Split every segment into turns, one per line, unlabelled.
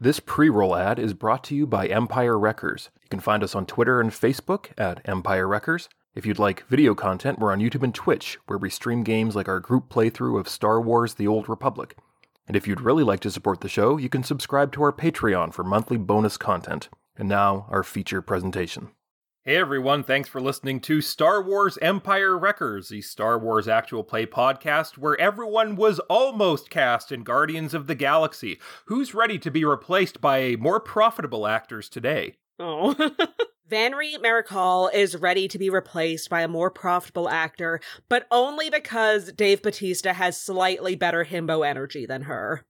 This pre roll ad is brought to you by Empire Wreckers. You can find us on Twitter and Facebook at Empire Wreckers. If you'd like video content, we're on YouTube and Twitch, where we stream games like our group playthrough of Star Wars The Old Republic. And if you'd really like to support the show, you can subscribe to our Patreon for monthly bonus content. And now, our feature presentation. Hey everyone, thanks for listening to Star Wars Empire Wreckers, the Star Wars actual play podcast where everyone was almost cast in Guardians of the Galaxy. Who's ready to be replaced by more profitable actors today?
Oh.
Vanry Merrick Hall is ready to be replaced by a more profitable actor, but only because Dave Batista has slightly better himbo energy than her.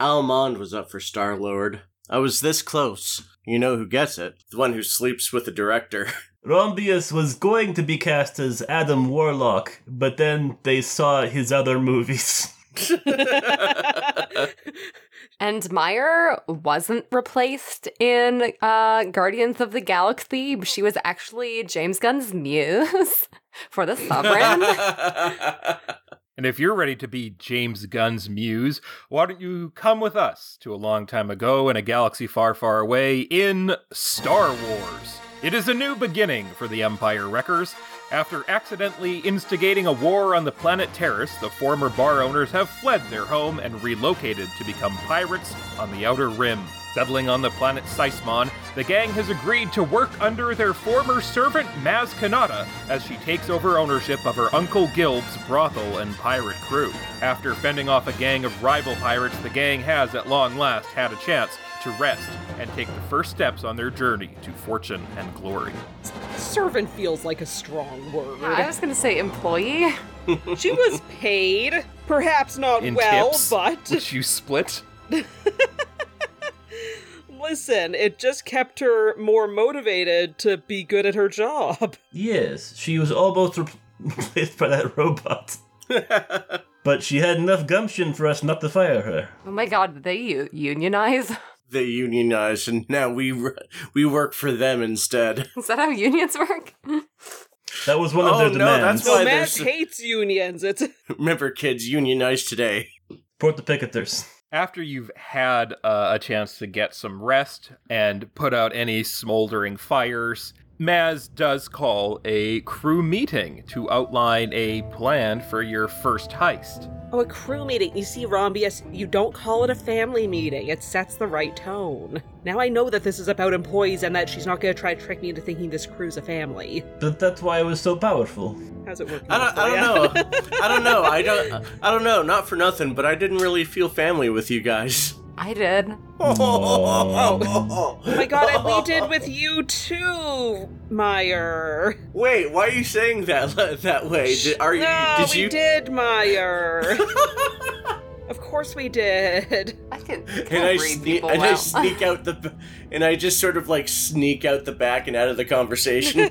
Almond was up for Star Lord. I was this close. You know who gets it? The one who sleeps with the director.
Rombius was going to be cast as Adam Warlock, but then they saw his other movies.
And Meyer wasn't replaced in uh, Guardians of the Galaxy. She was actually James Gunn's muse for the Sovereign.
And if you're ready to be James Gunn's muse, why don't you come with us to a long time ago in a galaxy far, far away in Star Wars? It is a new beginning for the Empire Wreckers. After accidentally instigating a war on the planet Terrace, the former bar owners have fled their home and relocated to become pirates on the Outer Rim. Settling on the planet Seismon, the gang has agreed to work under their former servant Maz Kanata as she takes over ownership of her uncle Gilb's brothel and pirate crew. After fending off a gang of rival pirates, the gang has at long last had a chance to rest and take the first steps on their journey to fortune and glory.
Servant feels like a strong word.
I was going to say employee.
she was paid, perhaps not
In
well,
tips,
but
which you split.
listen, it just kept her more motivated to be good at her job.
yes, she was almost replaced by that robot. but she had enough gumption for us not to fire her.
Oh my god, did they u- unionize?
they unionized, and now we r- we work for them instead.
Is that how unions work?
That was one of
Oh,
their
no,
demands.
that's
So
why- there's-
Maz hates unions. It's
Remember, kids, unionized today.
Port the picketers.
after you've had uh, a chance to get some rest and put out any smoldering fires, Maz does call a crew meeting to outline a plan for your first heist.
Oh, a crew meeting. You see, Rombius, you don't call it a family meeting. It sets the right tone. Now I know that this is about employees and that she's not going to try to trick me into thinking this crew's a family.
But that's why it was so powerful.
How's it working?
I
out
don't,
for
I don't
ya?
know. I don't know. I don't. I don't know. Not for nothing, but I didn't really feel family with you guys.
I did.
Oh,
oh my god, and we did with you too, Meyer.
Wait, why are you saying that le- that way? Did, are you?
no,
did
we
you?
did, Meyer. of course we did.
I can,
And I,
can read
sne-
people
and I
well.
sneak out the, b- and I just sort of like sneak out the back and out of the conversation.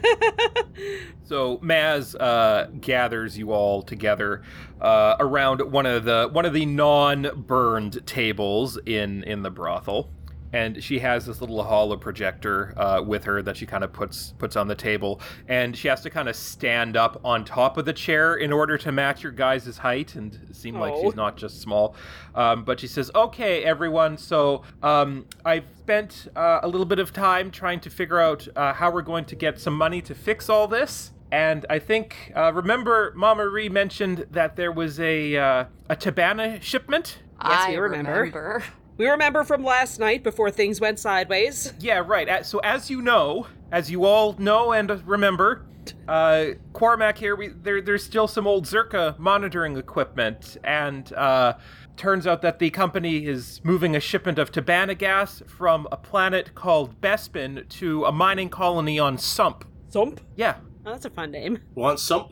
So Maz uh, gathers you all together uh, around one of the one of the non-burned tables in in the brothel, and she has this little hollow projector uh, with her that she kind of puts puts on the table, and she has to kind of stand up on top of the chair in order to match your guys' height and seem like
Oh.
she's not just small. Um, but she says, "Okay, everyone. So um, I've spent uh, a little bit of time trying to figure out uh, how we're going to get some money to fix all this." And I think uh, remember, Mama Ree mentioned that there was a uh, a Tabana shipment.
Yes,
I
we remember.
remember.
we remember from last night before things went sideways.
Yeah, right. Uh, So as you know, as you all know and remember, uh, Quarmac here, we, there, there's still some old Zerka monitoring equipment, and uh, turns out that the company is moving a shipment of Tabana gas from a planet called Bespin to a mining colony on Sump.
Thump.
Yeah.
Oh, that's a fun name.
Want some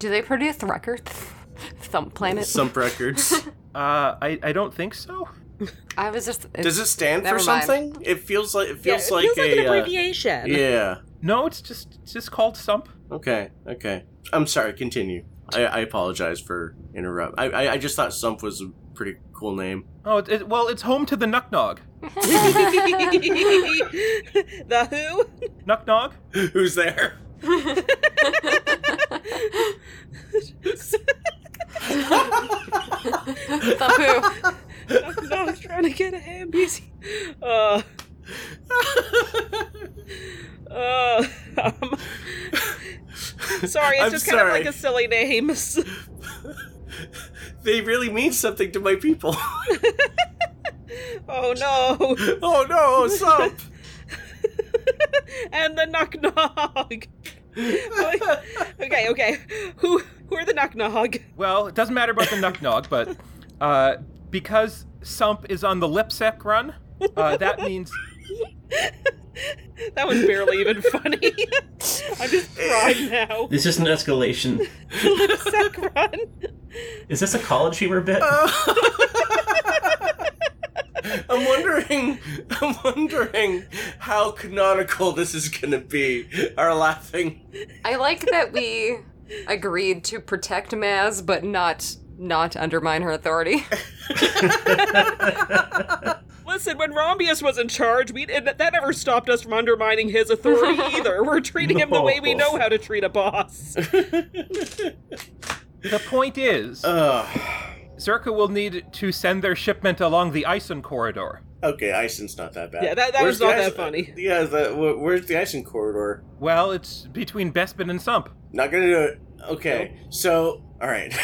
Do they produce records? Some planet.
Sump Records?
Uh, I, I don't think so.
I was just.
Does it stand for
Never mind.
something? It feels like it
yeah,
feels
it
like
feels
a
like an
uh,
abbreviation.
yeah.
No, it's just it's just called Sump.
Okay. Okay. I'm sorry. Continue. I, I apologize for interrupt. I, I I just thought Sump was a pretty cool name.
Oh, it, it, well, it's home to the Nuck Nog.
the who?
Nuck Nog?
Who's there?
Thumpu.
No, I'm trying to get a ham busy. Uh, uh, um, sorry, it's
I'm
just kind of like
sorry.
a silly name.
they really mean something to my people.
oh no.
oh no, Sump!
and the knock nog. okay, okay. Who who are the knock nog?
Well, it doesn't matter about the Nuck Nog, but uh, because Sump is on the Lipsec run, uh, that means
That was barely even funny. I'm just crying now.
It's just an escalation.
Lipsec run.
Is this a college humor bit?
I'm wondering, I'm wondering how canonical this is gonna be. Our laughing.
I like that we agreed to protect Maz, but not not undermine her authority.
Listen, when Rombius was in charge, we did, that never stopped us from undermining his authority either. We're treating him the way we know how to treat a boss.
the point is,
Ugh.
Zerka will need to send their shipment along the Ison corridor.
Okay, Ison's not that bad.
Yeah, that- that
Where's
was not
the
that
Isen-
funny.
Yeah, the, wh- where's the Ison corridor?
Well, it's between Bespin and Sump.
Not gonna do it. Okay, so all right.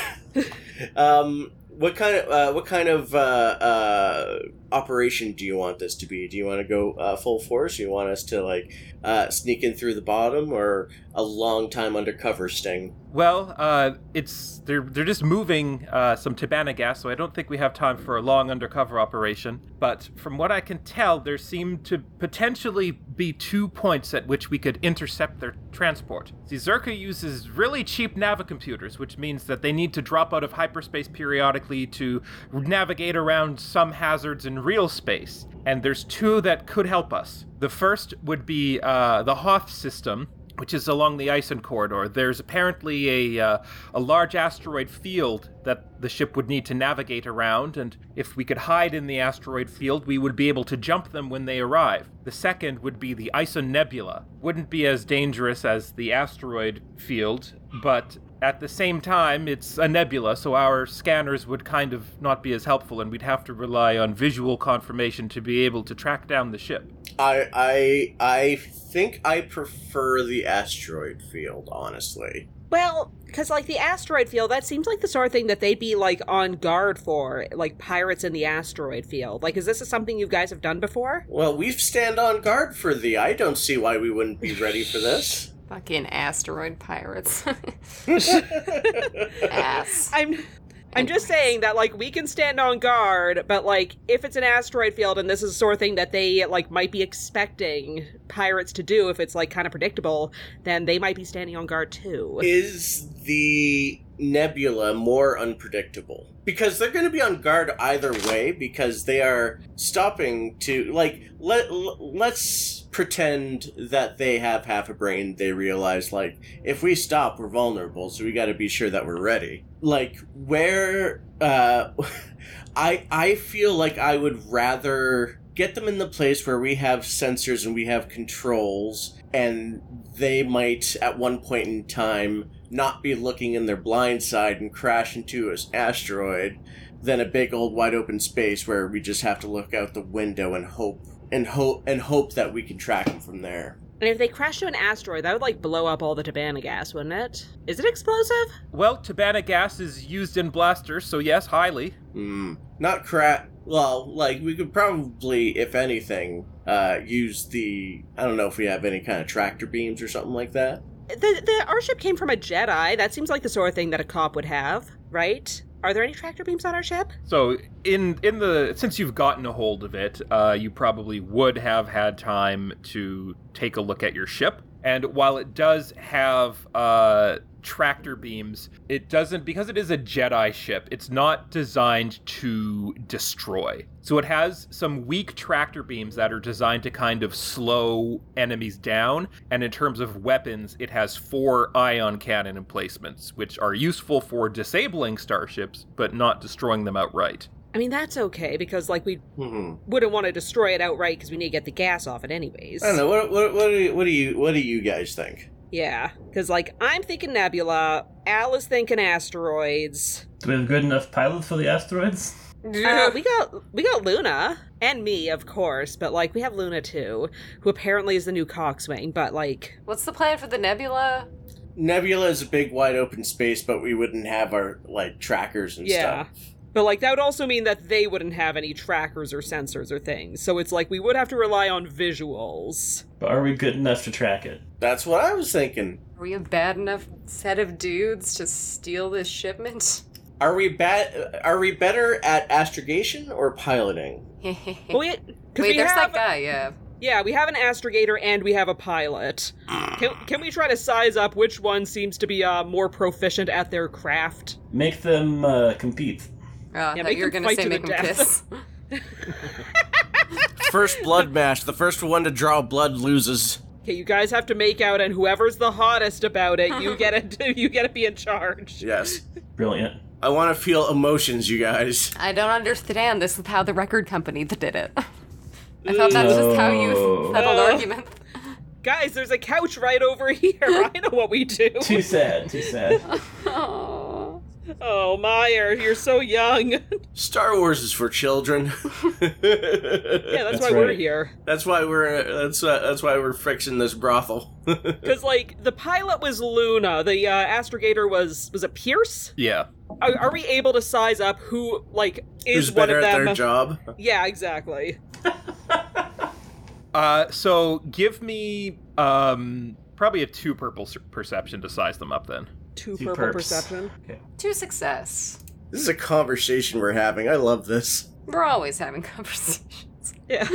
um, what kind of uh, what kind of uh, uh, operation do you want this to be? Do you want to go uh, full force? Do you want us to like uh, sneak in through the bottom or a long time undercover sting?
Well, uh, it's they're they're just moving uh, some Tabana gas, so I don't think we have time for a long undercover operation. But from what I can tell, there seem to potentially be two points at which we could intercept their transport. See, Zerka uses really cheap navicomputers, which means that they need to drop out of hyperspace periodically to navigate around some hazards in real space. And there's two that could help us. The first would be uh, the Hoth system, which is along the Ison corridor. There's apparently a uh, a large asteroid field that the ship would need to navigate around, and if we could hide in the asteroid field, we would be able to jump them when they arrive. The second would be the Ison Nebula. Wouldn't be as dangerous as the asteroid field, but at the same time, it's a nebula, so our scanners would kind of not be as helpful, and we'd have to rely on visual confirmation to be able to track down the ship.
I I I think I prefer the asteroid field, honestly.
Well, because like the asteroid field, that seems like the sort of thing that they'd be like on guard for, like pirates in the asteroid field. Like, is this something you guys have done before?
Well, we stand on guard for thee. I don't see why we wouldn't be ready for this.
Fucking asteroid pirates. Ass.
I'm. I'm just saying that like we can stand on guard, but like if it's an asteroid field and this is the sort of thing that they like might be expecting pirates to do if it's like kind of predictable, then they might be standing on guard too.
Is the nebula more unpredictable? Because they're going to be on guard either way because they are stopping to like let l- let's pretend that they have half a brain. They realize like if we stop, we're vulnerable, so we got to be sure that we're ready. Like where uh I I feel like I would rather get them in the place where we have sensors and we have controls and they might at one point in time not be looking in their blind side and crash into an asteroid than a big old wide open space where we just have to look out the window and hope and hope and hope that we can track them from there.
And if they crash to an asteroid, that would like blow up all the Tabana gas, wouldn't it? Is it explosive?
Well, Tabana gas is used in blasters, so yes, highly.
Hmm.
Mm.
Not crap. Well, like we could probably, if anything, uh, use the. I don't know if we have any kind of tractor beams or something like that.
The the our ship came from a Jedi. That seems like the sort of thing that a cop would have, right? Are there any tractor beams on our ship?
So in in the since you've gotten a hold of it, uh, you probably would have had time to take a look at your ship. And while it does have uh, tractor beams, it doesn't because it is a Jedi ship. It's not designed to destroy. So it has some weak tractor beams that are designed to kind of slow enemies down. And in terms of weapons, it has four ion cannon emplacements, which are useful for disabling starships, but not destroying them outright.
I mean, that's okay because like we
Hmm.
Mm-hmm.
wouldn't want to destroy it outright because we need to get the gas off it anyways.
I don't know. What what what do you, what do you what do you guys think?
Yeah, because like I'm thinking nebula, Al is thinking asteroids.
Do we have good enough pilots for the asteroids?
Uh, we got we got Luna and me, of course, but like we have Luna too, who apparently is the new coxswain. But like,
What's the plan for the nebula?
Nebula is a big, wide open space, but we wouldn't have our like trackers and
yeah,
stuff.
but like that would also mean that they wouldn't have any trackers or sensors or things. So it's like we would have to rely on visuals.
But are we good enough to track it?
That's what I was thinking.
Are we a bad enough set of dudes to steal this shipment?
Are we ba- Are we better at astrogation or piloting?
Wait,
Wait, we
there's
have,
that guy, yeah. Oh,
yeah, we have an astrogator and we have a pilot. Can, can we try to size up which one seems to be uh, more proficient at their craft?
Make them uh, compete.
Oh, I
Yeah,
thought
make
you were
them fight
gonna say
to the
make him
death.
kiss.
First blood match. The first one to draw blood loses.
Okay, you guys have to make out, and whoever's the hottest about it, you get it. You get to be in charge.
Yes.
Brilliant.
I want to feel emotions, you guys.
I don't understand. This is how the record company that did it. I thought that's just how you
No.
settled
No.
arguments.
Guys, there's a couch right over here. I know what we do.
Too sad. Too sad.
Oh.
Oh, Meyer, you're so young. yeah,
Star Wars is for children.
that's,
That's
why we're
right.
here.
that's why we're that's uh, that's why we're fixing this brothel.
Because like the pilot was Luna, the uh, astrogator was was a Pierce.
Yeah.
Are, are we able to size up who like is
Who's
one
better
of
at
them?
their job?
Yeah, exactly.
Uh, so give me um, probably a two purple cer- perception to size them up then.
Two,
Two
purple
perps.
perception.
To success.
This is a conversation we're having. I love this.
We're always having conversations.
Yeah.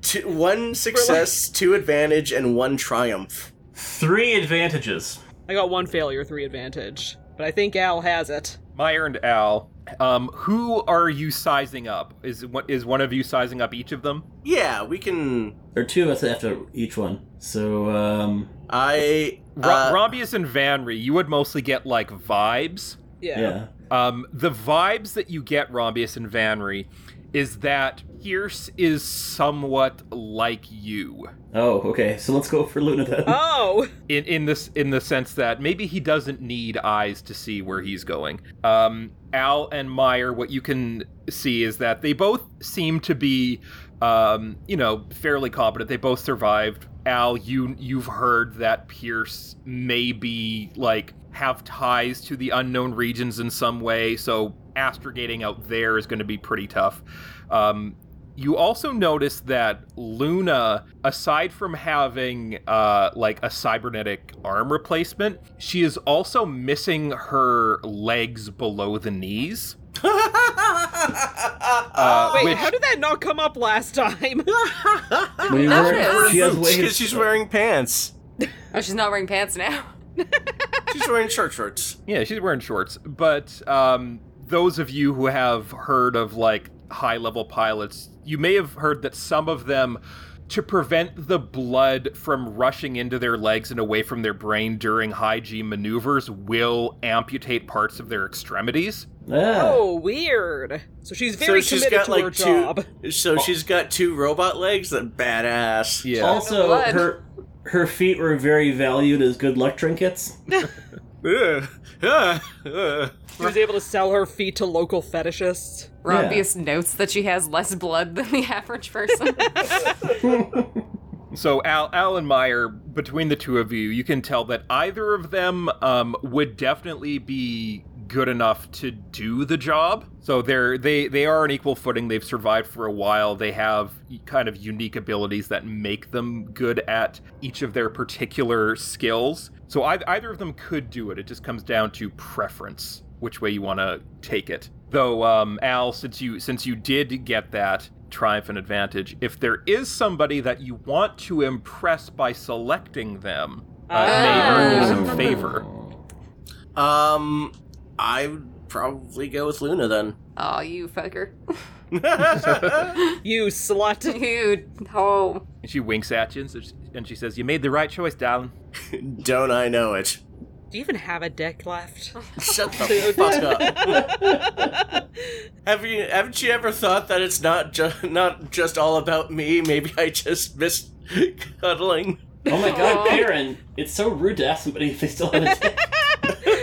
Two, one success, two advantage, and one triumph.
Three advantages.
I got one failure, three advantage, but I think Al has it.
Meyer and Al, um, who are you sizing up? Is what is one of you sizing up each of them?
Yeah, we can.
Or two of us after each one. So, um,
I
Ro-
uh,
Rombius and Vanry, you would mostly get like vibes.
Yeah.
yeah.
Um, the vibes that you get, Rombius and Vanry, is that Pierce is somewhat like you.
Oh, okay. So let's go for Luna then.
Oh,
in in this in the sense that maybe he doesn't need eyes to see where he's going. Um, Al and Meyer, what you can see is that they both seem to be, um, you know, fairly competent. They both survived. Al, you you've heard that Pierce may be like have ties to the unknown regions in some way, so astrogating out there is going to be pretty tough. Um, you also notice that Luna, aside from having uh, like a cybernetic arm replacement, she is also missing her legs below the knees. Uh,
Oh, wait,
which-
how did that not come up last time?
We
That
were-
is-
she has
It's
way
'cause she's wearing pants.
Oh, she's not wearing pants now.
She's wearing short shorts.
Yeah, she's wearing shorts. But um, those of you who have heard of like high level pilots, you may have heard that some of them, to prevent the blood from rushing into their legs and away from their brain during high G maneuvers, will amputate parts of their extremities.
Ah,
Oh, weird. So she's very
so she's
committed
got
to her
like
job.
two. So she's got two robot legs. That badass.
Yeah.
Also,
Blood.
her her feet were very valued as good luck trinkets.
Ugh. Ugh. Ugh.
She was able to sell her feet to local fetishists.
Rombius notes that she has less blood than the average person.
So Al, Al and Meyer, between the two of you, you can tell that either of them um, would definitely be good enough to do the job. So they're they they are on equal footing. They've survived for a while. They have kind of unique abilities that make them good at each of their particular skills. So ei- either of them could do it. It just comes down to preference, which way you want to take it. Though um, Al, since you since you did get that, triumph and advantage. If there is somebody that you want to impress by selecting them, uh, may earn you some favor.
Um, I would probably go with Luna then.
oh, you fucker.
You slut.
You. Oh.
And she winks at you and says- and she says, "You made the right choice, darling."
Don't I know it?
Do you even have a dick left?
Shut the fuck up. Have you? Haven't you ever thought that it's not just not just all about me? Maybe I just missed cuddling.
Oh my god,
Aw.
Karen! It's so rude to ask somebody if they still have a dick.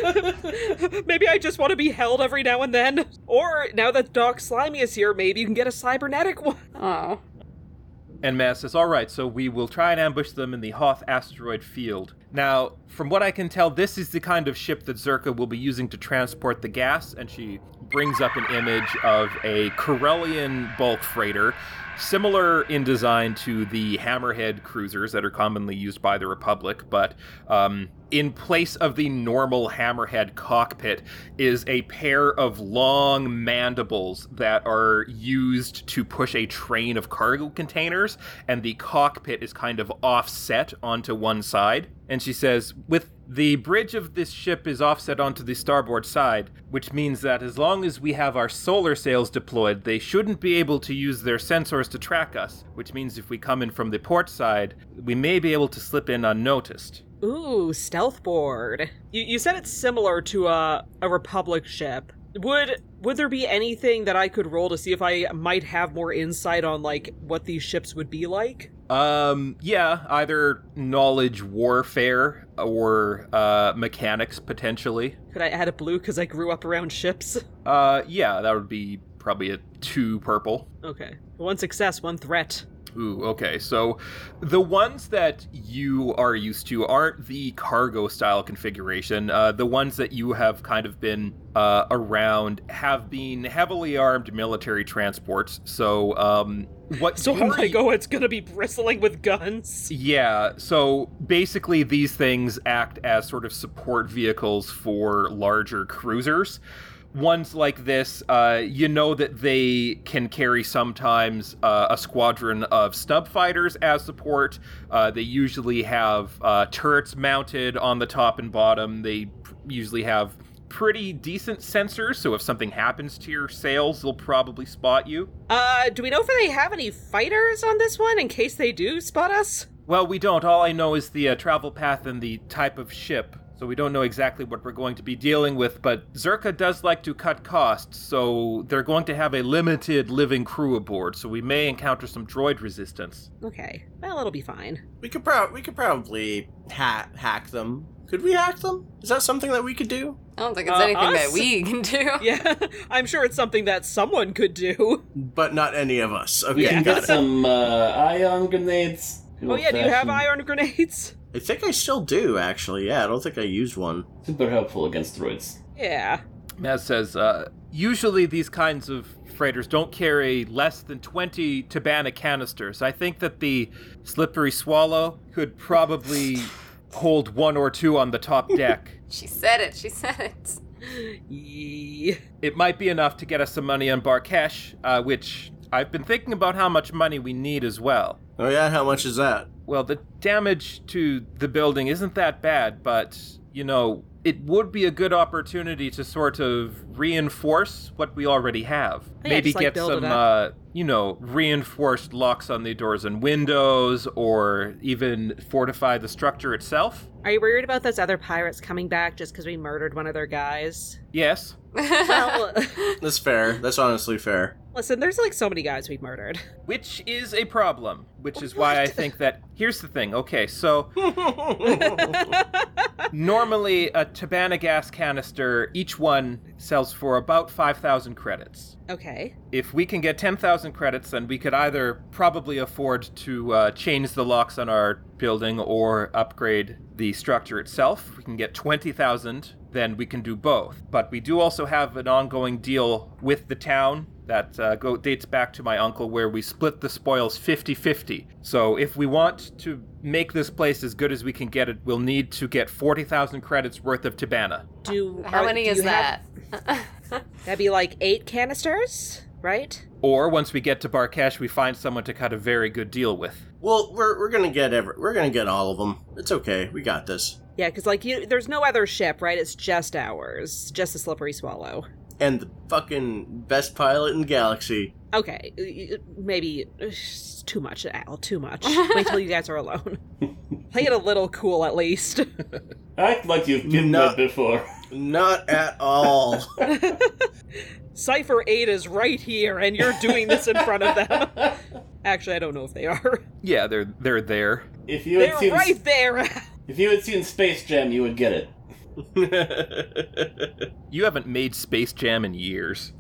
maybe I just want to be held every now and then. Or now that Doc Slimy is here, maybe you can get a cybernetic one.
Oh.
And Mass says, All right, so we will try and ambush them in the Hoth asteroid field. Now, from what I can tell, this is the kind of ship that Zerka will be using to transport the gas, and she brings up an image of a Corellian bulk freighter, similar in design to the Hammerhead cruisers that are commonly used by the Republic, but um, in place of the normal Hammerhead cockpit is a pair of long mandibles that are used to push a train of cargo containers, and the cockpit is kind of offset onto one side. And she says, with the bridge of this ship is offset onto the starboard side, which means that as long as we have our solar sails deployed, they shouldn't be able to use their sensors to track us, which means if we come in from the port side, we may be able to slip in unnoticed.
Ooh, stealth board. You, you said it's similar to a, a Republic ship. Would would there be anything that I could roll to see if I might have more insight on like what these ships would be like?
Um, yeah, either knowledge warfare or uh, mechanics potentially.
Could I add a blue because I grew up around ships?
Uh, yeah, that would be probably a two purple.
Okay. One success, one threat.
Ooh, okay. So the ones that you are used to aren't the cargo style configuration. Uh, the ones that you have kind of been uh, around have been heavily armed military transports. So um, what?
So
you're
I'm like, oh, it's gonna be bristling with guns.
yeah, so basically, these things act as sort of support vehicles for larger cruisers. Ones like this, uh, you know that they can carry sometimes uh, a squadron of stub fighters as support. Uh, they usually have uh, turrets mounted on the top and bottom. They pr- usually have pretty decent sensors, so if something happens to your sails, they'll probably spot you.
Uh, do we know if they have any fighters on this one in case they do spot us?
Well, we don't. All I know is the uh, travel path and the type of ship, so we don't know exactly what we're going to be dealing with. But Zerka does like to cut costs, so they're going to have a limited living crew aboard, so we may encounter some droid resistance.
Okay. Well, it'll be fine.
We could prob we could probably ha- hack them. Could we hack them? Is that something that we could do?
I don't think it's
Uh,
anything that
us?
we can do.
Yeah, I'm sure it's something that someone could do.
But not any of us. Okay,
We can
got
get
it.
some uh, ion grenades.
Oh yeah, do you have
Old-fashioned.
iron grenades?
I think I still do actually. Yeah, I don't think I used one.
Super helpful against droids.
Yeah.
Maz says, uh, usually these kinds of freighters don't carry less than 20 Tabana canisters. I think that the Slippery Swallow could probably hold one or two on the top deck.
She said it. She said it.
Yee.
it might be enough to get us some money on Barkesh, uh, which I've been thinking about how much money we need as well.
Oh yeah, how much is that?
Well, the damage to the building isn't that bad, but, you know, it would be a good opportunity to sort of reinforce what we already have.
Yeah,
Maybe
just, like,
get
build it
some, uh, you know, reinforced locks on the doors and windows, or even fortify the structure itself.
Are you worried about those other pirates coming back just because we murdered one of their guys?
Yes.
Well,
That's fair. That's honestly fair.
listen, there's like so many guys we've murdered.
Which is a problem, which is why I think that. Here's the thing. Okay, so normally a Tabana gas canister, each one sells for about 5,000 credits.
Okay.
If we can get 10,000 credits, then we could either probably afford to uh, change the locks on our building or upgrade the structure itself. If we can get 20,000, then we can do both. But we do also have an ongoing deal with the town that uh, go, dates back to my uncle where we split the spoils 50-50 so if we want to make this place as good as we can get it we'll need to get 40000 credits worth of tabana
Do
How
are-
many
do
is
you have-
that?
that'd be like eight canisters, right?
or once we get to barkesh we find someone to cut a very good deal with
Well, we're we're gonna get every we're gonna get all of them. It's okay. We got this.
Yeah, because like you, there's no other ship, right? It's just ours, just the Slippery Swallow.
And the fucking best pilot in the galaxy.
Okay, y- y- maybe it's too much, Al. Too much. Wait till you guys are alone. Play it a little cool, at least.
Act like you've been
No.
that before.
Not at all.
Cipher Eight is right here, and you're doing this in front of them. Actually, I don't know if they are.
Yeah, they're they're there.
If you
They're
had seen
right there.
if you had seen Space Jam, you would get it.
You haven't made Space Jam in years.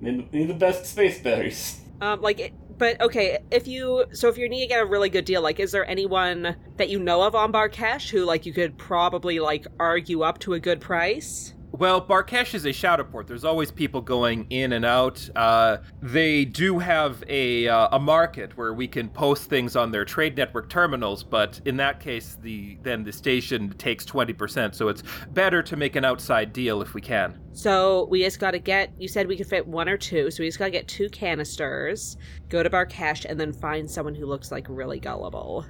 need, need the best space batteries.
Um, like, it, but okay, if you so if you're needing to get a really good deal, like, is there anyone that you know of on Barkesh who like you could probably like argue up to a good price?
Well, Barkesh is a shadow port. There's always people going in and out. Uh, they do have a uh, a market where we can post things on their trade network terminals, but in that case, the then the station takes twenty percent. So it's better to make an outside deal if we can.
So we just got to get. You said we could fit one or two, so we just got to get two canisters, go to Barkesh, and then find someone who looks like really gullible.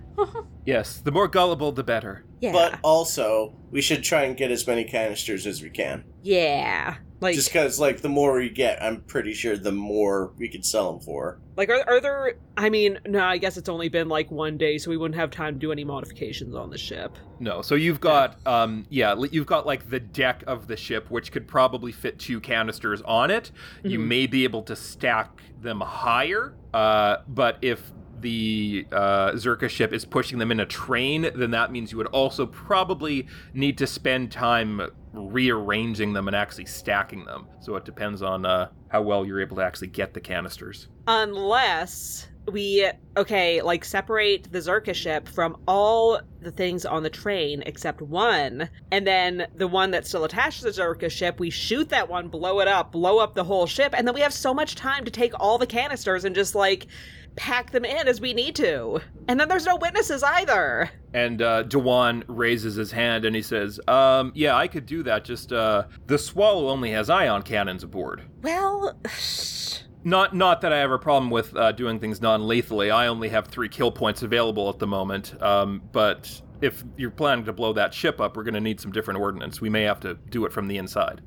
Yes, the more gullible, the better.
Yeah,
But also, we should try and get as many canisters as we can.
yeah, like
Just because, like, the more we get, I'm pretty sure the more we could sell them for.
Like, are, are there? I mean, no, I guess it's only been like one day, so we wouldn't have time to do any modifications on the ship.
No, so you've got um yeah, li- you've got like the deck of the ship which could probably fit two canisters on it. You
Mhm.
may be able to stack them higher, uh but if the uh, Zerka ship is pushing them in a train, then that means you would also probably need to spend time rearranging them and actually stacking them. So it depends on uh, how well you're able to actually get the canisters.
Unless we, okay, like separate the Zerka ship from all the things on the train except one, and then the one that's still attached to the Zerka ship, we shoot that one, blow it up, blow up the whole ship, and then we have so much time to take all the canisters and just like pack them in as we need to. And then there's no witnesses either.
And uh, Dewan raises his hand and he says, um, "Yeah, I could do that. Just uh, the Swallow only has ion cannons aboard.
Well.
Not, not that I have a problem with uh, doing things non-lethally. I only have three kill points available at the moment. Um, but if you're planning to blow that ship up, we're going to need some different ordnance. We may have to do it from the inside."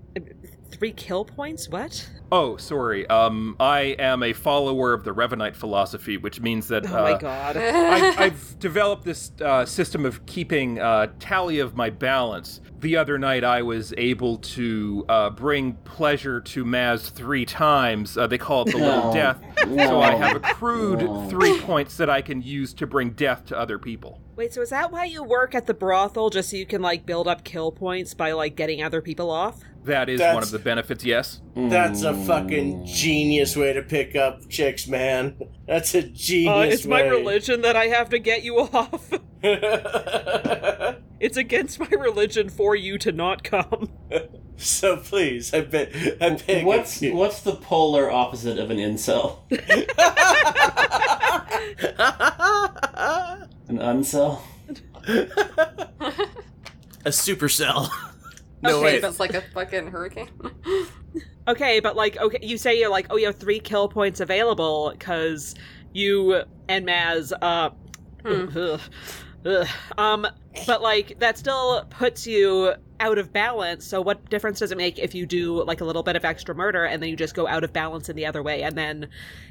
Three kill points? What?
Oh, sorry. Um, I am a follower of the Revenite philosophy, which means that
Oh
uh,
my god.
I've, I've developed this uh, system of keeping uh, tally of my balance. The other night, I was able to uh, bring pleasure to Maz three times. Uh, they call
Oh,
it the little
No.
death. So
No.
I have accrued
No.
three points that I can use to bring death to other people.
Wait, so is that why you work at the brothel just so you can like build up kill points by like getting other people off?
That is one
That's-
of the benefits. Yes.
Hmm.
That's a
Mm.
fucking genius way to pick up chicks, man. That's
Uh,
a genius way.
that I have to get you off. it's against my religion for you to not come.
so please, I bet. I beg of
What's
you.
what's the polar opposite of an incel? An uncel?
A supercell. no
okay,
way.
that's like a fucking hurricane.
Okay, but like okay, you say you're like, "Oh, you have 3 kill points available cuz you and Maz uh
Hmm.
Ugh. Ugh. Um, but like that still puts you out of balance. So what difference does it make if you do like a little bit of extra murder and then you just go out of balance in the other way, and then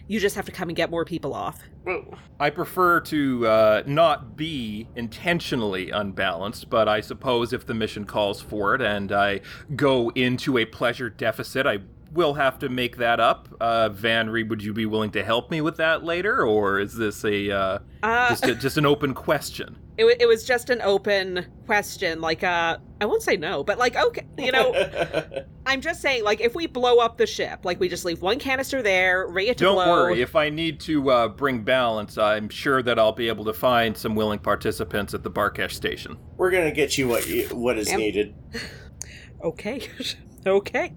you just have to come and get more people off?
Whoa.
I prefer to uh, not be intentionally unbalanced, but I suppose if the mission calls for it and I go into a pleasure deficit, I will have to make that up. Uh, Van Reed, would you be willing to help me with that later, or is this a uh,
Uh,
just a, just an open question?
it, wa- it was just an open question. Like, uh, I won't say no, but like, okay, you know, I'm just saying, like, if we blow up the ship, like, we just leave one canister there, rig it to
Don't
blow.
worry. If I need to uh, bring balance, I'm sure that I'll be able to find some willing participants at the Barkesh station.
We're gonna get you what you, what is
Yep.
needed.
Okay, okay.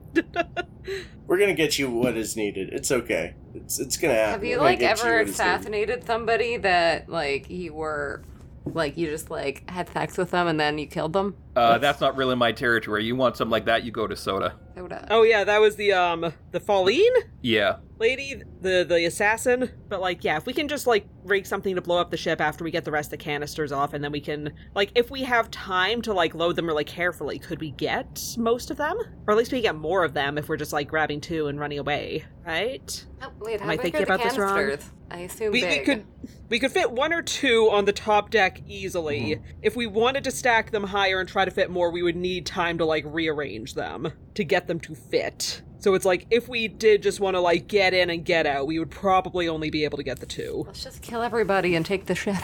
We're gonna get you what is needed. It's okay. It's it's gonna happen.
Have you
We're gonna
like
get
ever
what is needed.
assassinated somebody that like you were like you just like had sex with them and then you killed them?
Uh, that's not really my territory. You want something like that, you go to Soda.
They would've-
Oh yeah, that was the um the Falline.
Yeah.
lady, the the assassin. But like, yeah, if we can just like rig something to blow up the ship after we get the rest of the canisters off, and then we can like, if we have time to like load them really carefully, could we get most of them, or at least we get more of them if we're just like grabbing two and running away, right?
Oh, wait,
Am I
how big
thinking
are the
about this wrong?
canisters? I assume
We, we
big.
could we could fit one or two on the top deck easily. If we wanted to stack them higher and try to fit more, we would need time to like rearrange them to get them to fit. So it's like if we did just want to like get in and get out, we would probably only be able to get the two.
Let's just kill everybody and take the ship.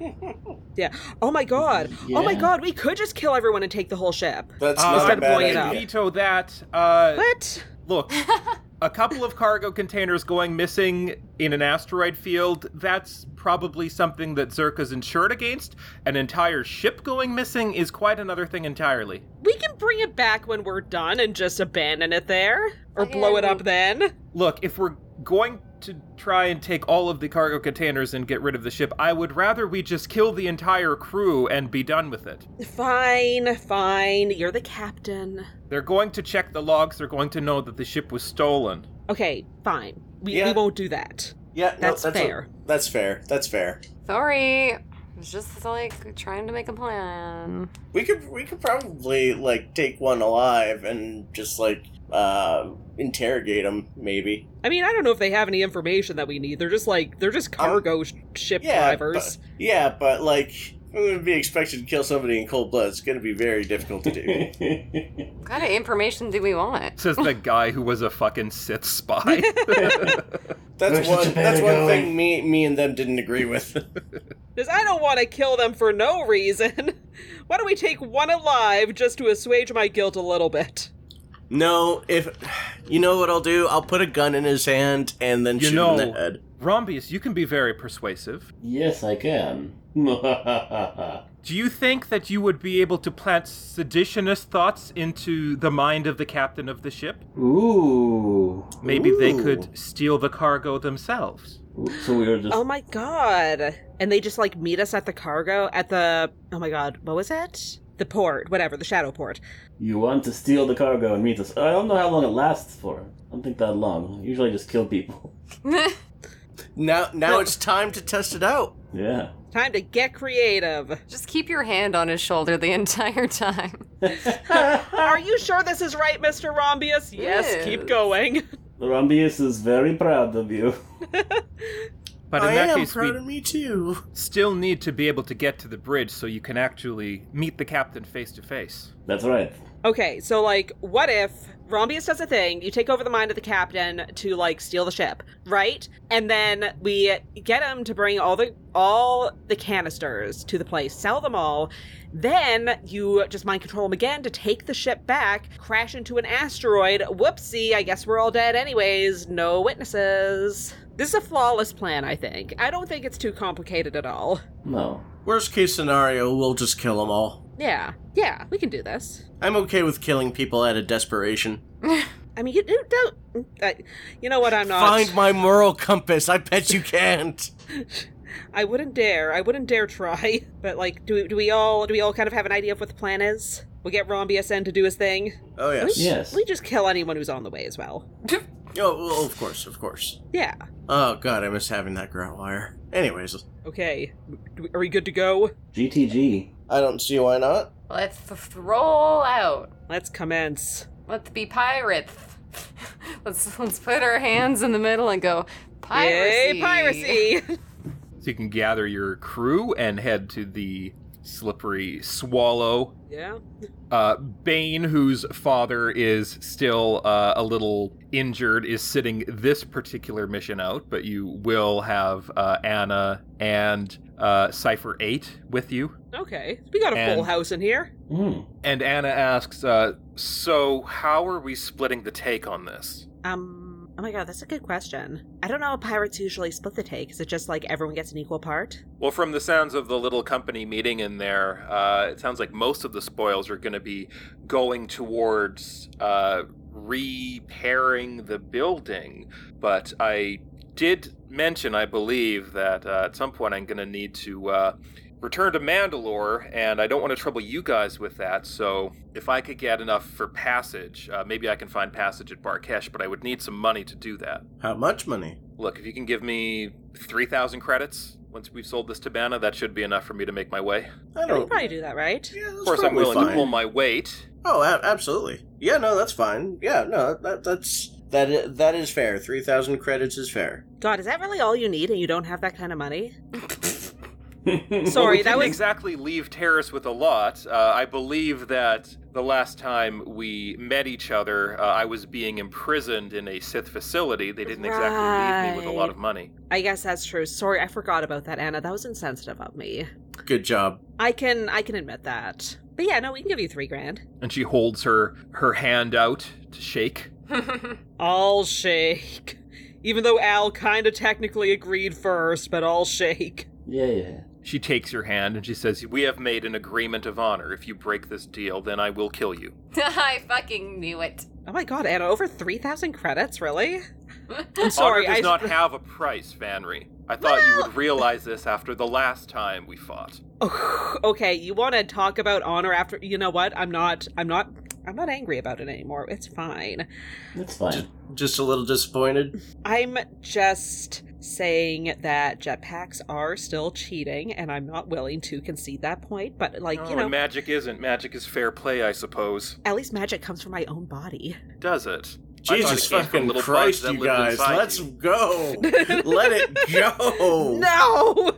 Yeah. Oh my god. Oh my
Yeah.
god, we could just kill everyone and take the whole ship.
That's
Uh,
not
Instead
a
of
bad
blowing it
idea.
up.
Veto that. Uh,
What?
Look, a couple of cargo containers going missing in an asteroid field, that's probably something that Zerka's insured against. An entire ship going missing is quite another thing entirely.
We can bring it back when we're done and just abandon it there or blow it up then.
Look, if we're going to try and take all of the cargo containers and get rid of the ship, I would rather we just kill the entire crew and be done with it.
Fine, fine. You're the captain.
They're going to check the logs, they're going to know that the ship was stolen.
Okay, fine. We, we
Yeah.
won't do that.
Yeah, no,
That's
a-
fair.
that's fair. That's fair.
Sorry. I was just like trying to make a plan.
We could we could probably like take one alive and just like uh interrogate him maybe.
I mean, I don't know if they have any information that we need. They're just like they're just cargo sh- ship
Yeah,
drivers.
but, yeah, but like we would be expected to kill somebody in cold blood. It's going to be very difficult to do.
What kind of information do we want?
Says the guy who was a fucking Sith spy.
That's
Versus
one.
Japan
That's one
going-
thing me me and them didn't agree with.
Because I don't want to kill them for no reason. Why don't we take one alive just to assuage my guilt a little bit?
no, if you know what I'll do, I'll put a gun in his hand and then
You
shoot him in
know-
the head.
Rombius, you can be very persuasive.
yes, I can.
Do you think that you would be able to plant seditionist thoughts into the mind of the captain of the ship?
Ooh.
Maybe they
Ooh.
could steal the cargo themselves.
So we were just.
Oh my god! And they just like meet us at the cargo at the oh my god, what was it? The port, whatever, the shadow port.
You want to steal the cargo and meet us. I don't know how long it lasts for. I don't think that long. Usually just kill people.
Now, now it's time to test it out.
Yeah.
Time to get creative.
just keep your hand on his shoulder the entire time.
Are you sure this is right, Mr. Rombius? Yes, keep
Yes.
going.
Rombius is very proud of you.
But in
I
that
am
case,
proud of
we
me too.
still need to be able to get to the bridge so you can actually meet the captain face to face.
That's right.
Okay, so like, what if Rombius does a thing? You take over the mind of the captain to like steal the ship, right? And then we get him to bring all the all the canisters to the place, sell them all. Then you just mind control him again to take the ship back, crash into an asteroid. Whoopsie! I guess we're all dead anyways. No witnesses. This is a flawless plan, I think. I don't think it's too complicated at all.
No.
Worst case scenario, we'll just kill them all.
Yeah, yeah, we can do this.
I'm okay with killing people out of desperation.
I mean, you, you don't. I, you know what? I'm not.
Find my moral compass. I bet you can't.
I wouldn't dare. I wouldn't dare try. But like, do we, do we all do we all kind of have an idea of what the plan is? We get Rombius in to do his thing.
Oh yes.
Yeah. Yes.
We just kill anyone who's on the way as well.
Oh, well, of course, of course.
Yeah.
Oh god, I miss having that grout wire. Anyways,
Okay. Do we- are we good to go?
GTG.
I don't see why not.
Let's roll out.
Let's commence.
Let's be pirates. let's let's put our hands in the middle and go piracy.
Yay, piracy!
So you can gather your crew and head to the slippery swallow
yeah.
Uh, Bane, whose father is still uh, a little injured, is sitting this particular mission out, but you will have uh, Anna and uh, Cipher 8 with you.
Okay. We got a full
And-
house in here.
Hmm.
And Anna asks, uh, So, how are we splitting the take on this?
Um. Oh my god, that's a good question. I don't know how pirates usually split the take. Is it just like everyone gets an equal part?
Well, from the sounds of the little company meeting in there, uh, it sounds like most of the spoils are going to be going towards uh, repairing the building. But I did mention, I believe, that uh, at some point I'm going to need to uh, return to Mandalore, and I don't want to trouble you guys with that. So if I could get enough for passage, uh, maybe I can find passage at Barkesh, but I would need some money to do that.
How much money?
Look, if you can give me 3,000 credits once we've sold this to Banna, that should be enough for me to make my way.
I
We
don't.
can probably do that, right?
Yeah, that's
Of course, I'm
probably
willing to
fine.
pull my weight.
Oh, a- absolutely. Yeah, no, that's fine. Yeah, no, that that's that i- that is fair. Three thousand credits is fair.
God, is that really all you need and you don't have that kind of money?
Well, we
Sorry, that
didn't
was
exactly leave Terrace with a lot. Uh, I believe that the last time we met each other, uh, I was being imprisoned in a Sith facility. They didn't exactly leave me with a lot of money.
I guess that's true. Sorry, I forgot about that, Anna. That was insensitive of me.
Good job.
I can I can admit that. But yeah, no, we can give you three grand.
And she holds her her hand out to shake.
I'll shake. Even though Al kinda technically agreed first, but I'll shake.
Yeah, yeah.
She takes your hand and she says, "We have made an agreement of honor. If you break this deal, then I will kill you."
I fucking knew it.
Oh my god, Anna, over three thousand credits, really? I'm sorry,
honor does
I
not have a price, Vanry. I thought you would realize this after the last time we fought.
Oh, okay, you wanna talk about honor after you know what? I'm not I'm not I'm not angry about it anymore. It's fine.
That's fine.
Just a little disappointed.
I'm just saying that jetpacks are still cheating, and I'm not willing to concede that point. But like
No,
Oh,
you know,
and Oh, magic isn't. Magic is fair play, I suppose.
at least magic comes from my own body.
Does it? I thought it
Jesus
came from
fucking
little bugs
Christ,
that
you
lived
guys.
inside
Let's
you.
go. Let it go.
No,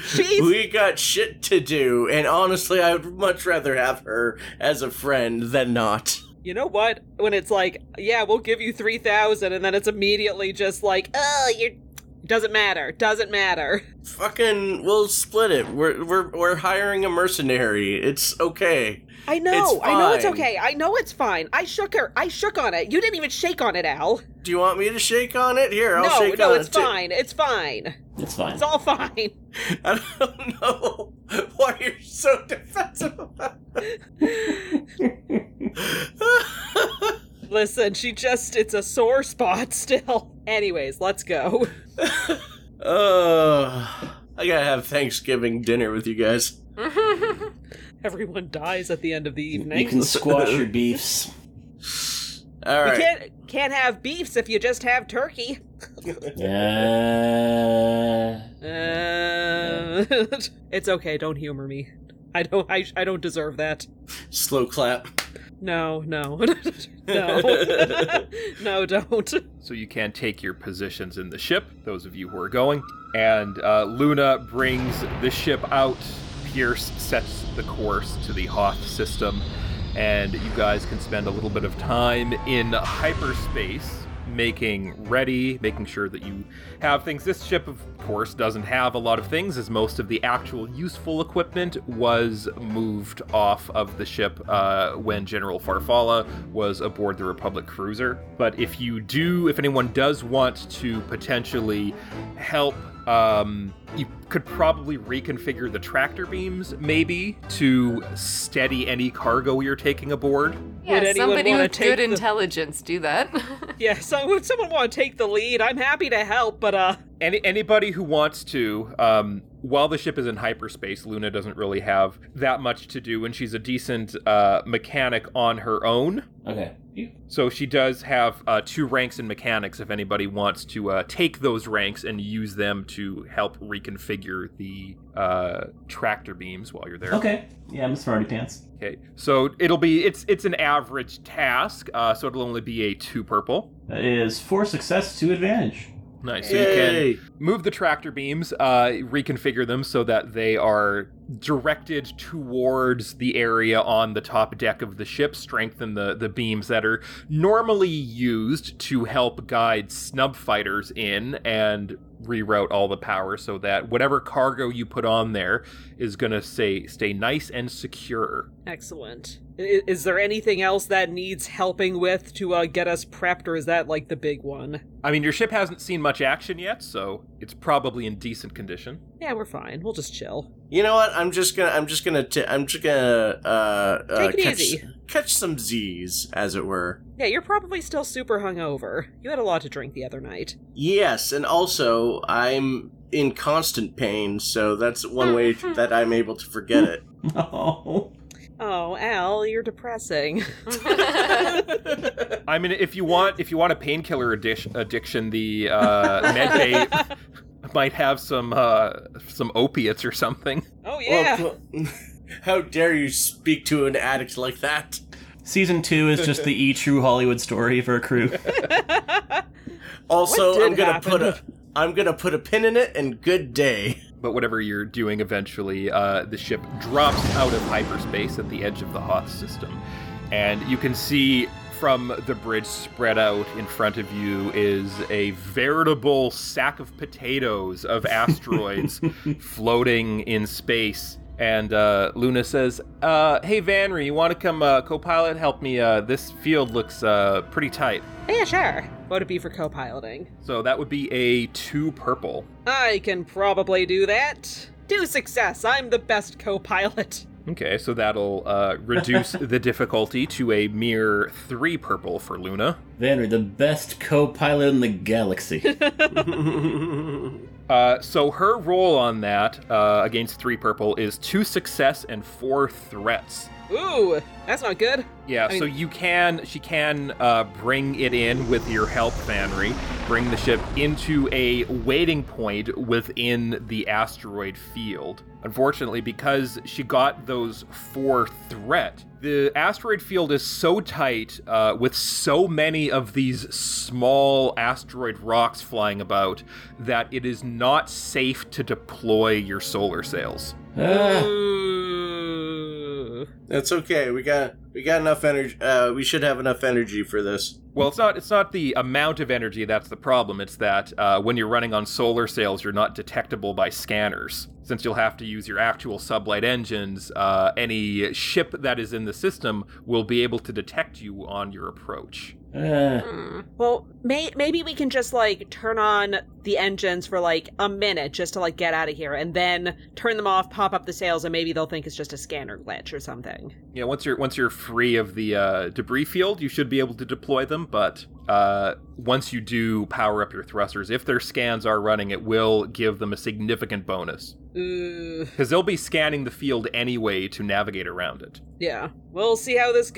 she's
We got shit to do, and honestly, I would much rather have her as a friend than not.
you know what? When it's like, yeah, we'll give you three thousand, and then it's immediately just like, oh, you're doesn't matter, doesn't matter.
Fucking, we'll split it. We're we're we're hiring a mercenary. It's okay.
I know, I know it's
fine.
okay. I know it's fine. I shook her. I shook on it. You didn't even shake on it, Al.
Do you want me to shake on it? Here, I'll
no,
shake
no,
on
it's
it. too.
fine. It's fine.
It's fine.
It's all fine.
I don't know why you're so defensive. about it.
Listen, she just, it's a sore spot still. Anyways, let's go.
uh, I gotta have Thanksgiving dinner with you guys.
Everyone dies at the end of the evening.
You can squash your beefs.
All
You
right.
can't, can't have beefs if you just have turkey.
Yeah.
Uh, it's okay, don't humor me. I don't, I, I don't deserve that.
Slow clap.
No, no. no. no, don't.
so you can take your positions in the ship, those of you who are going. And uh, Luna brings the ship out. Pierce sets the course to the Hoth system, and you guys can spend a little bit of time in hyperspace making ready, making sure that you have things. This ship, of course, doesn't have a lot of things, as most of the actual useful equipment was moved off of the ship uh, when General Farfalla was aboard the Republic cruiser. But if you do, if anyone does want to potentially help, um, you could probably reconfigure the tractor beams, maybe, to steady any cargo you're taking aboard.
Would
Yeah,
anyone
somebody
wanna
with
take
good
the-
intelligence do that.
Yeah, so would someone want to take the lead? I'm happy to help, but, uh,
Any anybody who wants to, um, while the ship is in hyperspace, Luna doesn't really have that much to do, and she's a decent uh, mechanic on her own.
Okay. You
So she does have uh, two ranks in mechanics. If anybody wants to uh, take those ranks and use them to help reconfigure the uh, tractor beams while you're there.
Okay. Yeah, I'm a smarty pants.
Okay. So it'll be it's it's an average task. Uh, so it'll only be a two purple.
That is four success, two advantage.
Nice. So you can
Yay.
move the tractor beams, uh, reconfigure them so that they are directed towards the area on the top deck of the ship, strengthen the, the beams that are normally used to help guide snub fighters in and reroute all the power so that whatever cargo you put on there is going to say stay nice and secure.
Excellent. I- Is there anything else that needs helping with to uh, get us prepped, or is that like the big one?
I mean, your ship hasn't seen much action yet, so it's probably in decent condition.
Yeah, we're fine. We'll just chill.
You know what? I'm just gonna. I'm just gonna. T- I'm just gonna. Uh, uh,
Take it
catch,
easy.
catch some Z's, as it were.
Yeah, you're probably still super hungover. You had a lot to drink the other night.
Yes, and also I'm in constant pain, so that's one way that I'm able to forget it.
No.
Oh, Al, you're depressing.
I mean, if you want, if you want a painkiller addic- addiction, the uh, medbay might have some uh, some opiates or something.
oh yeah.
Well, pl- how dare you speak to an addict like that?
Season two is just the e true Hollywood story for a crew.
Also,
What did
I'm gonna put a.
happen?
I'm gonna put a pin in it, and good day.
But whatever you're doing, eventually uh, the ship drops out of hyperspace at the edge of the Hoth system. And you can see from the bridge spread out in front of you is a veritable sack of potatoes of asteroids floating in space. And uh, Luna says, uh, "Hey Vanry, you want to come uh, co-pilot? Help me. Uh, this field looks uh, pretty tight.
Yeah, sure. What would it be for co piloting?
So that would be a two purple.
I can probably do that. Do success. I'm the best co pilot.
Okay, so that'll uh, reduce the difficulty to a mere three purple for Luna.
Vanry, the best co pilot in the galaxy.
Uh, so her roll on that uh, against three purple is two success and four threats.
Ooh, that's not good.
Yeah,
I mean-
so you can, she can uh, bring it in with your help, Vanry. Bring the ship into a waiting point within the asteroid field. Unfortunately, because she got those four threat, the asteroid field is so tight uh, with so many of these small asteroid rocks flying about that it is not safe to deploy your solar sails.
Uh.
Ah,
Ooh.
That's okay. We got we got enough energy. Uh, we should have enough energy for this.
Well, it's not it's not the amount of energy that's the problem. It's that uh, when you're running on solar sails, you're not detectable by scanners. Since you'll have to use your actual sublight engines, uh, any ship that is in the system will be able to detect you on your approach.
ah.
Hmm.
Well, may- maybe we can just like turn on the engines for like a minute just to like get out of here and then turn them off, pop up the sails, and maybe they'll think it's just a scanner glitch or something.
Yeah, once you're once you're free of the uh, debris field, you should be able to deploy them. But uh, once you do power up your thrusters, if their scans are running, it will give them a significant bonus
Ooh.
because they'll be scanning the field anyway to navigate around it.
Yeah. We'll see how this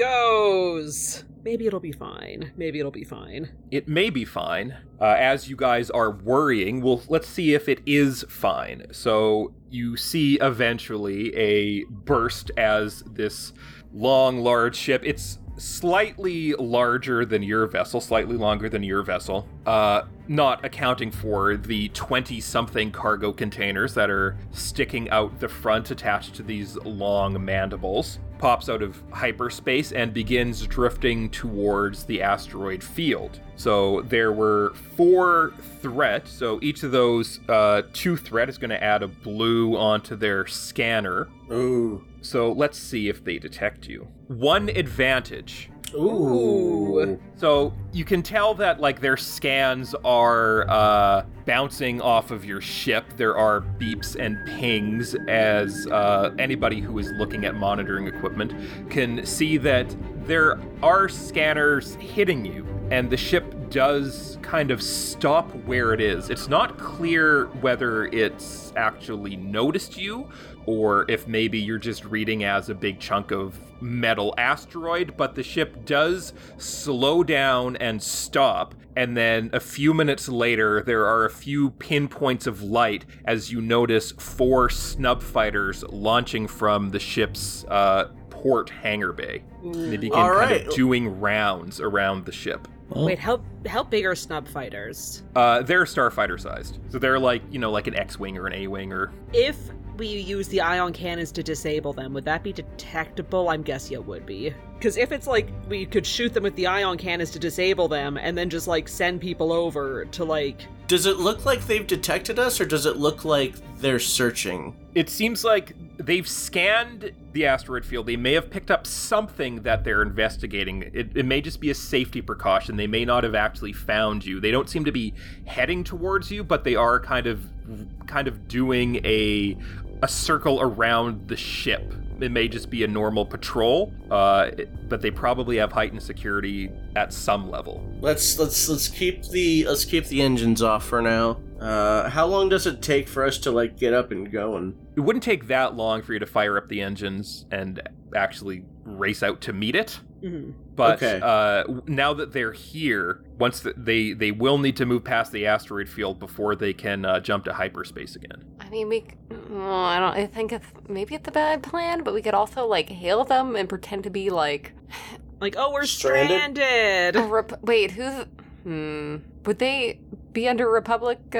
goes. Maybe it'll be fine. Maybe it'll be fine.
it may be fine. Uh, as you guys are worrying, well, let's see if it is fine. So you see eventually a burst as this long, large ship. It's slightly larger than your vessel, slightly longer than your vessel, uh, not accounting for the 20 something cargo containers that are sticking out the front attached to these long mandibles pops out of hyperspace and begins drifting towards the asteroid field. So there were four threat. So each of those uh, two threat is going to add a blue onto their scanner.
Ooh.
So let's see if they detect you. One advantage.
Ooh.
So you can tell that like their scans are uh, bouncing off of your ship. There are beeps and pings as uh, anybody who is looking at monitoring equipment can see that there are scanners hitting you, and the ship does kind of stop where it is. It's not clear whether it's actually noticed you or if maybe you're just reading as a big chunk of metal asteroid, but the ship does slow down and stop. And then a few minutes later, there are a few pinpoints of light as you notice four snub fighters launching from the ship's uh, port hangar bay. They begin
All
kind
right.
of doing rounds around the ship.
Well,
Wait, how how big are snub fighters?
Uh, they're starfighter sized, so they're like you know like an X-wing or an A-wing or
If we use the ion cannons to disable them, would that be detectable? I'm guessing it would be. Because if it's like we could shoot them with the ion cannons to disable them and then just like send people over to like.
Does it look like they've detected us, or does it look like they're searching?
It seems like they've scanned the asteroid field. They may have picked up something that they're investigating. It, it may just be a safety precaution. They may not have actually found you. They don't seem to be heading towards you, but they are kind of kind of doing a a circle around the ship. It may just be a normal patrol, uh, it- but they probably have heightened security at some level.
Let's let's let's keep the let's keep the engines off for now. Uh, how long does it take for us to like get up and going?
It wouldn't take that long for you to fire up the engines and actually race out to meet it.
mhm.
But
Okay.
uh, w- now that they're here, once th they they will need to move past the asteroid field before they can uh, jump to hyperspace again.
I mean, we. c- oh, I don't. I think it's maybe it's a bad plan, but we could also like hail them and pretend to be like.
Like, oh, we're
Stranded?
stranded.
a rep- wait, who's? Hmm. Would they be under Republic? Uh,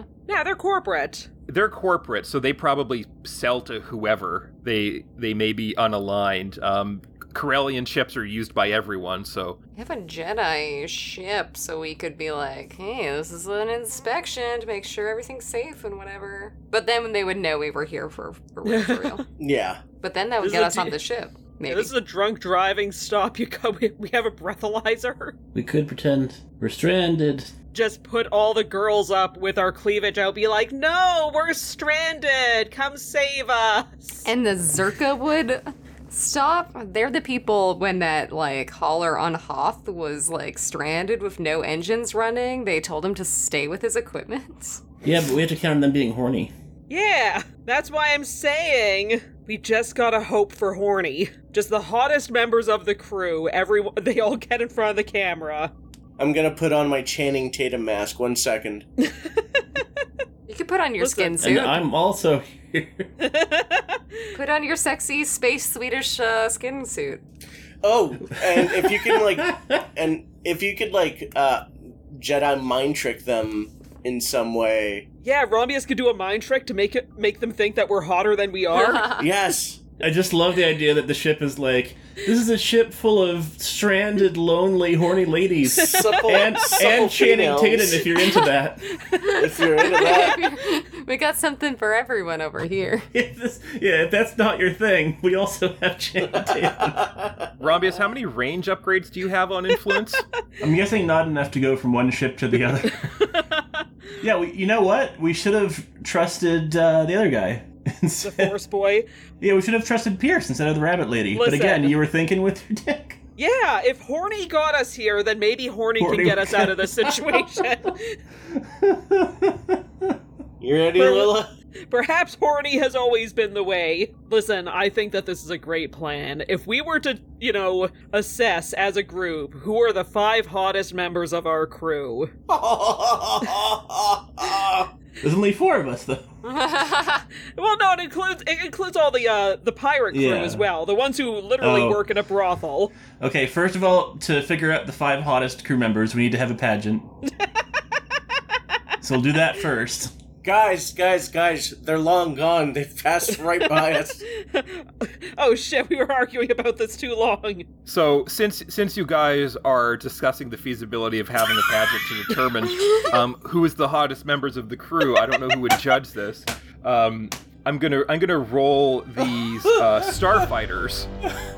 Yeah, yeah, they're corporate.
they're corporate, so they probably sell to whoever. They they may be unaligned. Um, Corellian ships are used by everyone, so
We have a Jedi ship, so we could be like, hey, this is an inspection to make sure everything's safe and whatever. But then they would know we were here for, for real, for real.
Yeah.
But then that would
This
get
is
us
a
on
D-
the ship,
Yeah,
maybe.
this is a drunk driving stop. You go, we, we have a breathalyzer.
We could pretend we're stranded.
Just put all the girls up with our cleavage. I'll be like, no, we're stranded. Come save us.
and the Zerka would stop. They're the people when that like hauler on Hoth was like stranded with no engines running. They told him to stay with his equipment.
Yeah, but we have to count on them being horny.
Yeah, that's why I'm saying we just gotta hope for horny. Just the hottest members of the crew. Everyone, they all get in front of the camera.
I'm gonna put on my Channing Tatum mask. One second.
You could put on your
Listen,
skin suit.
And I'm also here.
Put on your sexy space Swedish uh, skin suit.
Oh, and if you can like, and if you could like, uh, Jedi mind trick them in some way.
Yeah, Romulus could do a mind trick to make it make them think that we're hotter than we are.
Yes.
I just love the idea that the ship is like this is a ship full of stranded, lonely, horny ladies.
supple,
And,
supple
and Channing
females,
Tatum, if you're into that.
if you're into that.
we got something for everyone over here.
If this, yeah, if that's not your thing, we also have Channing Tatum.
Rombius, how many range upgrades do you have on influence?
I'm guessing not enough to go from one ship to the other. yeah, we, you know what? We should have trusted uh, the other guy.
The Force boy.
yeah, we should have trusted Pierce instead of the rabbit lady. but again,
Listen.
you were thinking with your dick.
Yeah, if horny got us here, then maybe horny,
Horny-
can get us out of this situation.
You ready, Lila?
Perhaps horny has always been the way. Listen, I think that this is a great plan. If we were to, you know, assess as a group who are the five hottest members of our crew,
There's only four of us, though.
well, no, it includes it includes all the uh the pirate crew
Yeah.
as well, the ones who literally
Oh.
work in a brothel.
Okay, first of all, to figure out the five hottest crew members, we need to have a pageant. so we'll do that first.
guys, guys, guys! They're long gone. They passed right by us.
oh shit, we were arguing about this too long.
so since since you guys are discussing the feasibility of having a pageant to determine um, who is the hottest members of the crew, I don't know who would judge this. Um, I'm gonna I'm gonna roll these uh, starfighters,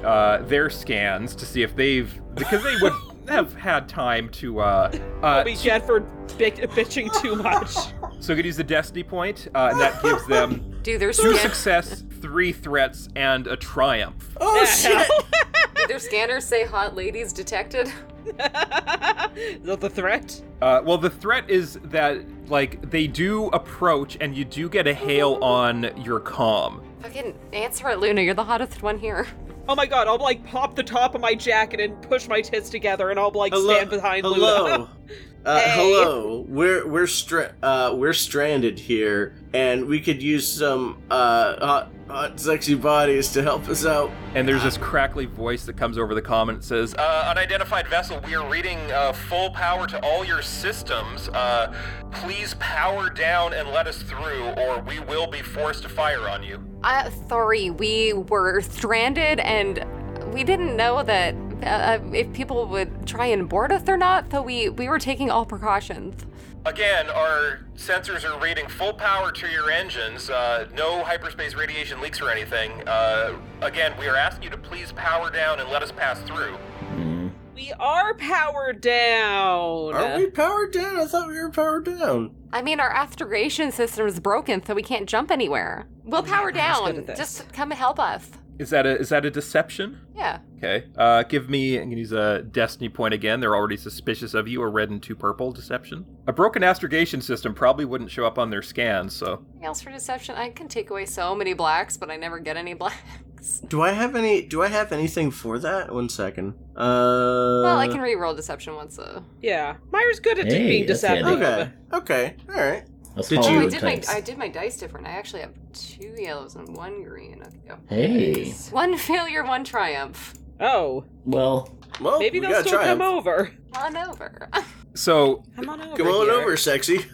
uh, their scans to see if they've because they would have had time to uh, uh,
We get for bic- bitching too much.
So we could use the destiny point, uh, and that gives them
Do their
two
scan-
success, three threats, and a triumph.
Oh shit!
do their scanners say hot ladies detected?
is that the threat?
Uh, well, the threat is that like they do approach, and you do get a hail on your calm.
Fucking answer it, Luna. You're the hottest one here.
Oh my god, I'll like pop the top of my jacket and push my tits together and I'll like stand behind
hello.
Luna.
Uh,
Hey.
Hello, we're we're stra- uh, we're stranded here, and we could use some uh, hot, hot, sexy bodies to help us out.
And there's this crackly voice that comes over the comm and says, uh, "Unidentified vessel, we are reading uh, full power to all your systems. Uh, please power down and let us through, or we will be forced to fire on you."
Uh, sorry, we were stranded and we didn't know that uh, if people would try and board us or not, so we, we were taking all precautions.
Again, our sensors are reading full power to your engines. Uh, no hyperspace radiation leaks or anything. Uh, again, we are asking you to please power down and let us pass through.
We are powered down.
Are we powered down? I thought we were powered down.
I mean, our astrogation system is broken, so we can't jump anywhere. We'll power
good
down.
at this.
Just come help us.
Is that a is that a deception?
Yeah.
Okay. Uh, give me. I'm gonna use a destiny point again. They're already suspicious of you. A red and two purple deception. A broken astrogation system probably wouldn't show up on their scans. So
Anything else for deception? I can take away so many blacks, but I never get any blacks.
Do I have any? Do I have anything for that? One second. Uh,
Uh,
well, I can re-roll deception once uh,
oh,
though.
Yeah. Myra's good at
Hey,
being
that's
deceptive.
handy.
Okay. Okay. All right.
Let's
Did
call
Oh,
you-
it
I
a
did my
dice.
I did my dice different. I actually have two yellows and one green. Okay, go.
Hey.
One failure, one triumph.
Oh,
Well,
Well,
maybe
Oh, we
they'll
gotta
still
try
come
him.
over.
On over.
so
Come on over.
Come on
here.
over, sexy.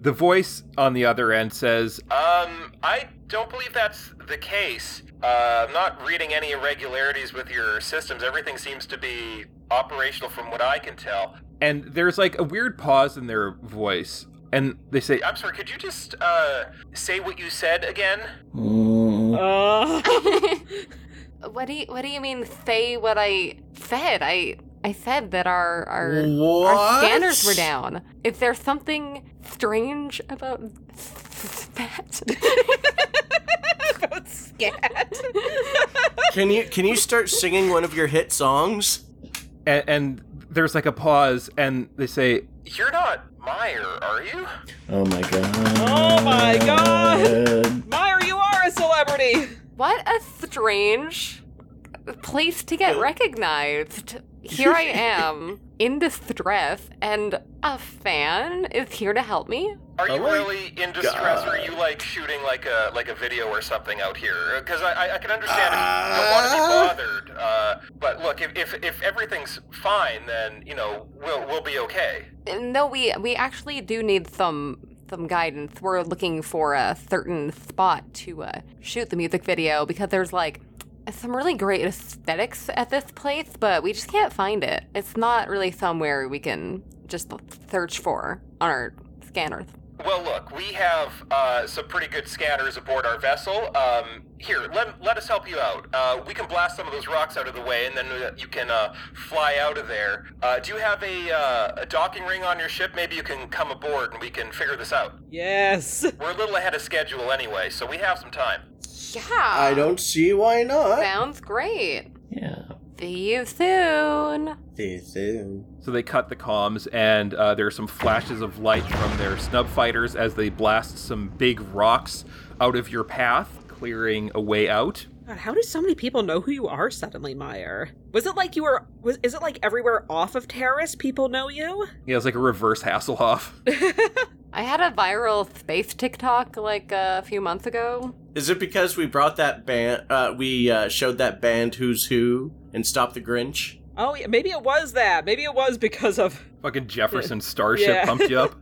The voice on the other end says, Um, I don't believe that's the case. Uh, I'm not reading any irregularities with your systems. Everything seems to be operational from what I can tell. And there's like a weird pause in their voice. And they say, I'm sorry, could you just uh, say what you said again?
Mm.
Uh,
what do you What do you mean? Say what I said. I I said that our our
What?
our scanners were down. Is there something strange about that?
about scat.
Can you can you start singing one of your hit songs?
And, and there's like a pause, and they say, You're not Meyer, are you?
Oh my god.
Oh my
uh,
God. Meyer, you are a celebrity.
what a strange place to get recognized. Here I am in distress, and a fan is here to help me.
Are you
Oh my
really in distress, or are you like shooting like a like a video or something out here? Because I, I I can understand if you don't want to be bothered. Uh, but look, if, if if everything's fine, then you know we'll we'll be okay.
No, we we actually do need some some guidance. We're looking for a certain spot to uh, shoot the music video because there's like some really great aesthetics at this place, but we just can't find it. It's not really somewhere we can just search for on our scanners.
Well, look, we have uh, some pretty good scanners aboard our vessel. Um, here, let, let us help you out. Uh, we can blast some of those rocks out of the way, and then uh, you can uh, fly out of there. Uh, do you have a, uh, a docking ring on your ship? Maybe you can come aboard, and we can figure this out.
Yes.
We're a little ahead of schedule anyway, so we have some time.
Yeah,
I don't see why not.
sounds great.
Yeah.
See you soon.
So they cut the comms, and uh, there are some flashes of light from their snub fighters as they blast some big rocks out of your path, clearing a way out.
God, how do so many people know who you are suddenly, Meyer? Was it like you were? Was is it like everywhere off of Terrace people know you?
Yeah, it's like a reverse Hasselhoff.
I had a viral space TikTok like a few months ago.
Is it because we brought that band? Uh, we uh, showed that band Who's Who and Stop the Grinch.
Oh, yeah, maybe it was that. Maybe it was because of
Fucking Jefferson Starship
Yeah.
pumped you up.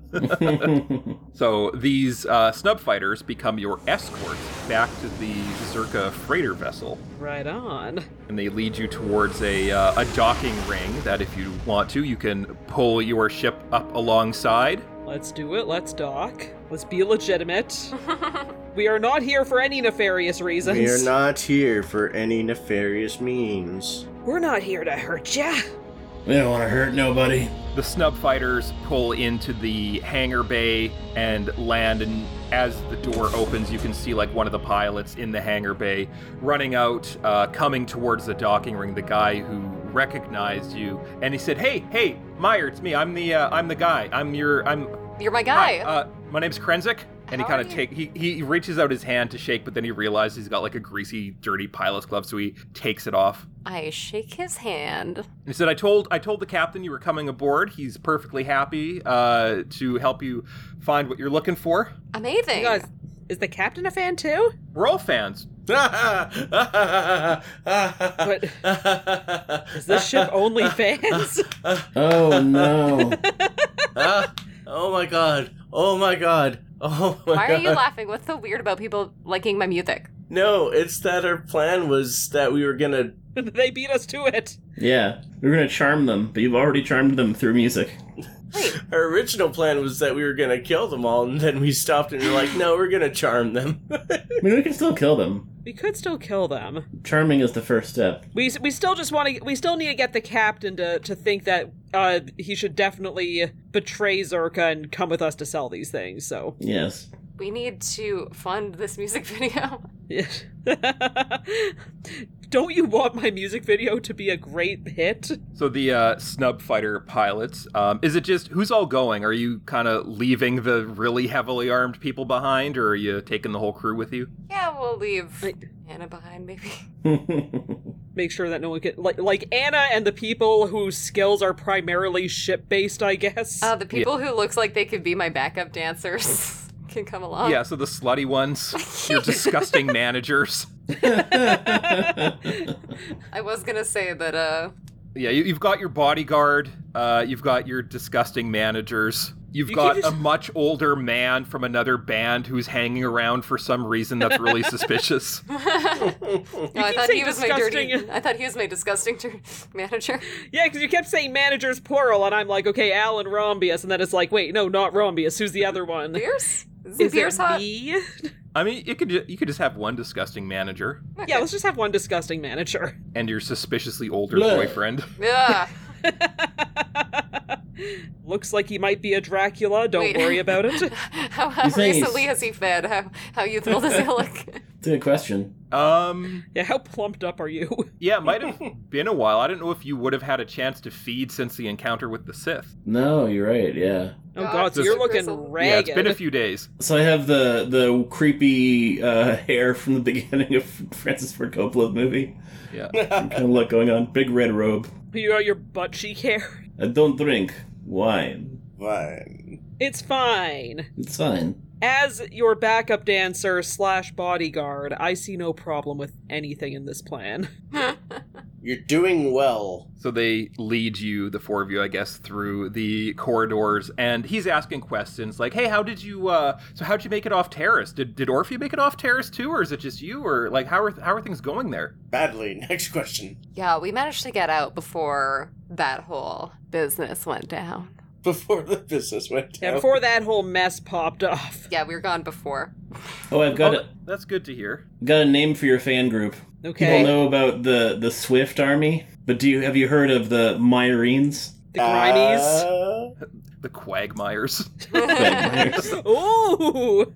so these uh, snub fighters become your escorts back to the Zerka freighter vessel.
right on.
and they lead you towards a, uh, a docking ring that if you want to you can pull your ship up alongside
Let's do it. Let's dock. Let's be legitimate. we are not here for any nefarious reasons.
We are not here for any nefarious means.
We're not here to hurt ya.
we don't want to hurt nobody.
the snub fighters pull into the hangar bay and land and as the door opens you can see like one of the pilots in the hangar bay running out uh, coming towards the docking ring the guy who recognized you and he said hey hey meyer it's me i'm the uh, i'm the guy i'm your i'm
You're my guy.
Hi, uh, my name's Krenzik. And he
How are
kind of
you?
take he, he reaches out his hand to shake, but then he realizes he's got like a greasy, dirty pilot's glove, so he takes it off.
I shake his hand.
And He said, "I told I told the captain you were coming aboard. He's perfectly happy uh, to help you find what you're looking for.
Amazing.
You guys, is the captain a fan too?
We're all fans.
But
Is
is this ship only fans?
Oh no.
oh my god. Oh my god. Oh my
Why
god.
are you laughing? What's so weird about people liking my music?
No, it's that our plan was that we were gonna.
they beat us to it.
yeah. We're gonna charm them, but you've already charmed them through music.
Wait,
Our original plan was that we were gonna kill them all, and then we stopped and we are like, no, we're gonna charm them.
I mean, we can still kill them.
We could still kill them.
Charming is the first step.
We we still just want to. We still need to get the captain to to think that uh he should definitely betray Zerka and come with us to sell these things. So
Yes.
we need to fund this music video.
don't you want my music video to be a great hit?
So the uh, snub fighter pilots. Um, is it just who's all going? Are you kind of leaving the really heavily armed people behind, or are you taking the whole crew with you?
Yeah, we'll leave
Wait.
Anna behind, maybe.
Make sure that no one can like like Anna and the people whose skills are primarily ship based. I guess.
Uh, the people who looks like they could be my backup dancers can come along.
yeah. So the slutty ones, your disgusting managers.
I was gonna say that. Uh,
Yeah, you, you've got your bodyguard, uh, you've got your disgusting managers. You've
You
got
keep
a much older man from another band who's hanging around for some reason that's really suspicious.
No, I
keep
thought he
saying
was my dirty.
disgusting.
I thought he was my disgusting tur- manager.
Yeah, because you kept saying managers plural, and I'm like, okay, Alan Rombius, and then it's like, wait, no, not Rombius. Who's the other one?
Beers? Is,
Is
Beers
it
hot?
me?
I mean, you could ju- you could just have one disgusting manager
Yeah, let's just have one disgusting manager.
and your suspiciously older
Blech.
boyfriend.
Yeah.
Looks like he might be a Dracula. Don't
Wait.
worry about it.
How, how
You think he's-
recently has he fed? How how youthful does he look?
It's a good question.
Um,
Yeah, how plumped up are you? Oh,
yeah, it might have been a while. I don't know if you would have had a chance to feed since the encounter with the Sith.
No, you're right. Yeah.
Oh
God,
God, so
this-
you're looking
grizzled.
Yeah,
ragged.
it's been a few days.
So I have the the creepy uh, hair from the beginning of Francis Ford Coppola's movie.
Yeah.
kind of look going on. Big red robe.
You know your butt cheek hair.
I don't drink wine.
Fine.
It's fine.
It's fine.
As your backup dancer slash bodyguard, I see no problem with anything in this plan.
You're doing well.
So they lead you, the four of you, I guess, through the corridors, and he's asking questions like, "Hey, how did you? Uh, so how'd you make it off Terrace? Did did Orpheus make it off Terrace too, or is it just you? Or like, how are how are things going there?"
Badly. Next question.
yeah, we managed to get out before that whole business went down.
Before the business went down.
And before that whole mess popped off.
Yeah, we were gone before.
Oh, I've got
Oh,
a,
that's good to hear.
got a name for your fan group.
Okay.
People know about the the Swift Army, but do you have you heard of the Myrines?
The Grimies.
Uh,
The Quagmires,
That's
Ooh!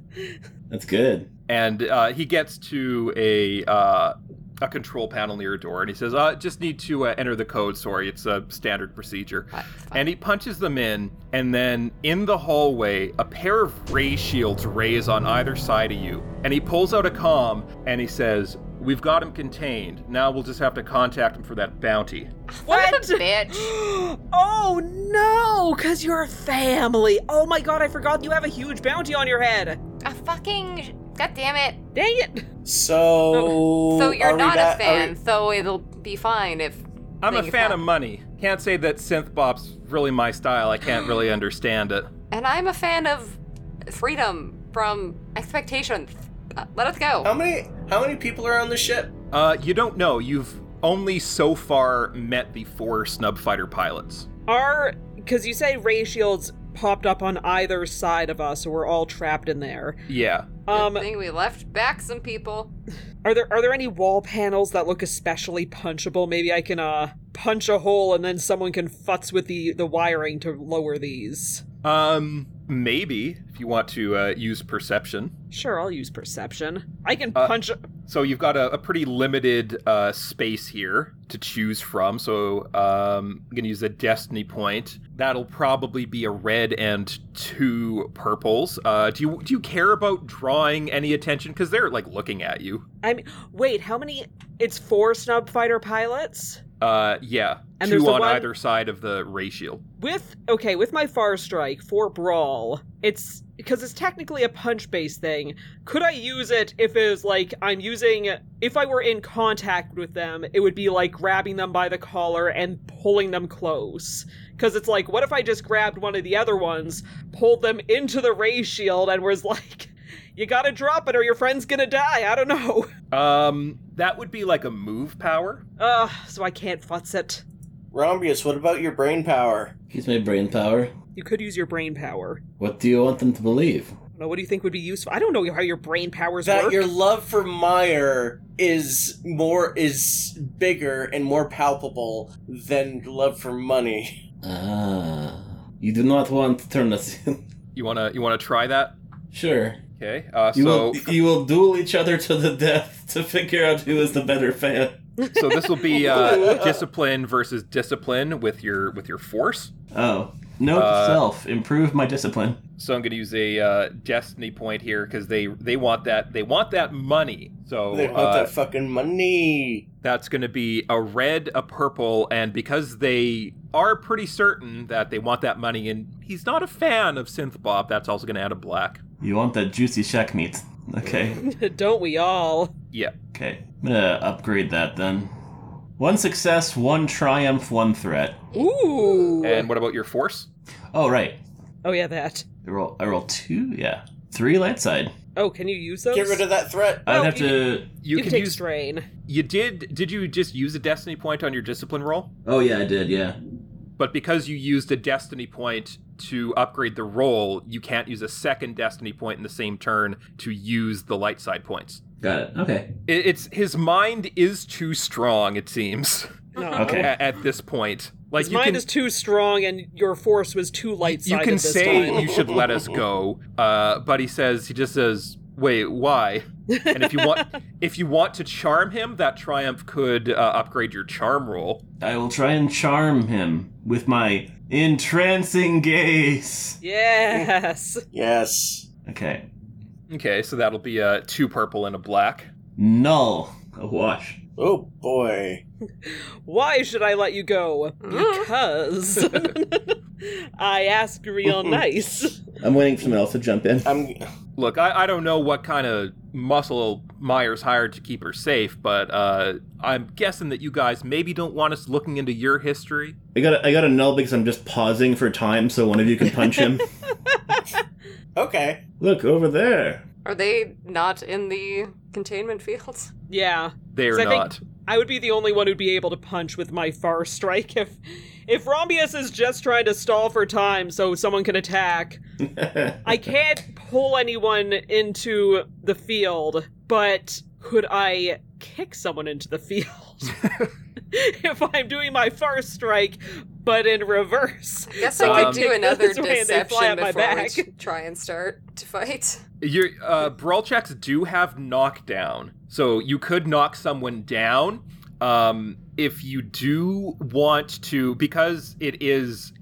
good.
and uh, he gets to a. Uh, a control panel near a door, and he says, uh, "Just need to uh, enter the code. Sorry, it's a standard procedure."
But fuck.
And he punches them in, and then in the hallway, a pair of ray shields raise on either side of you. And he pulls out a comm and he says, We've got him contained. Now we'll just have to contact him for that bounty.
What
What?
a bitch.
oh no, because you're a family. Oh my god, I forgot you have a huge bounty on your head.
A fucking. sh- God damn it.
Dang it.
so.
So
are
you're
we
not
ba-
a
are
fan,
we-
so it'll be fine if.
I'm a
things
fan of
happen.
money. Can't say that synth bop's really my style. I can't really understand it.
And I'm a fan of freedom from expectations. Uh, let us
How
go.
many? How many people are on the ship?
Uh, you don't know. You've only so far met the four snub fighter pilots.
Are, because you say ray shields popped up on either side of us, so we're all trapped in there.
Yeah.
Good
Um,
thing we left back some people.
are there are there any wall panels that look especially punchable? Maybe I can uh punch a hole and then someone can futz with the the wiring to lower these.
Um, maybe if you want to uh, use perception.
Sure, I'll use perception. I can
Uh,
punch.
So you've got a, a pretty limited uh, space here to choose from. So um, I'm going to use a destiny point. That'll probably be a red and two purples. Uh, do you do you care about drawing any attention? Because they're like looking at you.
I mean, wait, how many? It's four snub fighter pilots
Uh, yeah, two
And there's the
on
one-
either side of the ray shield.
with okay with my far strike for brawl. It's because it's technically a punch base thing. Could I use it if it was like I'm using? If I were in contact with them, it would be like grabbing them by the collar and pulling them close. Because it's like, what if I just grabbed one of the other ones, pulled them into the ray shield, and was like, "You gotta drop it, or your friend's gonna die." I don't know.
Um, that would be like a move power.
Uh, so I can't futz it.
Rombius, what about your brain power?
He's my brain power.
You could use your brain power.
What do you want them to believe?
I don't know, what do you think would be useful? I don't know how your brain powers
That
work.
your love for Meyer is more is bigger and more palpable than love for money.
Ah, you do not want to turn us in.
You wanna you wanna try that?
sure.
Okay. Uh,
You
so
will you will duel each other to the death to figure out who is the better fan.
so this will be uh, discipline versus discipline with your with your force.
Oh, note
Uh,
to self: improve my discipline.
So I'm going to use a uh, destiny point here because they they want that they want that money. So
they want
uh,
that fucking money.
that's going to be a red, a purple, and because they are pretty certain that they want that money, and he's not a fan of synth bob, that's also going to add a black.
You want that juicy shack meat? Okay.
don't we all?
Yeah,
Okay, I'm gonna upgrade that then. One success, one triumph, one threat.
Ooh.
and what about your force?
Oh, right.
Oh yeah, that.
I roll, I roll two, yeah. Three light side.
Oh, can you use those?
Get rid of that threat.
I'd
Well,
have
you
to.
You,
You,
can
can
take
use.
strain.
You did. Did you just use a destiny point on your discipline roll?
Oh, yeah, I did, yeah.
But because you used a destiny point to upgrade the roll, you can't use a second destiny point in the same turn to use the light side points.
Got it. Okay.
It, it's his mind is too strong. It seems
No.
a-
Okay.
at, this point. Like
His
you
mind
can,
is too strong, and your force was too light
you
sided.
can
this
say
time.
you should let us go, uh, but he says he just says, "Wait, why?" And if you want, if you want to charm him, that triumph could uh, upgrade your charm roll.
I will try and charm him with my entrancing gaze.
yes.
Yes.
Okay.
Okay, so that'll be a two purple and a black.
Null. A wash.
Oh boy.
Why should I let you go? Because I asked real nice.
I'm waiting for someone else to jump in.
I'm.
Look, I, I don't know what kind of muscle Myers hired to keep her safe, but uh, I'm guessing that you guys maybe don't want us looking into your history.
I got a, I got a null because I'm just pausing for time so one of you can punch him.
Okay.
Look over there.
Are they not in the containment fields?
Yeah,
They are
So I think-
not.
I would be the only one who'd be able to punch with my far strike if if Rombius is just trying to stall for time so someone can attack. I can't pull anyone into the field, but could I kick someone into the field? if I'm doing my far strike, but in reverse.
I guess
So,
I
um,
could do
Kick
another
this way and they fly
deception
at my
before we
back.
t- try and start to fight.
Your uh, brawl checks do have knockdown, so you could knock someone down. Um, if you do want to, because it is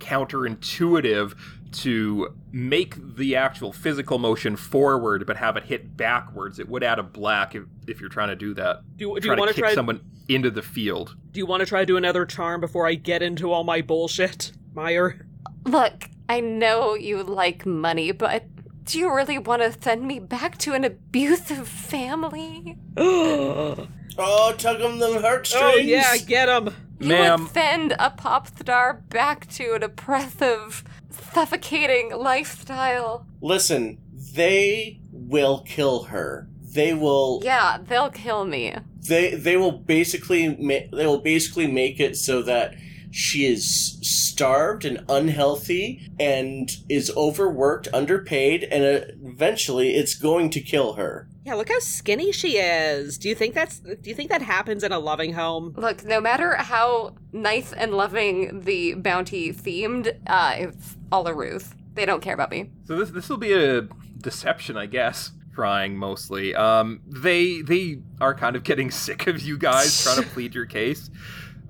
counterintuitive to make the actual physical motion forward but have it hit backwards, it would add a black if, if you're trying to do that.
Do, do
Try
you
to
want
kick
to try?
someone into the field.
Do you want to try to do another charm before I get into all my bullshit, Meyer?
Look, I know you like money, but do you really want to send me back to an abusive family?
oh
Oh, tug them them heartstrings.
yeah, get him.
You
Ma'am.
would send a pop star back to an oppressive, suffocating lifestyle.
Listen, they will kill her. They will.
Yeah, they'll kill me.
They they will basically ma- they will basically make it so that she is starved and unhealthy and is overworked, underpaid, and uh, eventually it's going to kill her.
Yeah, look how skinny she is. Do you think that's? Do you think that happens in a loving home?
Look, no matter how nice and loving the bounty themed, uh, it's all a ruse. They don't care about me.
So this this will be a deception, I guess. Trying mostly. Um, they they are kind of getting sick of you guys trying to plead your case.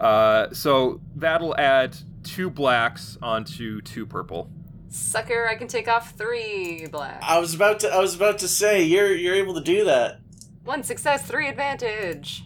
Uh, so that'll add two blacks onto two purple.
Sucker, I can take off three black.
I was about to I was about to say you're you're able to do that.
One success, three advantage.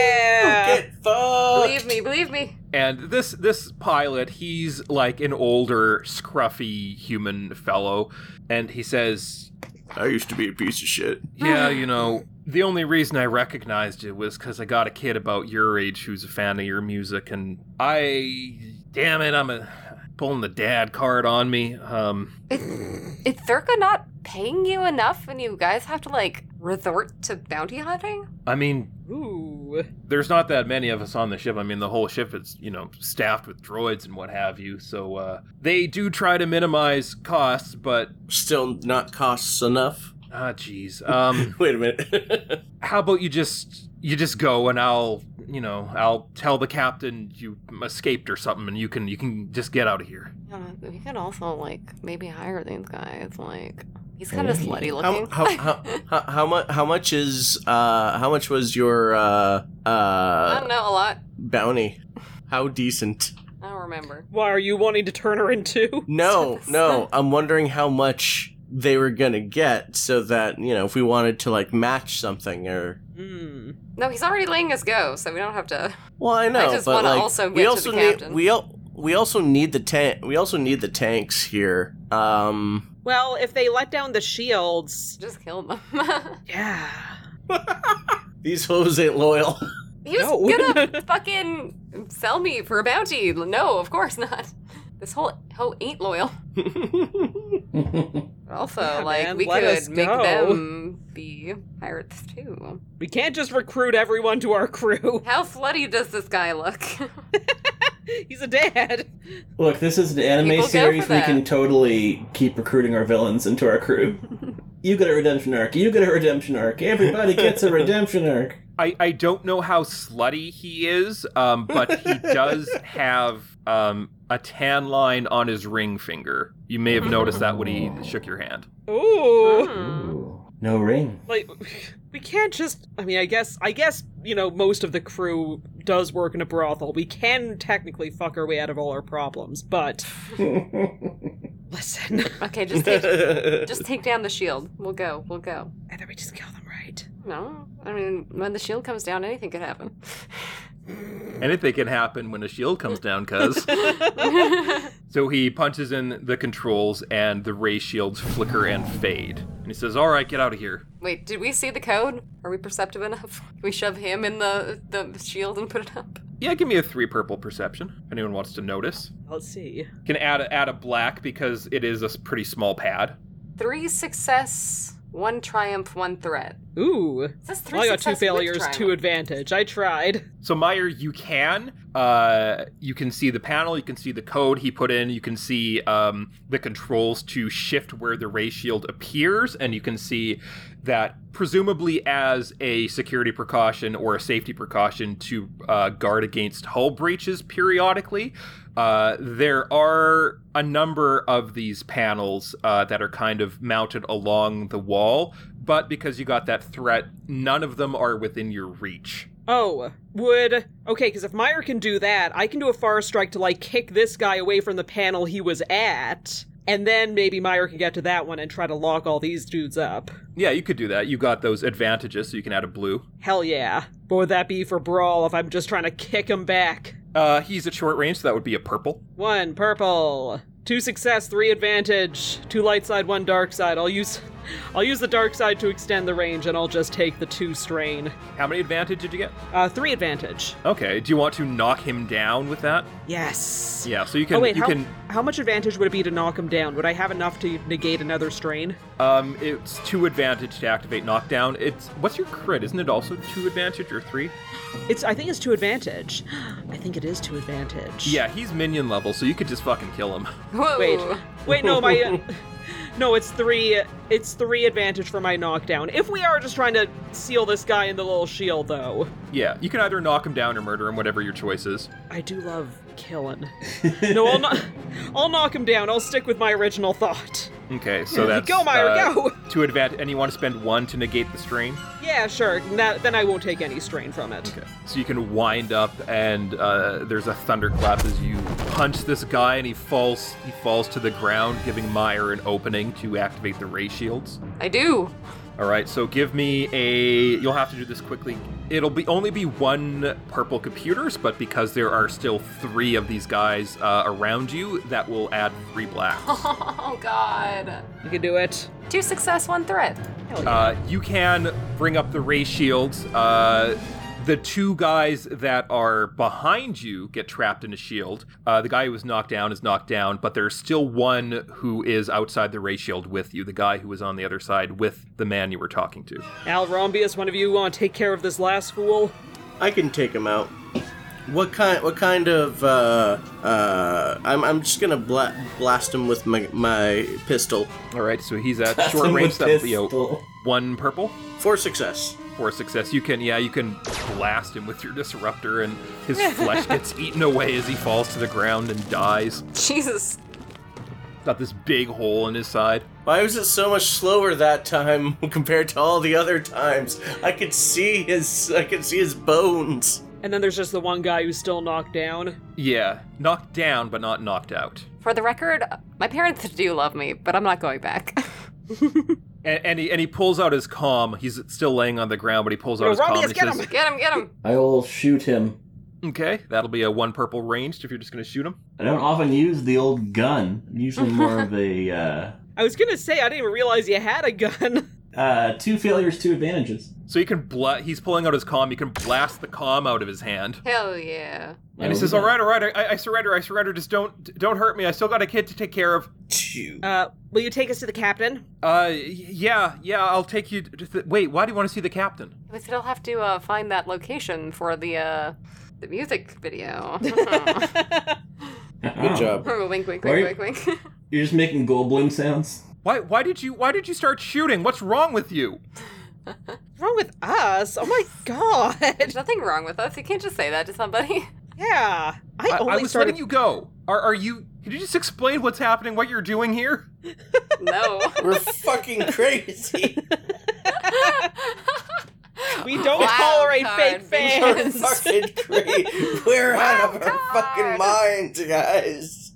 Yeah.
Get fucked.
Believe me, believe me.
And this this pilot, he's like an older, scruffy human fellow, and he says,
I used to be a piece of shit.
Yeah, you know, the only reason I recognized it was because I got a kid about your age who's a fan of your music, and I, damn it, I'm a, pulling the dad card on me. Um,
Is Thurka not paying you enough and you guys have to, like, resort to bounty hunting?
I mean,
Ooh.
there's not that many of us on the ship. I mean, the whole ship is, you know, staffed with droids and what have you. So uh, they do try to minimize costs, but
Still not costs enough.
ah, jeez. Um,
Wait a minute.
how about you just you just go and I'll, you know, I'll tell the captain you escaped or something, and you can you can just get out of here.
Yeah, we could also, like, maybe hire these guys. Like, he's kind of slutty
How
looking.
how how, how, how much how much is uh how much was your uh
I
uh
don't know a lot.
bounty? How decent?
I don't remember.
Why are you wanting to turn her into?
No, no. I'm wondering how much they were gonna get so that you know if we wanted to like match something or
Hmm.
No, he's already letting us go, so we don't have to.
well I know
just
but
wanna
like
also get
we
to
also
the
need
captain.
we al- we also need the tank we also need the tanks here um
Well, if they let down the shields,
Just kill him.
yeah.
these hoes ain't loyal
he was
No.
gonna fucking sell me for a bounty. No, of course not. This whole hoe ain't loyal. But also,
Yeah,
like
man,
we
let us
could make
go.
them be pirates too.
We can't just recruit everyone to our crew.
How slutty does this guy look?
He's a dad.
Look, this is an anime
People go
series.
for
We
that.
can totally keep recruiting our villains into our crew. you get a redemption arc. You get a redemption arc. Everybody gets a redemption arc.
I, I don't know how slutty he is, um, but he does have um, a tan line on his ring finger. You may have noticed that when he shook your hand.
Ooh.
Hmm.
Ooh, no ring.
Like we can't just I mean, I guess I guess, you know, most of the crew does work in a brothel. We can technically fuck our way out of all our problems, but listen.
Okay, just take, just take down the shield. We'll go. We'll go.
And then we just kill them, right?
No, I mean when the shield comes down, anything could happen.
Anything can happen when a shield comes down, cuz. so he punches in the controls, and the ray shields flicker and fade. And he says, All right, get out of here.
Wait, did we see the code? Are we perceptive enough? Can we shove him in the the shield and put it up?
Yeah, give me a three purple perception if anyone wants to notice.
Let's see.
Can add a, add a black because it is a s- pretty small pad.
Three success, one triumph, one threat.
Ooh.
Is this three
Well, I got two
success with
failures,
triumph?
two advantage. I tried.
So Meyer, you can uh, you can see the panel, you can see the code he put in, you can see um, the controls to shift where the ray shield appears, and you can see that presumably as a security precaution or a safety precaution to uh, guard against hull breaches periodically. Uh, there are a number of these panels uh, that are kind of mounted along the wall, but because you got that threat, none of them are within your reach.
Oh, would okay? Because if Meyer can do that, I can do a fire strike to like kick this guy away from the panel he was at, and then maybe Meyer can get to that one and try to lock all these dudes up.
Yeah, you could do that. You got those advantages, so you can add a blue.
Hell yeah! What would that be for brawl if I'm just trying to kick him back?
Uh, he's at short range, so that would be a purple.
One purple, two success, three advantage, two light side, one dark side. I'll use, I'll use the dark side to extend the range, and I'll just take the two strain.
How many advantage did you get?
Uh, three advantage.
Okay. Do you want to knock him down with that?
Yes.
Yeah. So you can.
oh wait,
you
how,
can.
how much advantage would it be to knock him down? Would I have enough to negate another strain?
Um, it's two advantage to activate knockdown. It's what's your crit? Isn't it also two advantage or three?
It's I think it's to advantage. I think it is to advantage.
Yeah, he's minion level, so you could just fucking kill him.
Whoa.
Wait. Wait, no, my uh, No, it's 3 it's 3 advantage for my knockdown. If we are just trying to seal this guy in the little shield though.
Yeah, you can either knock him down or murder him, whatever your choice is.
I do love killing. no, I'll not, I'll knock him down. I'll stick with my original thought.
Okay, so that's
go, Meyer,
uh,
go.
Two advantage, and you want to spend one to negate the strain.
Yeah, sure. That, then I won't take any strain from it.
Okay. So you can wind up, and uh, there's a thunderclap as you punch this guy, and he falls. He falls to the ground, giving Meyer an opening to activate the ray shields.
I do.
All right. So give me a. You'll have to do this quickly. It'll be only be one purple computers, but because there are still three of these guys uh, around you, that will add three blacks.
Oh god.
You can do it.
Two success, one threat.
Uh, you can bring up the ray shields. Uh, the two guys that are behind you get trapped in a shield. Uh, the guy who was knocked down is knocked down, but there's still one who is outside the ray shield with you. The guy who was on the other side with the man you were talking to.
Al Rombius, one of you want to take care of this last fool?
I can take him out.
What kind? What kind of? Uh, uh, I'm, I'm just gonna bla- blast him with my my pistol.
All right, so he's at
That's
short
him
range.
with
That'll be a
pistol.
one purple
For success.
for success. You can, yeah, you can blast him with your disruptor, and his flesh gets eaten away as he falls to the ground and dies.
Jesus.
Got this big hole in his side.
Why was it so much slower that time compared to all the other times? I could see his. I could see his bones.
And then there's just the one guy who's still knocked down.
Yeah, knocked down, but not knocked out.
For the record, my parents do love me, but I'm not going back.
And, and he and he pulls out his calm. He's still laying on the ground, but he pulls out
No,
his
Robbie,
calm.
let's
and he
get
says,
get him, get him.
I will shoot him.
"Okay, that'll be a one purple ranged if you're just going to shoot him."
I don't often use the old gun. I'm usually more of a. Uh,
I was gonna say I didn't even realize you had a gun.
Uh, two failures, two advantages.
So you can bla- he's pulling out his comm. You can blast the comm out of his hand.
Hell yeah.
And he says, "All right, all right, I, I surrender. I surrender. Just don't don't hurt me. I still got a kid to take care of."
Two.
Uh, will you take us to the captain?
Uh, y- yeah, yeah. I'll take you. To th- Wait, why do you want to see the captain?
We still have to uh, find that location for the uh, the music video.
Good job.
wink, wink, wink, wink,
Right?
wink.
You're just making Goldblum sounds.
Why why did you why did you start shooting? What's wrong with you?
What's wrong with us? Oh my god.
There's nothing wrong with us. You can't just say that to somebody.
Yeah. I,
I,
only
I was
started
letting you go. Are are you? Can you just explain what's happening? What you're doing here?
No.
We're fucking crazy.
We don't
Wild
tolerate
card,
fake
big
fans.
We're fucking crazy. We're out of our fucking minds, guys.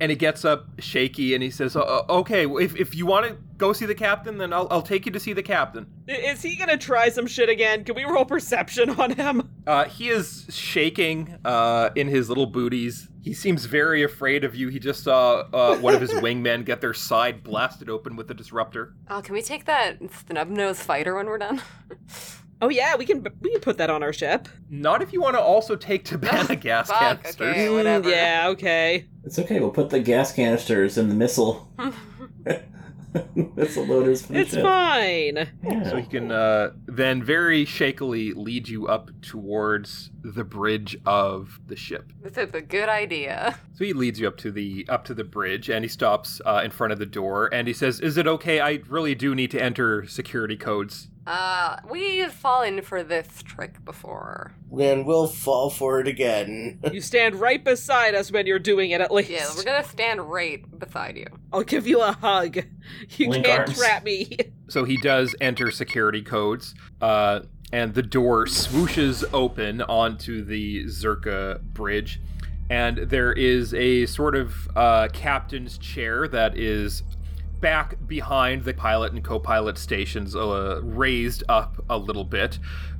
And he gets up shaky and he says, "Uh, "Okay, if if you want to go see the captain, then I'll I'll take you to see the captain."
Is he gonna try some shit again? Can we roll perception on him?
Uh, he is shaking uh, in his little booties. He seems very afraid of you. He just saw uh, one of his wingmen get their side blasted open with a disruptor.
Oh, can we take that snub nosed fighter when we're done?
Oh yeah, we can we can put that on our ship.
Not if you want to also take Tabana gas
Fuck,
canisters.
okay. whatever.
Mm, yeah, okay.
It's okay. We'll put the gas canisters and the missile missile loaders. for the
It's
ship.
fine.
Yeah.
So he can uh, then very shakily lead you up towards the bridge of the ship.
This is a good idea.
So he leads you up to the up to the bridge, and he stops uh, in front of the door, and he says, "Is it okay? I really do need to enter security codes."
Uh, we've fallen for this trick before.
Man, we'll fall for it again.
You stand right beside us when you're doing it at least.
Yeah, we're gonna stand right beside you.
I'll give you a hug. You
Link
can't
arms.
trap me.
So he does enter security codes, uh, and the door swooshes open onto the Zerka bridge. And there is a sort of uh, captain's chair that is back behind the pilot and co pilot stations, uh, raised up a little bit.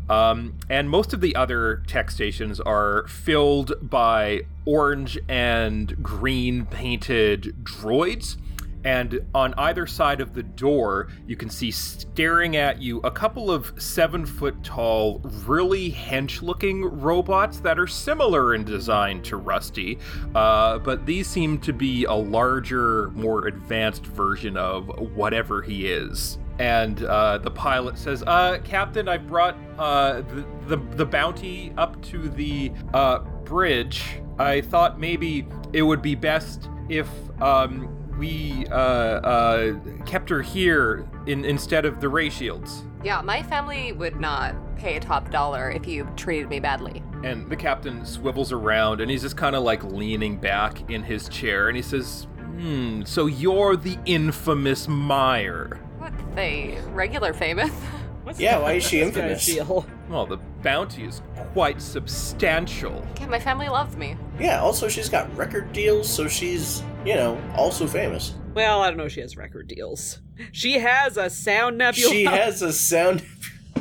Um, and most of the other tech stations are filled by orange and green painted droids. And on either side of the door, you can see staring at you a couple of seven foot tall, really hench looking robots that are similar in design to Rusty, uh, but these seem to be a larger, more advanced version of whatever he is. And uh, the pilot says, uh, Captain, I brought uh, the, the, the bounty up to the uh, bridge. I thought maybe it would be best if um, we uh, uh, kept her here in, instead of the ray shields.
Yeah, my family would not pay top dollar if you treated me badly.
And the captain swivels around and he's just kind of like leaning back in his chair and he says, Hmm, so you're the infamous Meyer.
What they regular famous?
What's
Yeah, why is she
this guy
infamous?
feel?
Well, the bounty is quite substantial.
yeah, my family loves me.
Yeah, also, she's got record deals, so she's, you know, also famous.
Well, I don't know. She has record deals. She has a sound nebula.
She has a sound.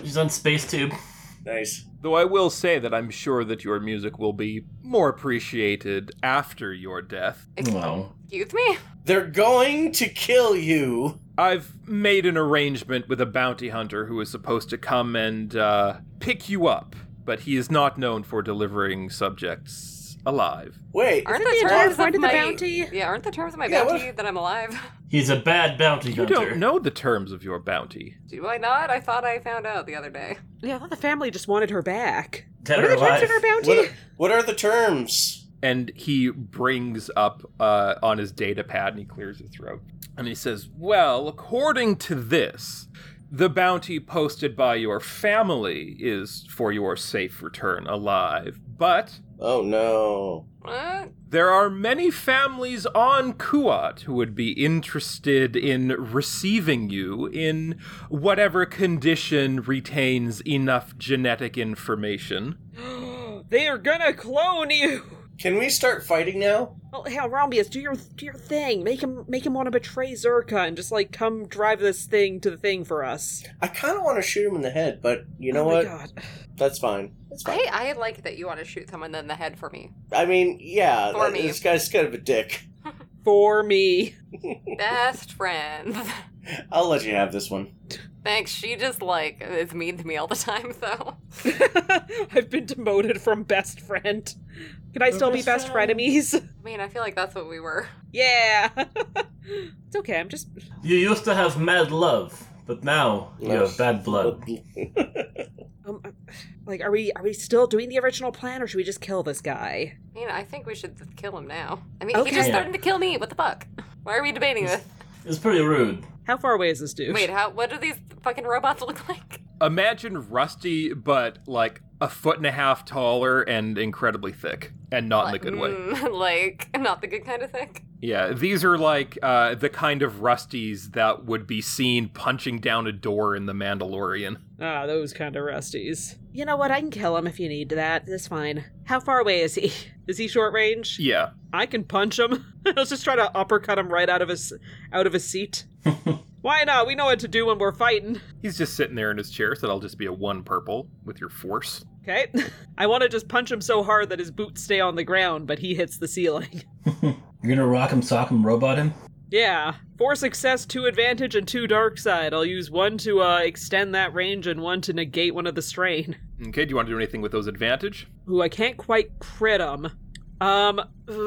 She's on Space Tube.
Nice.
Though I will say that I'm sure that your music will be more appreciated after your death.
Wow.
Excuse me?
They're going to kill you.
I've made an arrangement with a bounty hunter who is supposed to come and uh, pick you up, but he is not known for delivering subjects alive.
Wait.
Aren't
Isn't
the
the entire
terms of
point of the
my
bounty?
Yeah, aren't the terms of my
Yeah, what
bounty that I'm alive?
He's a bad bounty
You
hunter.
don't know the terms of your bounty.
Do I not? I thought I found out the other day.
Yeah, I thought the family just wanted her back.
Dead
what
or
are the terms
alive.
of her bounty?
What are, what are the terms?
And he brings up uh, on his data pad and he clears his throat. And he says, Well, according to this, the bounty posted by your family is for your safe return alive, but
Oh no.
What?
There are many families on Kuat who would be interested in receiving you in whatever condition retains enough genetic information.
they are gonna clone you.
Can we start fighting now?
Well, hell, Rombius, do your do your thing. Make him make him want to betray Zerka and just like come drive this thing to the thing for us.
I kind of want to shoot him in the head, but you know
oh
what?
My God.
That's fine. That's fine.
I, I like that you want to shoot someone in the head for me.
I, mean, yeah,
For
that-
me.
this guy's kind of a dick.
For me,
Best friends.
I'll let you have this one.
Thanks. She just like is mean to me all the time, though.
I've been demoted from best friend. Can I still be best frenemies?
I mean, I feel like that's what we were.
yeah. it's okay. I'm just.
You used to have mad love, but now you have
Love.
bad blood.
Um, like, are we are we still doing the original plan, or should we just kill this guy?
I mean, I think we should kill him now. I mean,
Okay.
he just
Yeah.
threatened to kill me. What the fuck? Why are we debating this?
It's pretty rude.
How far away is this dude?
Wait, how? What do these fucking robots look like?
Imagine Rusty, but like a foot and a half taller and incredibly thick, and not in a good way.
Mm, like not the good kind of thing.
Yeah, these are like uh, the kind of Rusties that would be seen punching down a door in The Mandalorian.
Ah, those kind of rusties. You know what? I can kill him if you need that. That's fine. How far away is he? Is he short range?
Yeah,
I can punch him. Let's just try to uppercut him right out of his out of his seat. Why not? We know what to do when we're fighting.
he's just sitting there in his chair, so that'll just be a one purple with your force.
Okay. I want to just punch him so hard that his boots stay on the ground, but he hits the ceiling.
You're gonna rock him, sock him, robot him?
Yeah. Four success, two advantage, and two dark side. I'll use one to uh, extend that range and one to negate one of the strain.
Okay, do you want to do anything with those advantage?
Ooh, I can't quite crit him. Um,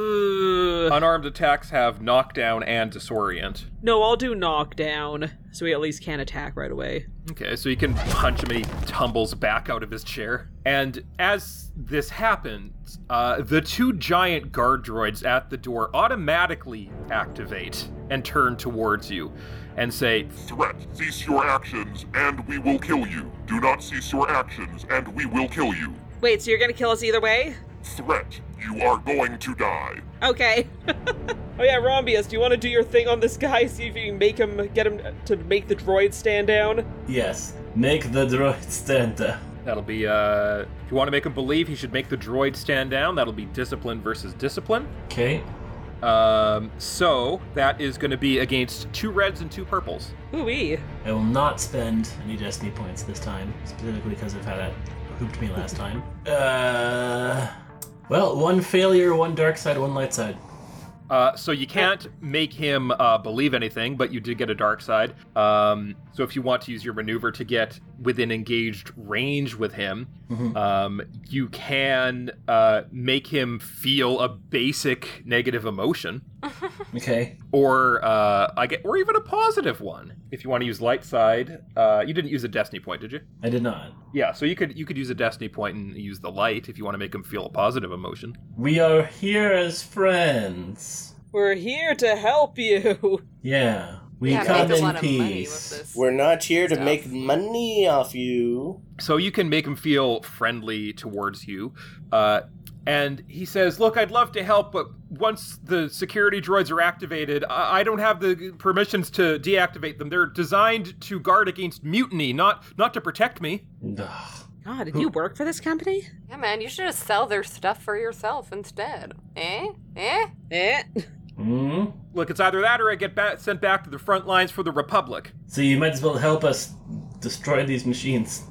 ugh.
Unarmed attacks have knockdown and disorient.
no, I'll do knockdown, so he at least can't attack right away.
Okay, so you can punch him and he tumbles back out of his chair. And as this happens, uh, the two giant guard droids at the door automatically activate and turn towards you and say,
Threat, cease your actions, and we will kill you. Do not cease your actions, and we will kill you.
Wait, so you're gonna kill us either way?
Threat, you are going to die.
Okay. oh yeah, Rombius, do you want to do your thing on this guy? See if you can make him get him to make the droid stand down.
Yes. Make the droid stand down.
That'll be, uh, if you want to make him believe he should make the droid stand down, that'll be discipline versus discipline.
Okay.
Um, so that is going to be against two reds and two purples.
Ooh wee.
I will not spend any destiny points this time, specifically because of how that hooped me last time. Uh, well, one failure, one dark side, one light side.
Uh, so you can't make him uh, believe anything, but you did get a dark side. Um, so if you want to use your maneuver to get within engaged range with him,
Mm-hmm.
Mhm.
um, you can uh, make him feel a basic negative emotion,
Okay.
or uh, I get, or even a positive one. If you want to use light side, uh, you didn't use a destiny point, did you?
I did not.
Yeah. So you could you could use a destiny point and use the light if you want to make him feel a positive emotion.
We are here as friends.
We're here to help you.
Yeah. We
yeah,
come
make a
in
lot of money with
peace.
this.
We're not here to
Stuff.
make money off you.
So you can make him feel friendly towards you. Uh, and he says, Look, I'd love to help, but once the security droids are activated, I, I don't have the permissions to deactivate them. They're designed to guard against mutiny, not not to protect me.
Ugh.
God, did you work for this company?
Yeah, man, you should just sell their stuff for yourself instead. Eh? Eh?
Eh.
Hmm?
Look, it's either that or I get ba- sent back to the front lines for the Republic.
So you might as well help us destroy these machines.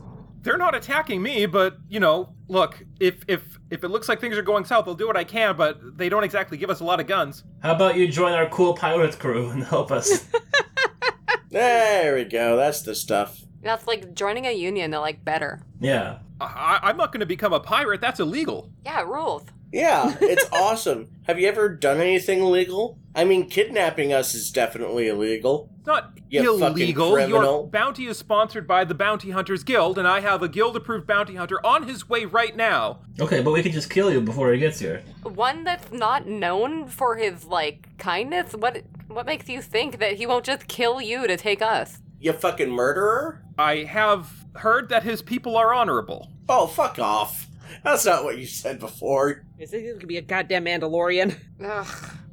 They're not attacking me, but you know, look, if if if it looks like things are going south, I'll do what I can, but they don't exactly give us a lot of guns.
How about you join our cool pirate crew and help us?
There we go. That's the stuff.
That's like joining a union. They're like better.
yeah.
I- I- I'm not going to become a pirate. That's illegal.
Yeah, rules.
Yeah, it's awesome. Have you ever done anything illegal? I mean, kidnapping us is definitely illegal.
It's not
You fucking
illegal. Your
criminal.
bounty is sponsored by the Bounty Hunters Guild, and I have a guild approved bounty hunter on his way right now.
Okay, but we could just kill you before he gets here.
one that's not known for his like kindness what what makes you think that he won't just kill you to take us
You fucking murderer?
I have heard that his people are honorable.
Oh, fuck off. That's not what you said before.
Is this gonna be a goddamn Mandalorian?
Ugh.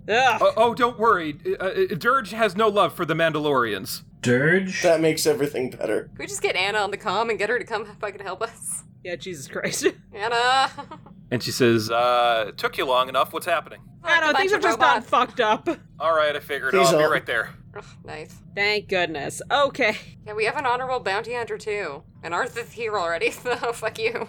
Ugh.
Oh, oh don't worry. Uh, uh, Dirge has no love for the Mandalorians.
Dirge?
That makes everything better.
Can we just get Anna on the comm and get her to come fucking help us?
Yeah, Jesus Christ.
Anna!
And she says, uh, took you long enough. What's happening?
I don't know, things have just gotten fucked up.
All right, I figured.
He's
I'll be
all-
right there.
Ugh, nice.
Thank goodness. Okay.
Yeah, we have an honorable bounty hunter too. And ours is here already, so fuck you.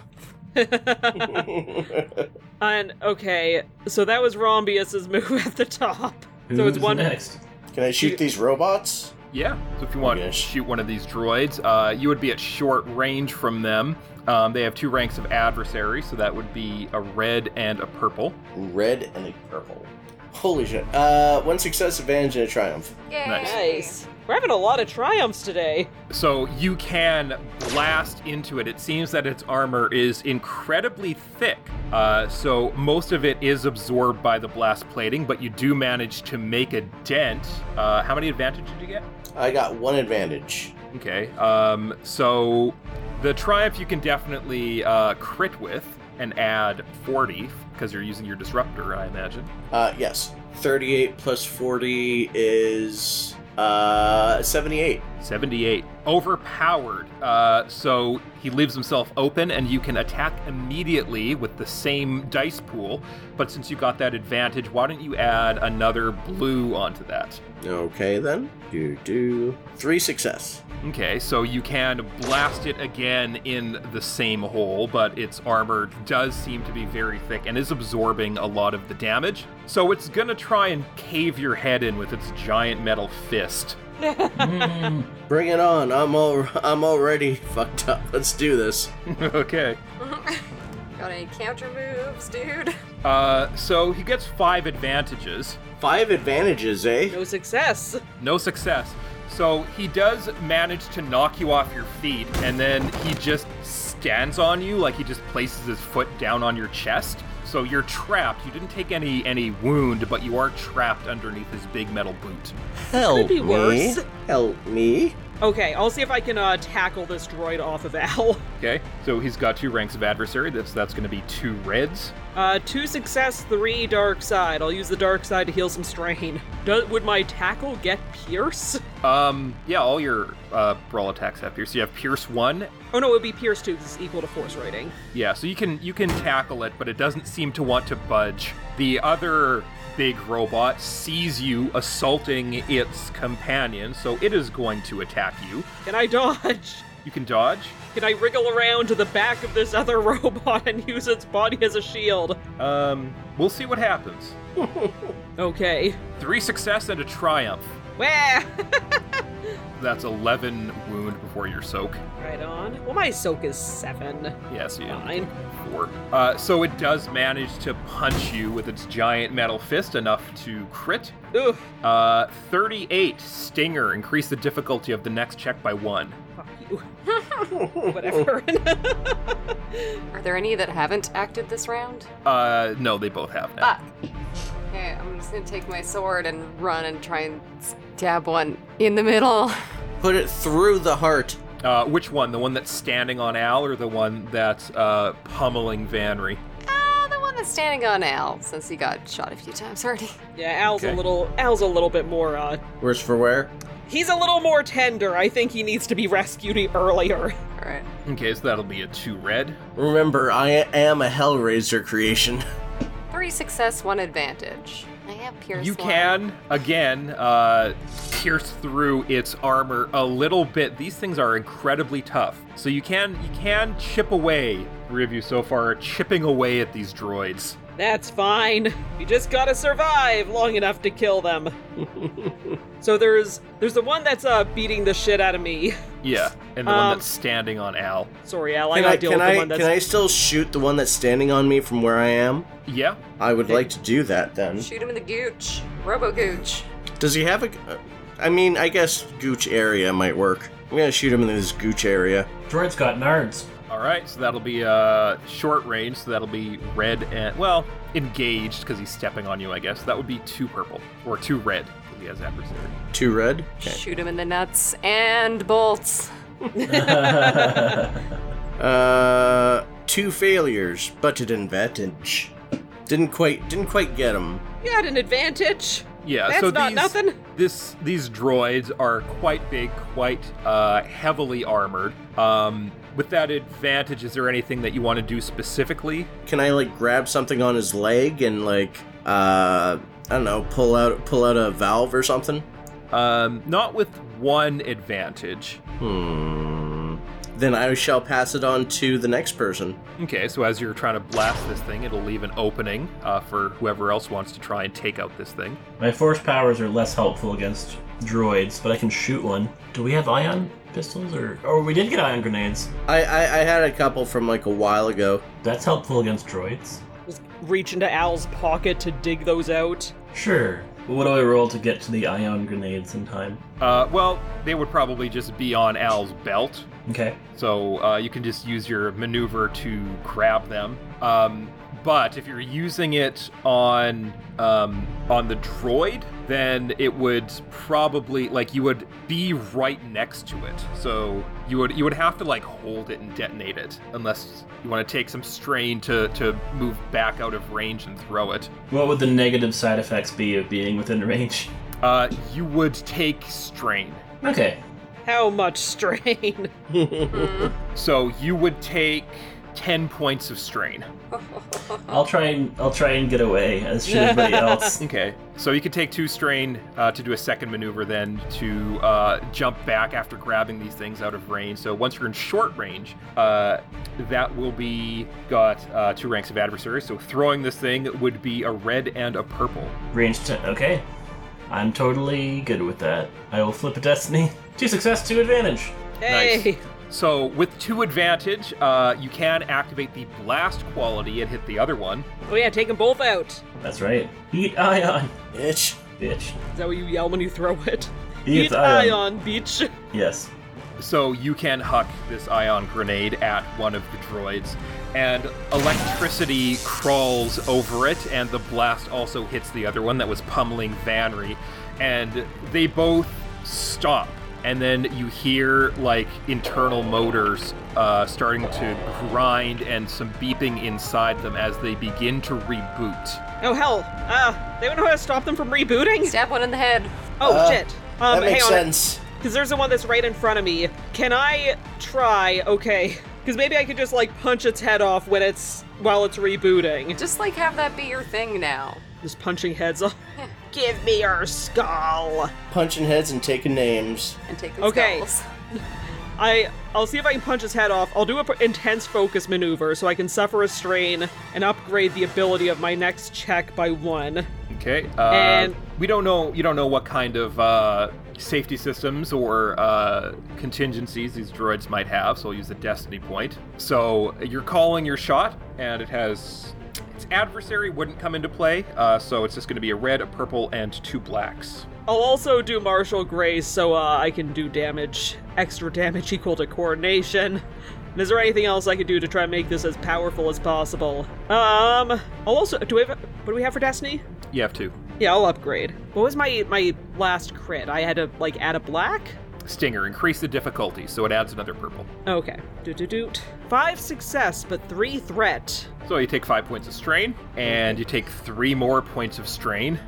and okay, so that was Rombius's move at the top.
Who's
so it's one
next?
Can I shoot these robots?
Yeah. So if you want to
Yes.
shoot one of these droids, uh, you would be at short range from them. Um, they have two ranks of adversary, so that would be a red and a purple.
Red and a purple. Holy shit. Uh, one success, advantage, and a triumph.
Yay.
Nice.
Nice. We're having a lot of triumphs today.
So you can blast into it. It seems that its armor is incredibly thick, uh, so most of it is absorbed by the blast plating, but you do manage to make a dent. Uh, how many advantage did you get?
I got one advantage.
Okay. Um, so the triumph you can definitely uh, crit with and add 40 because you're using your disruptor, I imagine.
Uh, yes. 38 plus 40 is uh, 78.
78. Overpowered. Uh, so he leaves himself open, and you can attack immediately with the same dice pool. But since you got that advantage, why don't you add another blue onto that?
Okay, then. Do, do. Three success.
Okay, so you can blast it again in the same hole, but its armor does seem to be very thick and is absorbing a lot of the damage. So it's gonna try and cave your head in with its giant metal fist.
Mm.
Bring it on. I'm all, I'm already fucked up. Let's do this.
okay.
Got any counter moves, dude?
Uh, so he gets five advantages.
Five advantages, eh?
No success.
No success. So he does manage to knock you off your feet, and then he just stands on you like he just places his foot down on your chest. So you're trapped. You didn't take any any wound, but you are trapped underneath his big metal boot.
Help
be worse.
Help me.
Okay, I'll see if I can uh, tackle this droid off of Al.
Okay. So he's got two ranks of adversary. That's that's going to be two reds.
Uh, two success, three dark side. I'll use the dark side to heal some strain. Do- would my tackle get pierce?
Um. Yeah. All your uh, brawl attacks have pierce. You have pierce one.
Oh no, it would be pierce two. 'cause It's equal to force rating.
Yeah. So you can you can tackle it, but it doesn't seem to want to budge. The other big robot sees you assaulting its companion, so it is going to attack you.
Can I dodge?
You can dodge.
Can I wriggle around to the back of this other robot and use its body as a shield?
Um. We'll see what happens.
Okay.
Three success and a triumph.
Wah!
That's 11 wound before your soak.
right on. Well, my soak is seven.
Yes, you
Fine.
four. Uh, so it does manage to punch you with its giant metal fist enough to crit.
Oof.
Uh, 38 stinger. Increase the difficulty of the next check by one.
Fuck you. Whatever.
Are there any that haven't acted this round?
Uh, no, they both have now.
Fuck. Okay, I'm just gonna take my sword and run and try and stab one in the middle.
Put it through the heart.
Uh, which one? The one that's standing on Al, or the one that's uh, pummeling Vanry?
Ah, the one that's standing on Al, since he got shot a few times already.
yeah, Al's
Okay.
a little. Al's a little bit more. uh...
Worse for wear.
He's a little more tender. I think he needs to be rescued earlier.
Alright.
Okay, so that'll be a two red.
Remember, I am a Hellraiser creation.
Three success, one advantage. I have pierce.
You
one.
can again uh, pierce through its armor a little bit. These things are incredibly tough, so you can you can chip away. Three of you so far are chipping away at these droids.
That's fine. We just gotta survive long enough to kill them. so there's there's the one that's uh beating the shit out of me.
Yeah, and the
Um,
one that's standing on Al.
Sorry, Al. I
Can
gotta
I,
deal
can,
with the
I,
one that's.
can I still shoot the one that's standing on me from where I am?
Yeah,
I would like to do that then.
Shoot him in the gooch. Robo gooch.
Does he have a. I mean, I guess gooch area might work. I'm gonna shoot him in his gooch area.
Droid's got nards.
All right, so that'll be uh, short range, so that'll be red and, well, engaged because he's stepping on you, I guess. That would be two purple, or two red, 'cause he has adversary.
Two red?
Shoot him in the nuts and bolts.
Uh. Two failures, but an advantage. Didn't quite. Didn't quite get him.
You had an advantage.
Yeah,
That's
so
not
these,
nothing.
This, these droids are quite big, quite uh, heavily armored. Um, with that advantage, is there anything that you want to do specifically?
Can I, like, grab something on his leg and, like, uh. I don't know, pull out pull out a valve or something?
Um, not with one advantage.
Hmm. Then I shall pass it on to the next person.
Okay, so as you're trying to blast this thing, it'll leave an opening uh, for whoever else wants to try and take out this thing.
My force powers are less helpful against droids, but I can shoot one. Do we have ion pistols or? Oh, we did get ion grenades.
I, I I had a couple from like a while ago.
That's helpful against droids.
Just reach into Al's pocket to dig those out.
Sure. What do I roll to get to the ion grenades in time?
Uh, well, they would probably just be on Al's belt,
Okay.
so uh, you can just use your maneuver to grab them. Um, but if you're using it on um, on the droid, then it would probably like you would be right next to it. So you would you would have to like hold it and detonate it, unless you want to take some strain to to move back out of range and throw it.
What would the negative side effects be of being within range?
Uh, you would take strain.
Okay.
How much strain?
So you would take 10 points of strain.
I'll try and I'll try and get away as should everybody else.
Okay. So you could take two strain uh, to do a second maneuver then to uh, jump back after grabbing these things out of range. So once you're in short range, uh, that will be got uh, two ranks of adversaries. So throwing this thing would be a red and a purple.
Range 10. Okay. I'm totally good with that. I will flip a destiny. Two success, two advantage.
Nice.
Hey,
So with two advantage, uh, you can activate the blast quality and hit the other one.
oh yeah, take them both out.
That's right. Eat ion,
Bitch.
bitch.
Is that what you yell when you throw it?
Eat,
Eat ion. beach.
Yes.
So you can huck this ion grenade at one of the droids, and electricity crawls over it, and the blast also hits the other one that was pummeling Vanry, and they both stop. And then you hear like internal motors uh, starting to grind and some beeping inside them as they begin to reboot.
Oh hell. Uh, they don't know how to stop them from rebooting?
Stab one in the head.
Oh
Uh,
shit.
that
Um,
makes
hang on.
sense.
Because there's the one that's right in front of me. Can I try? Okay. Because maybe I could just like punch its head off when it's while it's rebooting.
Just like have that be your thing now.
Just punching heads off. Give me your skull.
Punching heads and taking names.
And take the
Okay.
skulls.
I I'll see if I can punch his head off. I'll do an intense focus maneuver so I can suffer a strain and upgrade the ability of my next check by one.
Okay. Uh,
And-
we don't know. You don't know what kind of uh, safety systems or uh, contingencies these droids might have, so I'll use the destiny point. So you're calling your shot, and it has its adversary wouldn't come into play. Uh, so it's just going to be a red, a purple, and two blacks.
I'll also do martial grace so uh, I can do damage, extra damage equal to coordination. And is there anything else I could do to try and make this as powerful as possible? Um, I'll also do we have what do we have for destiny?
You have two
Yeah, I'll upgrade. What was my my last crit? I had to like add a black.
stinger. Increase the difficulty, so it adds another purple.
Okay, doot doot doot. Five success, but three threat.
So you take five points of strain, and you take three more points of strain.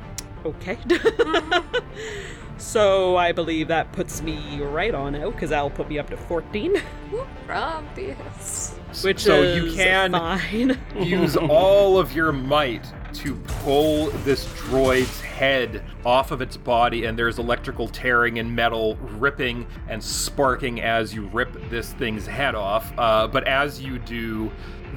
Okay. so I believe that puts me right on out because that'll put me up to fourteen,
Obvious.
which
so
is
you can
fine.
use all of your might to pull this droid's head off of its body, and there's electrical tearing and metal ripping and sparking as you rip this thing's head off. Uh, but as you do,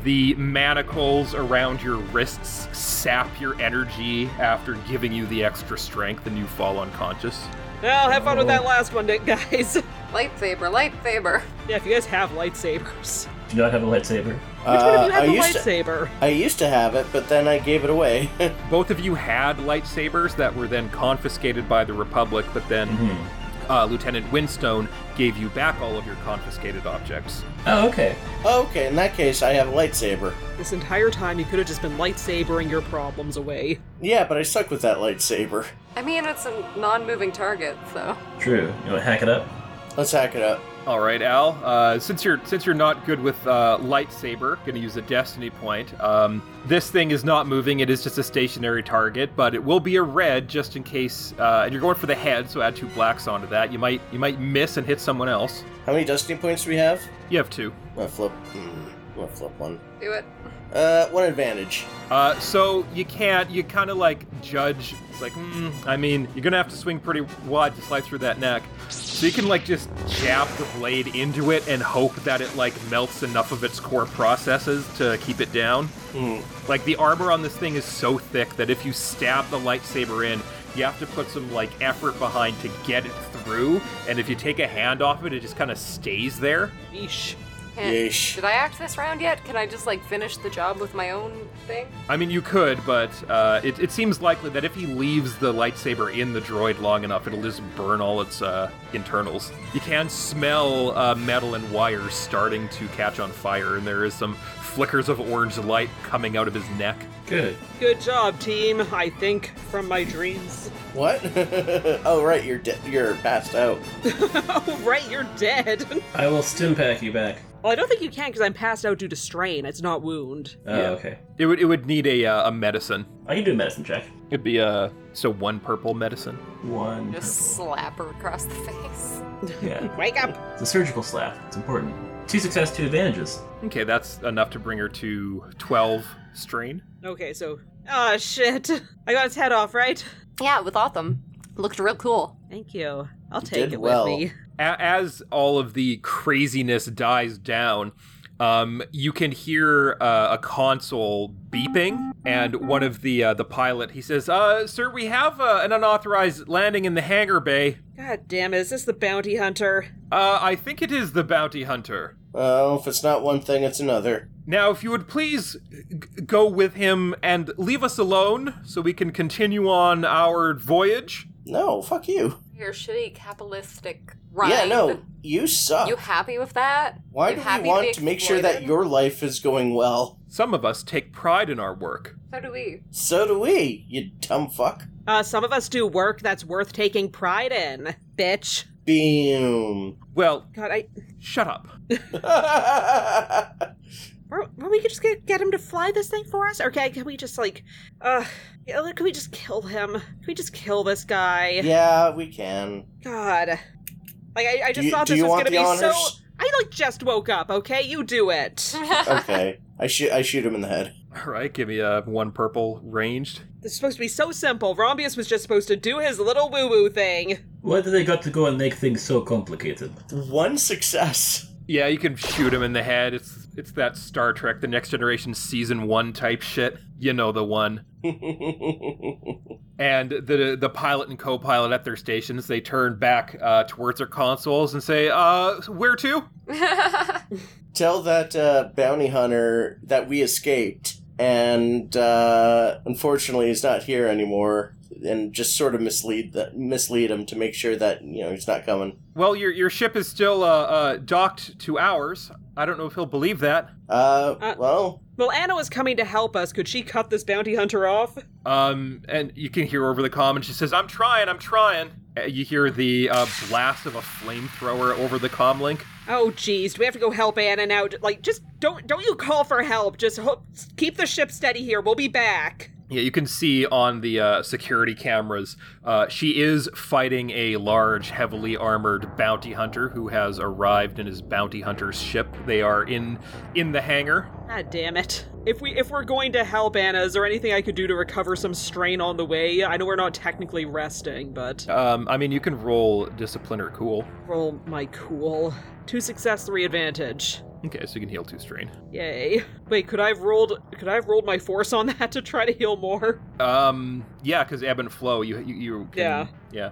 the manacles around your wrists sap your energy after giving you the extra strength, and you fall unconscious.
Well, have fun with that last one, guys.
Lightsaber, lightsaber.
Yeah, if you guys have lightsabers.
Do not have a lightsaber.
Which
Uh, I
one of you has a
used to,
lightsaber?
I used to have it, but then I gave it away.
Both of you had lightsabers that were then confiscated by the Republic, but then.
Mm-hmm.
uh, Lieutenant Winstone gave you back all of your confiscated objects.
Oh, okay.
okay, in that case, I have a lightsaber.
This entire time, you could have just been lightsabering your problems away.
Yeah, but I stuck with that lightsaber.
I mean, it's a non-moving target, so.
True. You want to hack it up?
Let's hack it up.
All right, Al. Uh, since you're since you're not good with uh, lightsaber, going to use a destiny point. Um, this thing is not moving; it is just a stationary target, but it will be a red just in case. Uh, and you're going for the head, so add two blacks onto that. You might you might miss and hit someone else.
How many destiny points do we have?
You have two.
I'm gonna flip. Mm, I'm gonna flip one.
Do it.
Uh, one advantage.
Uh, so you can't. You kind of like judge. It's like, mm, I mean, you're gonna have to swing pretty wide to slice through that neck. So you can like just jab the blade into it and hope that it like melts enough of its core processes to keep it down. Like the armor on this thing is so thick that if you stab the lightsaber in, you have to put some like effort behind to get it through. And if you take a hand off it, it just kind of stays there.
Yeesh.
Can't-
Yeesh.
Did I act this round yet? Can I just like finish the job with my own thing?
I mean, you could, but uh, it, it seems likely that if he leaves the lightsaber in the droid long enough, it'll just burn all its uh, internals. You can smell uh, metal and wire starting to catch on fire, and there is some flickers of orange light coming out of his neck.
Good.
Good job, team. I think from my dreams.
What? oh, right, you're de- you're passed out.
oh, right, you're dead.
I will stim pack you back.
well, I don't think you can because I'm passed out due to strain. It's not wound.
Oh,
Yeah.
okay.
It would it would need a uh, a medicine.
I can do a medicine check.
It'd be uh so one purple medicine.
One.
Just slap her across the face.
purple. Yeah.
Wake up.
It's a surgical slap. It's important. Two success, two advantages.
Okay, that's enough to bring her to twelve strain.
Okay, so. Ah, shit. I got its head off, right?
Yeah, it was awesome. Looked real cool.
Thank you. I'll
You
take
did
it
well.
with me.
a- as all of the craziness dies down, um, you can hear uh, a console beeping, and one of the uh, the pilot he says, uh, "Sir, we have uh, an unauthorized landing in the hangar bay.
God damn it, is this the bounty hunter?
Uh, I think it is the bounty hunter.
Well, if it's not one thing, it's another.
Now, if you would please g- go with him and leave us alone, so we can continue on our voyage."
No, fuck you.
Your shitty capitalistic ride.
Yeah, no, you suck.
You happy with that?
Why
you
do you
happy
want
be
to make sure that
exploited?
your life is going well?
Some of us take pride in our work.
So do we.
So do we, you dumb fuck.
Uh, some of us do work that's worth taking pride in, bitch.
Boom.
Well,
God, I.
shut up.
That's
Or, or we could just get, get him to fly this thing for us? Okay, can we just, like. Uh, yeah, like, can we just kill him? Can we just kill this guy?
Yeah, we can.
God. Like, I, I just
you-
thought
do
this
you
was
want
gonna be
the
so.
honors?
I, like, just woke up, okay? You do it.
Uh,
Okay. I shoot I shoot him in the head.
All right, give me a one purple ranged.
This is supposed to be so simple. Rombius was just supposed to do his little woo woo thing.
Why do they got to go and make things so complicated?
One success.
Yeah, you can shoot him in the head. It's it's that Star Trek: The Next Generation season one type shit. You know the one. And the the pilot and co-pilot at their stations, they turn back uh, towards their consoles and say, "Uh, where to?"
Tell that uh, bounty hunter that we escaped and uh, unfortunately he's not here anymore and just sort of mislead that mislead him to make sure that you know he's not coming.
Well, your your ship is still uh, uh, docked to ours. I don't know if he'll believe that.
Uh,
Uh,
well,
Well, Anna was coming to help us. Could she cut this bounty hunter off?
Um, and you can hear over the comm, and she says, "I'm trying, I'm trying." Uh, You hear the uh, blast of a flamethrower over the comm link.
Oh, jeez, do we have to go help Anna now? J- Like, just don't don't you call for help. Just ho- keep the ship steady here. We'll be back.
Yeah, you can see on the uh, security cameras, uh, she is fighting a large, heavily armored bounty hunter who has arrived in his bounty hunter's ship. They are in in the hangar.
God damn it. If we if we're going to help Anna, is there anything I could do to recover some strain on the way? I know we're not technically resting, but
Um, I mean, you can roll discipline or cool.
roll my cool. Two success, three advantage.
Okay, so you can heal two strain.
Yay. Wait, could I have rolled could I have rolled my force on that to try to heal more?
Um, yeah, because ebb and flow. You you, you can,
Yeah.
yeah.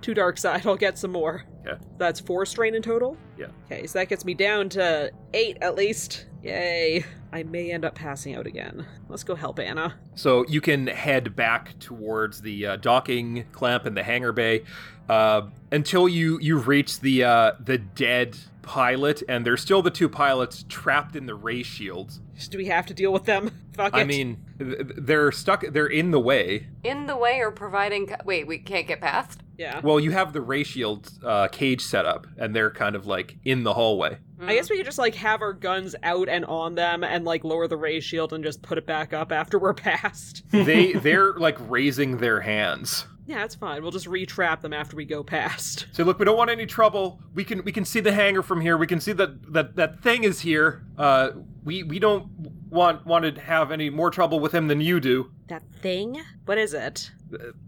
Two dark side, I'll get some more.
Yeah.
That's four strain in total?
Yeah.
Okay, so that gets me down to eight at least. Yay. I may end up passing out again. Let's go help Anna.
So you can head back towards the uh, docking clamp and the hangar bay uh, until you you reach the uh, the dead pilot, and there's still the two pilots trapped in the ray shields.
Do we have to deal with them? Fuck it.
I mean, th- th- they're stuck. They're in the way.
In the way or providing. Co- Wait, we can't get past?
Yeah.
Well, you have the ray shield uh, cage set up, and they're kind of like in the hallway.
I guess we could just like have our guns out and on them and like lower the ray shield and just put it back up after we're past.
They they're like raising their hands.
yeah, that's fine. We'll just re-trap them after we go past.
Say, look, we don't want any trouble. We can we can see the hangar from here. We can see that that that thing is here. Uh, we we don't want want to have any more trouble with him than you do.
That thing? What is it?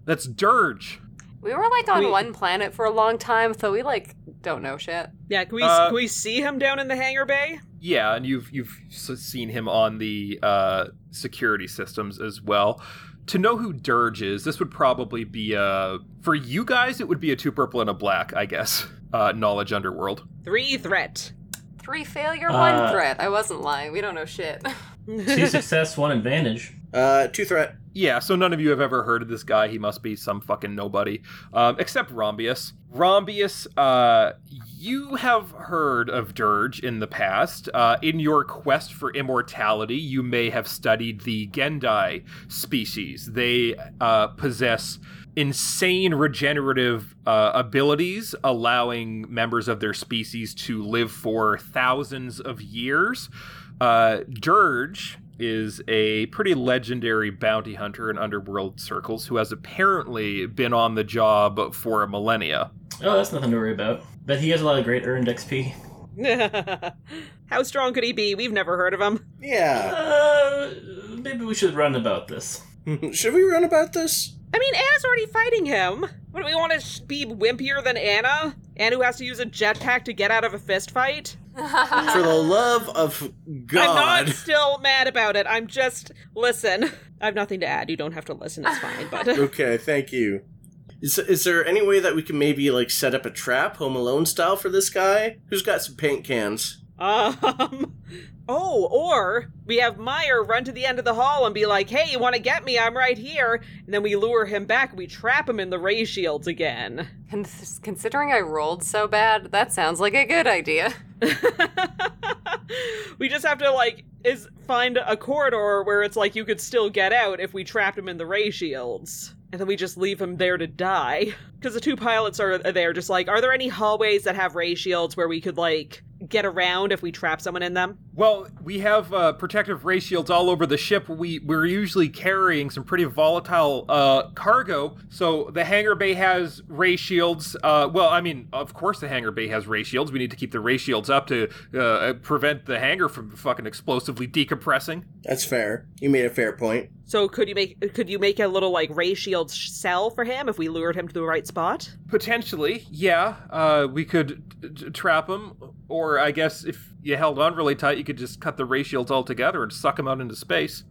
That's dirge.
Hmm. We were like on
We-
one planet for a long time, so we like don't know shit.
Yeah, can we
Uh,
can we see him down in the hangar bay?
Yeah, and you've you've s- seen him on the uh, security systems as well. to know who Dirge is, this would probably be uh for you guys. It would be a two purple and a black, I guess. Uh, knowledge underworld.
Three threat.
Three failure,
Uh,
one threat. I wasn't lying. We don't know shit.
Two success, one advantage.
Uh, two threat.
Yeah, so none of you have ever heard of this guy. He must be some fucking nobody, um, except Rombius. Rombius, uh, you have heard of Dirge in the past. Uh, in your quest for immortality, you may have studied the Gendai species. They uh, possess insane regenerative uh, abilities, allowing members of their species to live for thousands of years. Uh, Dirge is a pretty legendary bounty hunter in underworld circles who has apparently been on the job for a millennia.
Oh, that's nothing to worry about. But he has a lot of great earned XP.
How strong could he be? We've never heard of him.
Yeah.
Uh, maybe we should run about this.
Should we run about this?
I mean, Anna's already fighting him. What do we want to sh- be wimpier than Anna? Anna who has to use a jetpack to get out of a fist fight?
For the love of
I'm
God.
not still mad about it. I'm just listen. I have nothing to add. You don't have to listen. It's fine. But
okay, thank you. Is, is there any way that we can maybe like set up a trap, Home Alone style, for this guy who's got some paint cans?
um, oh, or we have Meyer run to the end of the hall and be like, "Hey, you want to get me? I'm right here." And then we lure him back. We trap him in the ray shields again.
Con- considering I rolled so bad, that sounds like a good idea.
we just have to like is find a corridor where it's like you could still get out if we trapped him in the ray shields and then we just leave him there to die because the two pilots are, are there just like are there any hallways that have ray shields where we could like get around if we trap someone in them
Well, we have uh, protective ray shields all over the ship. We we're usually carrying some pretty volatile uh, cargo, so the hangar bay has ray shields. Uh, well, I mean, of course the hangar bay has ray shields. We need to keep the ray shields up to uh, prevent the hangar from fucking explosively decompressing.
That's fair. You made a fair point.
so could you make could you make a little like ray shield sh- cell for him if we lured him to the right spot
Potentially, yeah. Uh, we could t- t- trap him, or I guess if you held on really tight, you could just cut the ray shields altogether and suck him out into space.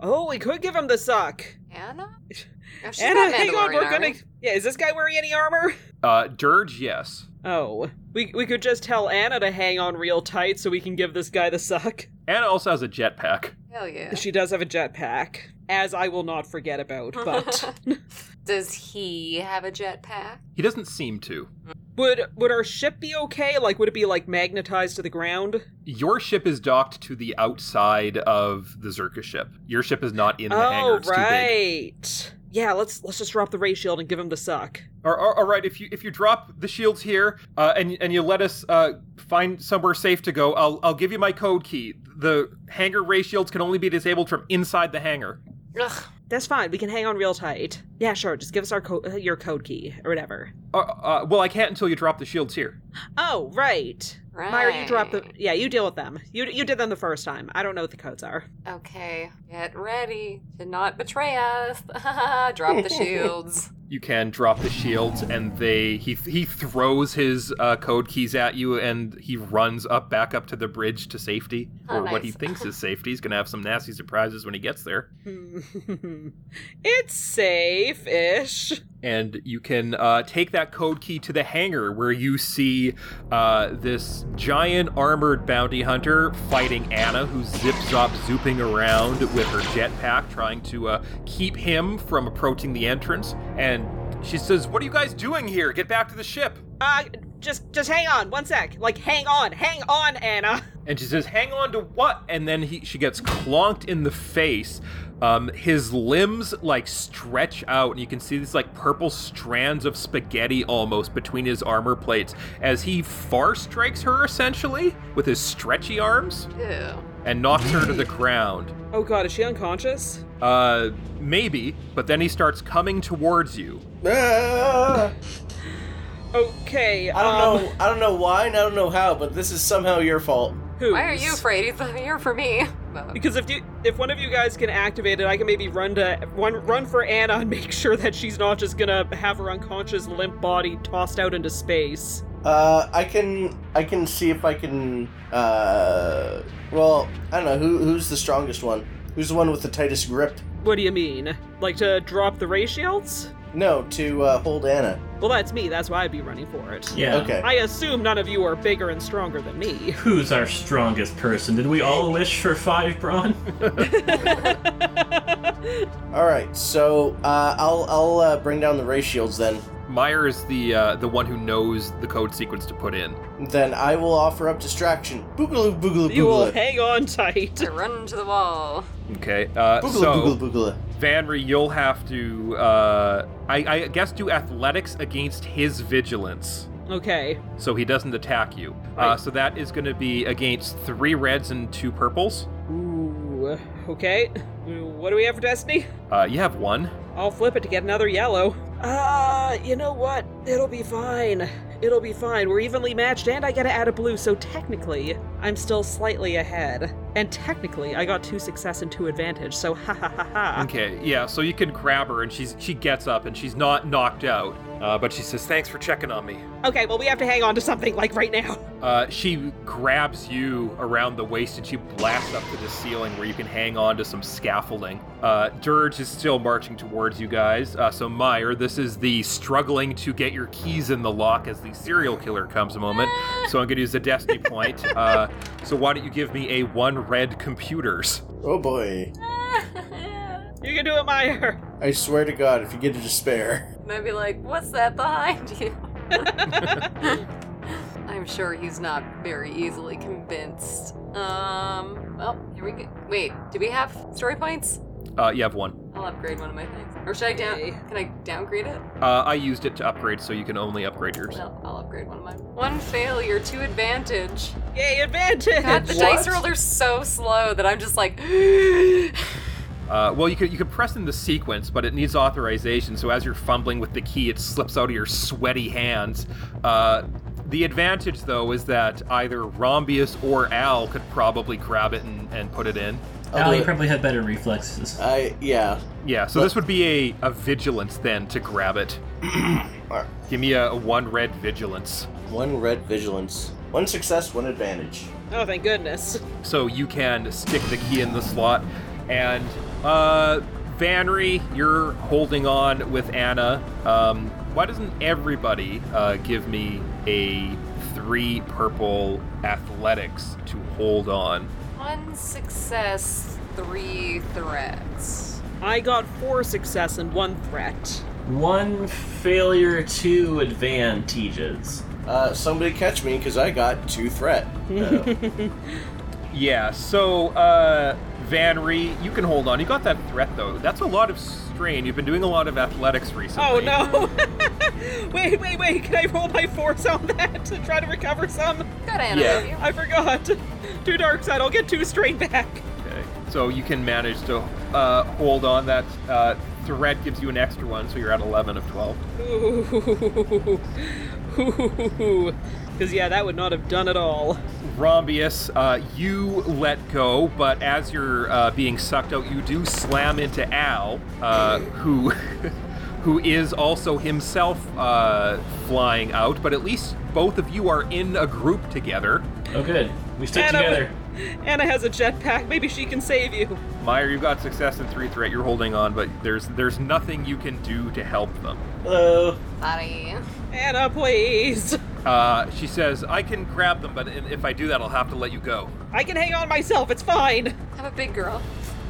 oh we could give him the suck
Anna? Oh, she's
anna
not
hang on
Mandalorian,
we're
are
gonna
we?
yeah is this guy wearing any armor
Uh, Dirge, yes.
Oh, we we could just tell Anna to hang on real tight so we can give this guy the suck.
Anna also has a jetpack.
Hell yeah.
She does have a jetpack, as I will not forget about. But
Does he have a jetpack?
He doesn't seem to.
would would our ship be okay? Like, would it be like magnetized to the ground?
Your ship is docked to the outside of the Zerka ship. Your ship is not in the hangar.
oh,
It's too big.
right. Yeah, let's let's just drop the ray shield and give him the suck.
Or, or, all right, if you if you drop the shields here uh, and and you let us uh, find somewhere safe to go, I'll I'll give you my code key. The hangar ray shields can only be disabled from inside the hangar.
Ugh.
That's fine. We can hang on real tight. Yeah, sure. Just give us our co- uh, your code key or whatever.
Uh, uh, well, I can't until you drop the shields here.
Oh, right.
Right.
Myra, you drop the yeah. You deal with them. You you did them the first time. I don't know what the codes are.
Okay, get ready to not betray us. drop the shields.
You can drop the shields, and they he he throws his uh, code keys at you, and he runs up back up to the bridge to safety,
Oh,
or what he
nice.
thinks is safety. He's gonna have some nasty surprises when he gets there.
it's safe ish.
and you can uh, take that code key to the hangar where you see uh, this giant armored bounty hunter fighting Anna, who's zip zop zooping around with her jetpack, trying to uh, keep him from approaching the entrance. And she says, What are you guys doing here? Get back to the ship.
Uh, just just hang on one sec. Like, hang on, hang on, Anna.
And she says, Hang on to what? And then he, she gets clonked in the face. Um, his limbs like stretch out, and you can see these like purple strands of spaghetti almost between his armor plates as he far strikes her essentially with his stretchy arms
Ew.
and knocks her to the ground.
Oh God, is she unconscious?
Uh, maybe, but then he starts coming towards you.
Ah!
Okay.
I
um,
don't know. I don't know why, and I don't know how, but this is somehow your fault.
Who?
Why are you afraid? He's not here for me. But-
Because if you if one of you guys can activate it, I can maybe run to one run for Anna and make sure that she's not just gonna have her unconscious limp body tossed out into space.
Uh, I can. I can see if I can. Uh, well, I don't know who. Who's the strongest one? Who's the one with the tightest grip?
What do you mean? Like to drop the ray shields?
No, to uh, hold Anna.
Well, that's me. That's why I'd be running for it.
Yeah.
Okay.
I assume none of you are bigger and stronger than me.
Who's our strongest person? Did we all wish for five, Braun?
All right. So uh, I'll I'll uh, bring down the ray shields then.
Meyer is the uh, the one who knows the code sequence to put in.
Then I will offer up distraction. Boogaloo, boogaloo,
you will
boogaloo.
hang on tight.
to run to the wall.
Okay. Uh,
Boogaloo,
so
boogaloo, boogaloo.
Vanry, you'll have to uh, I, I guess do athletics against his vigilance.
Okay.
So he doesn't attack you. Uh,
Right.
so that is going to be against three reds and two purples.
Ooh. Okay. What do we have for Destiny?
Uh, you have one.
I'll flip it to get another yellow. Uh, you know what? It'll be fine. It'll be fine. We're evenly matched, and I gotta add a blue, so technically, I'm still slightly ahead. And technically, I got two success and two advantage, so ha ha ha ha.
Okay, yeah. So you can grab her, and she's she gets up, and she's not knocked out. Uh, but she says, "Thanks for checking on me."
Okay, well, we have to hang on to something, like, right now.
Uh, she grabs you around the waist and she blasts up to the ceiling where you can hang on to some scaffolding. Uh, Dirge is still marching towards you guys. Uh, so, Meyer, this is the struggling to get your keys in the lock as the serial killer comes moment. So, I'm going to use a destiny point. Uh, so, why don't you give me a one red computers?
Oh boy!
You can do it, Meyer.
I swear to God, if you get a despair,
And I'd be like, what's that behind you? I'm sure he's not very easily convinced. Um, well, here we go. Wait, do we have story points?
Uh, you have one.
I'll upgrade one of my things. Or should I down?
Okay.
Can I downgrade it?
Uh, I used it to upgrade, so you can only upgrade yours.
No, I'll upgrade one of mine. One failure, two advantage.
Yay, advantage!
God, the dice rollers are so slow that I'm just like, okay,
Uh, well, you could you could press in the sequence, but it needs authorization. So as you're fumbling with the key, it slips out of your sweaty hands. Uh, the advantage, though, is that either Rombius or Al could probably grab it and, and put it in.
I'll
Al,
do
you
it.
probably had better reflexes.
I yeah.
Yeah. So
But-
this would be a, a vigilance then to grab it.
Alright.
Give me a, a one red vigilance.
One red vigilance. One success, one advantage.
Oh, thank goodness.
So you can stick the key in the slot. And uh, Vanry, you're holding on with Anna. Um, why doesn't everybody uh, give me a three purple athletics to hold on?
one success, three threats.
I got four success and one threat.
One failure, two advantages.
Uh, somebody catch me, cause I got two threat. Uh,
Yeah. So uh, Vanry, you can hold on. You got that threat though. That's a lot of strain. You've been doing a lot of athletics recently.
Oh no! wait, wait, wait! Can I roll my force on that to try to recover some?
Got Anna
Yeah.
with you.
I forgot. Two dark side. I'll get two straight back.
Okay. So you can manage to uh, hold on. That uh, threat gives you an extra one, so you're at 11 of 12.
Ooh, because yeah, that would not have done it all.
Rombius, uh, you let go, but as you're uh, being sucked out, you do slam into Al, uh, who who is also himself uh, flying out. But at least both of you are in a group together.
Oh, good. We stick
Anna,
together.
Anna has a jetpack. Maybe she can save you.
Meyer, you've got success in three threat. You're holding on, but there's there's nothing you can do to help them.
Hello.
Body.
Anna, please.
Uh, she says, "I can grab them, but if I do that, I'll have to let you go."
I can hang on myself. It's fine.
I'm a big girl.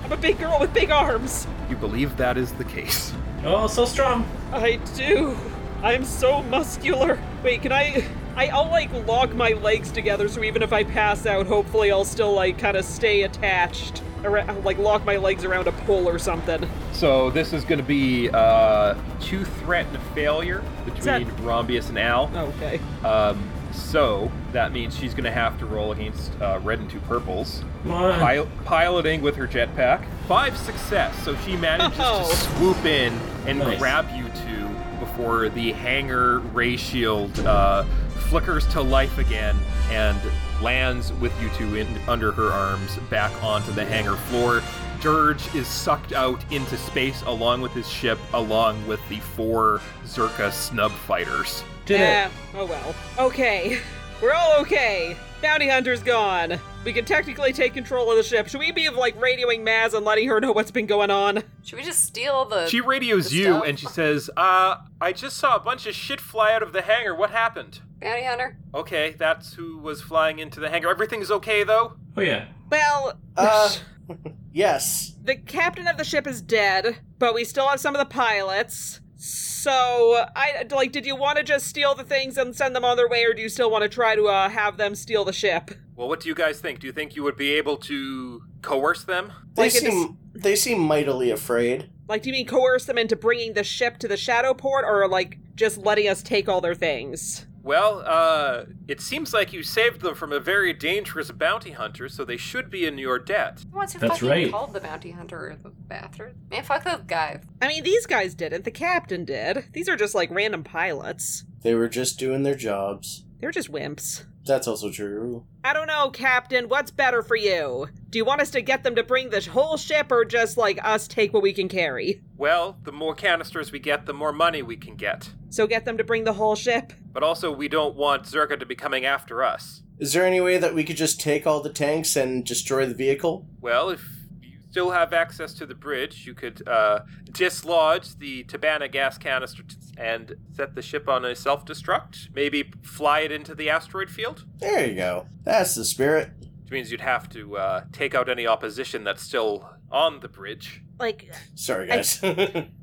I'm a big girl with big arms.
You believe that is the case.
Oh, so strong.
I do. I'm so muscular. Wait, can I? I, I'll like lock my legs together, so even if I pass out, hopefully I'll still like kind of stay attached. Around, like lock my legs around a pole or something.
So this is going to be uh, two threat and a failure
that-
between Rombius and Al.
Okay.
Um, so that means she's going to have to roll against uh, red and two purples.
Come on.
Pil- piloting with her jetpack, five success. So she manages
Oh.
to swoop in and
Nice.
grab you two before the hangar ray shield uh, flickers to life again and lands with you two in, under her arms back onto the hangar floor. Dirge is sucked out into space along with his ship, along with the four Zerka snub fighters.
Did it.
Eh, oh well. Okay. We're all okay. bounty hunter's gone. We can technically take control of the ship. Should we be like radioing Maz and letting her know what's been going on?
Should we just steal the?
She radios
Uh, the
you
stuff?
and she says, uh, I just saw a bunch of shit fly out of the hangar. What happened?
bounty hunter.
Okay, that's who was flying into the hangar. Everything's okay though?
Oh yeah.
Well,
Uh, yes.
the captain of the ship is dead, but we still have some of the pilots. So, I like. Did you want to just steal the things and send them on their way, or do you still want to try to uh, have them steal the ship?
Well, what do you guys think? Do you think you would be able to coerce them?
They
Like it is-
seem they seem mightily afraid.
Like, do you mean coerce them into bringing the ship to the shadow port, or like just letting us take all their things?
Well, uh, it seems like you saved them from a very dangerous bounty hunter, so they should be in your debt.
Once you
That's
fucking
right.
called the bounty hunter the bastard. Man, fuck those guys.
I mean, these guys didn't. The captain did. These are just like random pilots.
They were just doing their jobs.
They're just wimps.
That's also true.
I don't know, Captain. What's better for you? Do you want us to get them to bring the whole ship, or just like us take what we can carry?
Well, the more canisters we get, the more money we can get.
So get them to bring the whole ship.
But also, we don't want Zerka to be coming after us.
Is there any way that we could just take all the tanks and destroy the vehicle?
Well, if you still have access to the bridge, you could uh, dislodge the Tabana gas canister t- and set the ship on a self destruct. Maybe fly it into the asteroid field?
There you go. That's the spirit.
Which means you'd have to uh, take out any opposition that's still on the bridge.
Like,
Sorry,
I-
guys.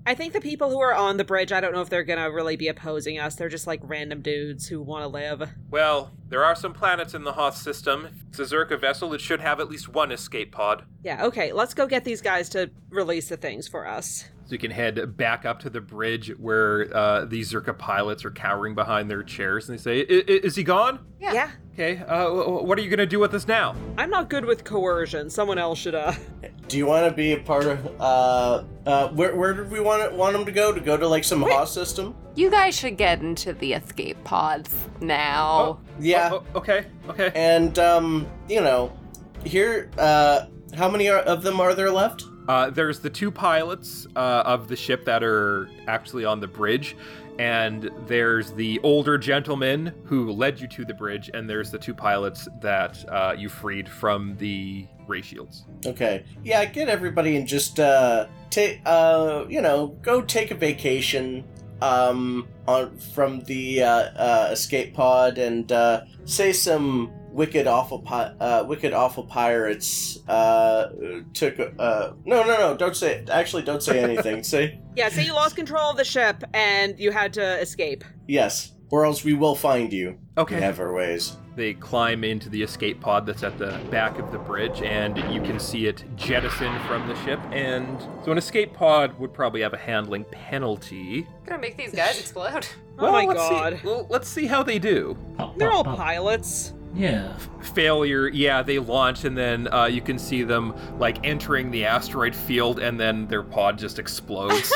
I think the people who are on the bridge, I don't know if they're gonna really be opposing us. They're just like random dudes who want to live.
Well, there are some planets in the Hoth system. If it's a Zerka vessel, it should have at least one escape pod.
Yeah, okay, let's go get these guys to release the things for us.
So you can head back up to the bridge where uh, the Zerka pilots are cowering behind their chairs and they say, "I- I- Is he gone?
Yeah.
yeah.
Okay, uh, wh- wh- what are you going to do with us now?
I'm not good with coercion. Someone else should, uh.
Do you want to be a part of? Uh, uh, where where did we want it, want them to go? To go to like some Haas system?
You guys should get into the escape pods now.
Yeah.
Oh, oh, okay, okay.
And um, you know, here. Uh, how many are, of them are there left?
Uh, there's the two pilots uh, of the ship that are actually on the bridge, and there's the older gentleman who led you to the bridge, and there's the two pilots that uh, you freed from the ray shields.
Okay. Yeah, get everybody and just uh take uh you know, go take a vacation um on from the uh, uh escape pod and uh say some wicked awful pi- uh wicked awful pirates uh took uh no no no don't say it. actually don't say anything say
Yeah, say you lost control of the ship and you had to escape.
yes or else we will find you
Okay.
in ever ways
They climb into the escape pod that's at the back of the bridge, and you can see it jettison from the ship. And so, an escape pod would probably have a handling penalty.
Gonna make these guys explode.
Oh my
let's see-
god.
well, let's see how they do.
Pop,
They're all
pop, pop.
pilots.
Yeah.
failure yeah they launch and then uh, you can see them like entering the asteroid field and then their pod just explodes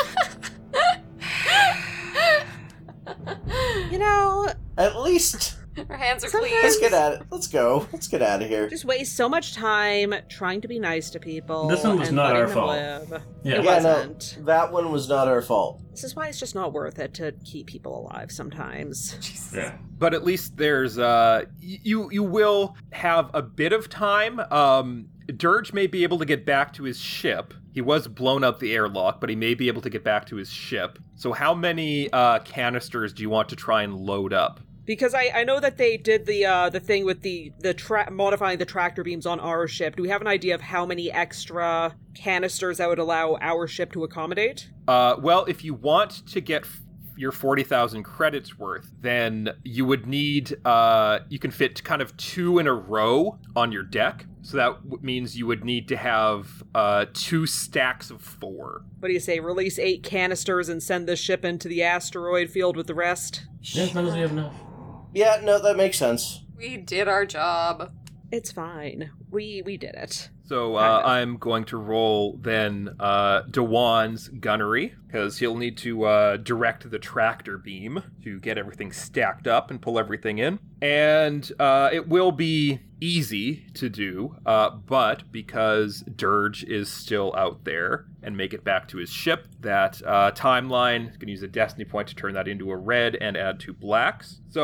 You know,
at least
Our hands are
let's
clean.
get at it let's go let's get out of here
just waste so much time trying to be nice to people.
This one was
and
not
letting
our
them
fault.
live.
Yeah.
It
Yeah, no.
wasn't.
that one was not our fault
This is why it's just not worth it to keep people alive sometimes.
Yeah.
but at least there's uh y- you you will have a bit of time um dirge may be able to get back to his ship he was blown up the airlock but he may be able to get back to his ship so how many uh canisters do you want to try and load up
Because I, I know that they did the uh, the thing with the the tra- modifying the tractor beams on our ship. Do we have an idea of how many extra canisters that would allow our ship to accommodate?
Uh, well, if you want to get f- your 40,000 credits worth, then you would need, uh, you can fit kind of two in a row on your deck. So that w- means you would need to have uh, two stacks of four.
What do you say? Release eight canisters and send this ship into the asteroid field with the rest.
Yeah, as long as we have enough.
yeah no that makes sense
We did our job.
It's fine. We we did it.
So uh, I'm going to roll then uh, Dewan's gunnery because he'll need to uh, direct the tractor beam to get everything stacked up and pull everything in. And uh, it will be easy to do, uh, but because Dirge is still out there and make it back to his ship, that uh, timeline is going to use a destiny point to turn that into a red and add two blacks. So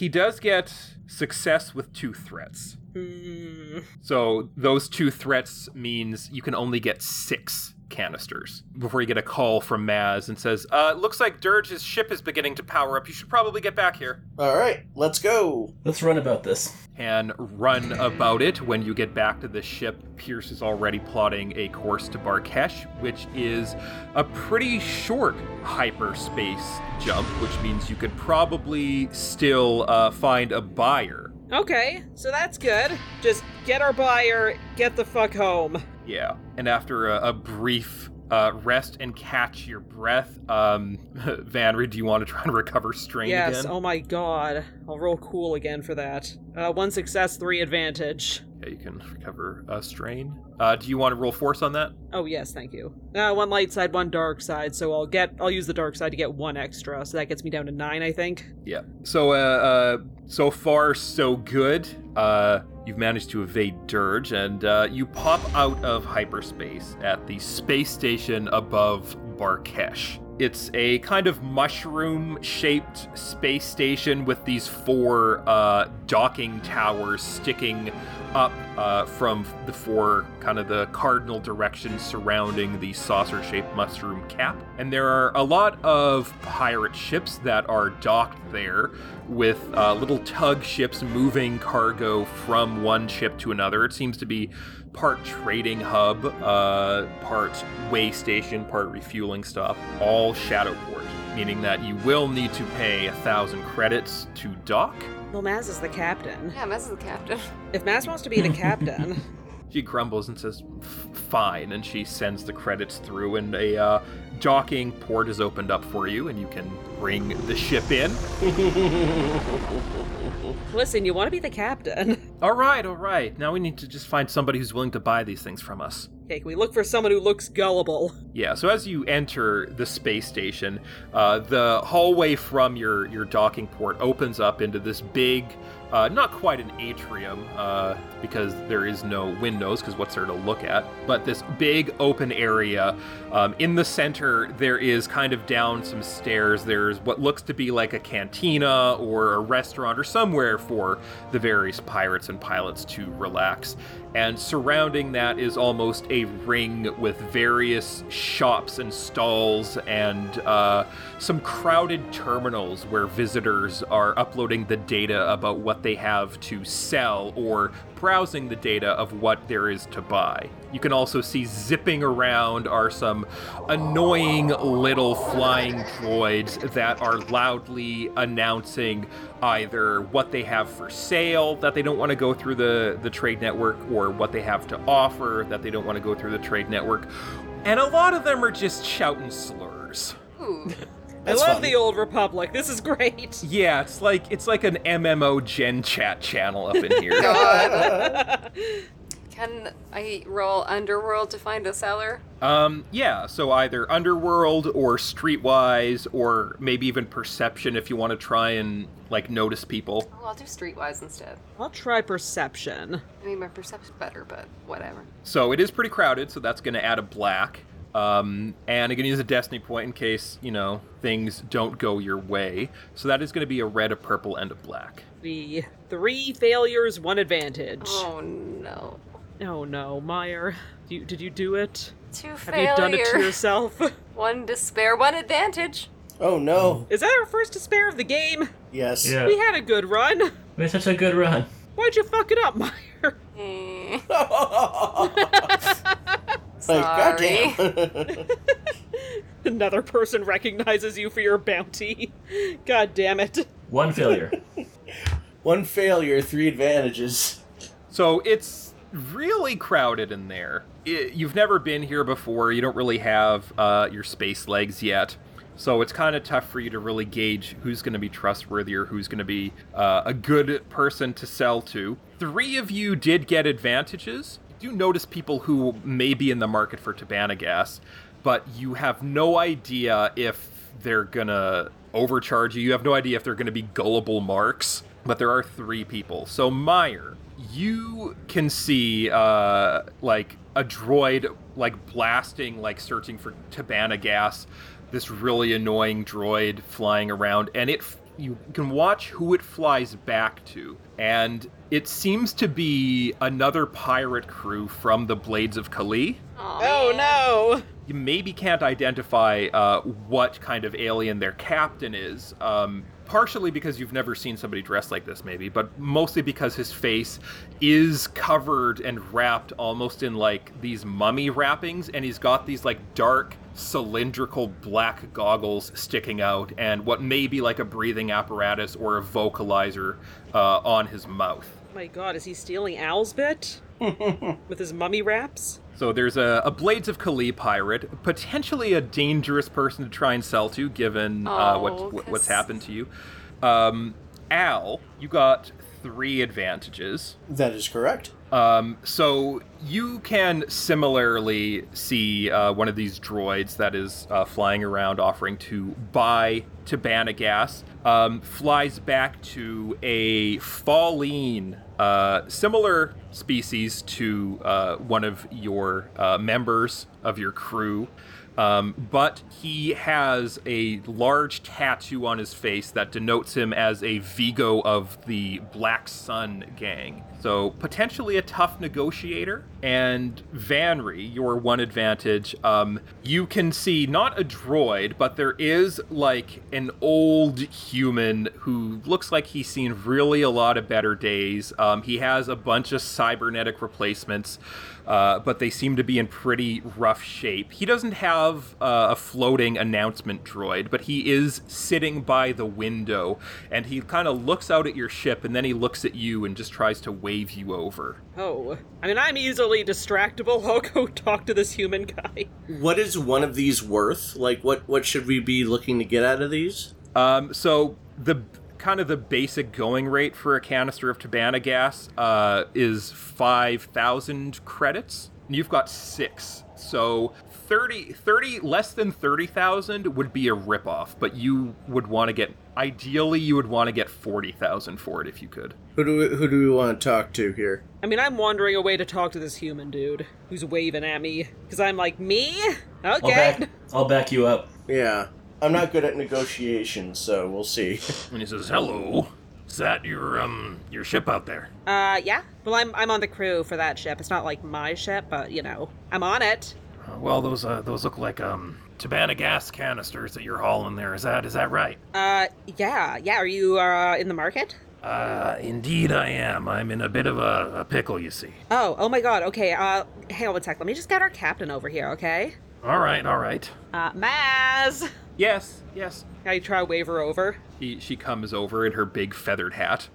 he does get success with two threats.
Mm,
So those two threats means you can only get six canisters before you get a call from Maz and says, uh, "Looks like Dirge's ship is beginning to power up. You should probably get back here."
All right, let's go.
Let's run about this.
And run about it when you get back to the ship. Pierce is already plotting a course to Barkesh, which is a pretty short hyperspace jump, which means you could probably still uh, find a buyer.
okay, so that's good. Just get our buyer, get the fuck home.
Yeah. And after a, a brief uh, rest and catch your breath, um, Vanry, do you want to try and recover strain
yes,
again?
oh my god. I'll roll cool again for that. Uh, one success, three advantage.
Yeah, you can recover uh, strain. Uh, do you want to roll force on that?
Oh yes, thank you. Uh, one light side, one dark side. So I'll get, I'll use the dark side to get one extra. So that gets me down to nine, I think.
Yeah. So, uh, uh, so far, so good. Uh, you've managed to evade Dirge, and uh, you pop out of hyperspace at the space station above Barkesh. It's a kind of mushroom shaped space station with these four uh, docking towers sticking up uh, from the four kind of the cardinal directions surrounding the saucer shaped mushroom cap. And there are a lot of pirate ships that are docked there with uh, little tug ships moving cargo from one ship to another. It seems to be part trading hub, uh, part way station, part refueling stop, all Shadowport, meaning that you will need to pay a thousand credits to dock.
Well, Maz is the captain.
Yeah, Maz is the captain.
If Maz wants to be the captain,
She grumbles and says, "F- "Fine," and she sends the credits through, and a uh, docking port is opened up for you, and you can bring the ship in.
listen, you want to be the captain.
All right, all right. Now we need to just find somebody who's willing to buy these things from us.
Okay, can we look for someone who looks gullible?
Yeah, so as you enter the space station, uh, the hallway from your, your docking port opens up into this big, uh, not quite an atrium, uh, because there is no windows, because what's there to look at, but this big open area. Um, in the center, there is kind of down some stairs, there's what looks to be like a cantina or a restaurant or somewhere for the various pirates and pilots to relax and surrounding that is almost a ring with various shops and stalls and uh, some crowded terminals where visitors are uploading the data about what they have to sell or browsing the data of what there is to buy. You can also see zipping around are some annoying little flying droids that are loudly announcing either what they have for sale that they don't want to go through the, the trade network or what they have to offer that they don't want to go through the trade network. And a lot of them are just shouting slurs.
Ooh.
That's
I love
fun.
the old republic. This is great.
Yeah, it's like it's like an MMO Gen Chat channel up in here.
Can I roll Underworld to find a seller?
um, yeah, so either Underworld or Streetwise or maybe even Perception if you want to try and like notice people.
Oh, I'll do Streetwise instead.
I'll try perception.
I mean, my perception's better, but whatever.
So it is pretty crowded, so that's going to add a black. Um, and I'm going to use a destiny point in case, you know, things don't go your way. So that is going to be a red, a purple, and a black.
The three failures, one advantage.
Oh no.
Oh no, Meyer. You, did you do it?
Two
Have you done it to
failures.
yourself?
One despair, one advantage.
Oh no.
Is that our first despair of the game?
Yes.
Yeah.
We had a good run.
We had such a good run.
Why'd you fuck it up, Meyer?
Eh, sorry.
Like, goddamn.
Another person recognizes you for your bounty. God damn it.
One failure.
One failure, three advantages.
So it's really crowded in there. I you've never been here before. You don't really have uh, your space legs yet. So it's kind of tough for you to really gauge who's going to be trustworthy or who's going to be uh, a good person to sell to. Three of you did get advantages. do notice people who may be in the market for Tabanagas, but you have no idea if they're gonna overcharge you. You have no idea if they're gonna be gullible marks. But there are three people. So Meyer, you can see uh, like a droid like blasting, like searching for Tabana gas. This really annoying droid flying around, and it f- you can watch who it flies back to, and it seems to be another pirate crew from the Blades of Kali
Oh no!
you maybe can't identify uh, what kind of alien their captain is. Um, partially because you've never seen somebody dressed like this, maybe, but mostly because his face is covered and wrapped almost in like these mummy wrappings, and he's got these like dark cylindrical black goggles sticking out, and what may be like a breathing apparatus or a vocalizer uh, on his mouth.
Oh My God, is he stealing Owl's bit with his mummy wraps?
So there's a, a Blades of Kali pirate, potentially a dangerous person to try and sell to, given uh,
Oh,
what, what what's
'cause-
happened to you. Um, Al, you got three advantages.
That is correct.
Um, so you can similarly see uh, one of these droids that is uh, flying around offering to buy Tabanagas um, flies back to a Falline, uh, similar species to uh, one of your uh, members of your crew. Um, but he has a large tattoo on his face that denotes him as a Vigo of the Black Sun gang. So potentially a tough negotiator. And Vanry, your one advantage, um, you can see not a droid, but there is like an old human who looks like he's seen really a lot of better days. Um, he has a bunch of cybernetic replacements uh, but they seem to be in pretty rough shape. He doesn't have uh, a floating announcement droid, but he is sitting by the window, and he kind of looks out at your ship, and then he looks at you and just tries to wave you over.
Oh, I mean, I'm easily distractible. I'll go talk to this human guy.
What is one of these worth? Like, what what should we be looking to get out of these?
Um, so the kind of the basic going rate for a canister of Tabana gas uh, is five thousand credits. And you've got six, so. 30, 30 less than 30,000 would be a ripoff, but you would want to get, ideally, you would want to get 40,000 for it if you could.
Who do we, who do we want to talk to here?
I mean, I'm wandering away to talk to this human dude who's waving at me because I'm like, me?
I'll
Okay.
back. I'll back you up.
Yeah, I'm not good at negotiations, so we'll see.
And he says, hello, is that your, um, your ship out there?
Uh, yeah. Well, I'm I'm on the crew for that ship. It's not like my ship, but you know, I'm on it.
well, those, uh, those look like, um, Tabana gas canisters that you're hauling there, is that, is that right?
Uh, yeah, yeah. Are you uh in the market?
Uh, indeed I am. I'm in a bit of a, a pickle, you see.
Oh, oh my God. Okay. Uh, hang on one sec. Let me just get our captain over here. Okay.
All right, all right.
Uh, Maz.
Yes, yes.
I try to wave her over.
He, she comes over in her big feathered hat.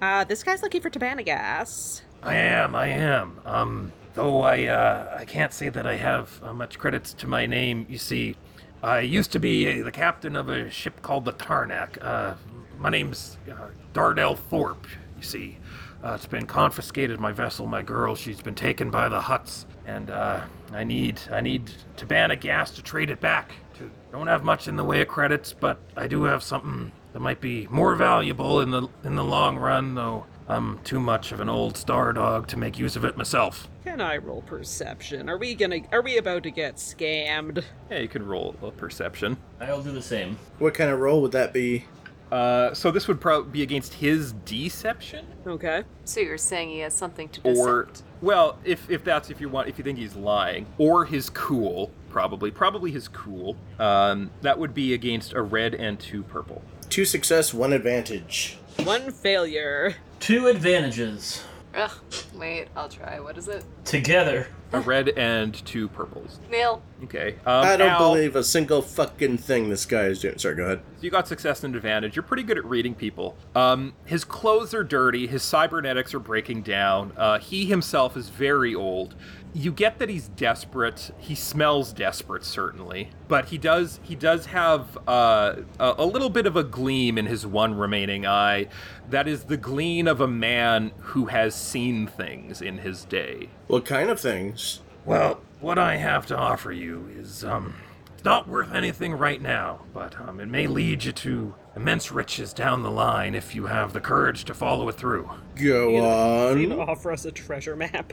Uh, this guy's looking for Tabanagas.
I am, I am. Um, though I, uh, I can't say that I have uh, much credits to my name. You see, I used to be uh, the captain of a ship called the Tarnak. Uh, my name's uh, Dardell Thorpe, you see. Uh, it's been confiscated, my vessel, my girl. She's been taken by the Huts, and, uh, I need, I need Tabana gas to trade it back. To, don't have much in the way of credits, but I do have something that might be more valuable in the in the long run, though I'm too much of an old star dog to make use of it myself.
Can I roll perception? Are we gonna? Are we about to get scammed?
Yeah, you can roll a perception.
I'll do the same.
what kind of role would that be?
Uh, so this would probably be against his deception,
Okay.
So you're saying he has something to do.
or well, if if that's if you want, if you think he's lying, or his cool, probably, probably his cool. Um, that would be against a red and two purple.
Two success, one advantage.
One failure.
Two advantages
Ugh, wait, I'll try. What is it?
together.
A red and two purples.
Nail.
Okay. Um,
Ah. I don't
Al,
believe a single fucking thing this guy is doing. Sorry, go ahead.
You got success and advantage. You're pretty good at reading people. Um, his clothes are dirty. His cybernetics are breaking down. Uh, he himself is very old. you get that he's desperate. He smells desperate, certainly, but he does he does have uh, a, a little bit of a gleam in his one remaining eye. That is the gleam of a man who has seen things in his day.
What kind of things?
Well, what I have to offer you is um it's not worth anything right now, but um it may lead you to immense riches down the line if you have the courage to follow it through.
Go on.
You know, offer us a treasure map.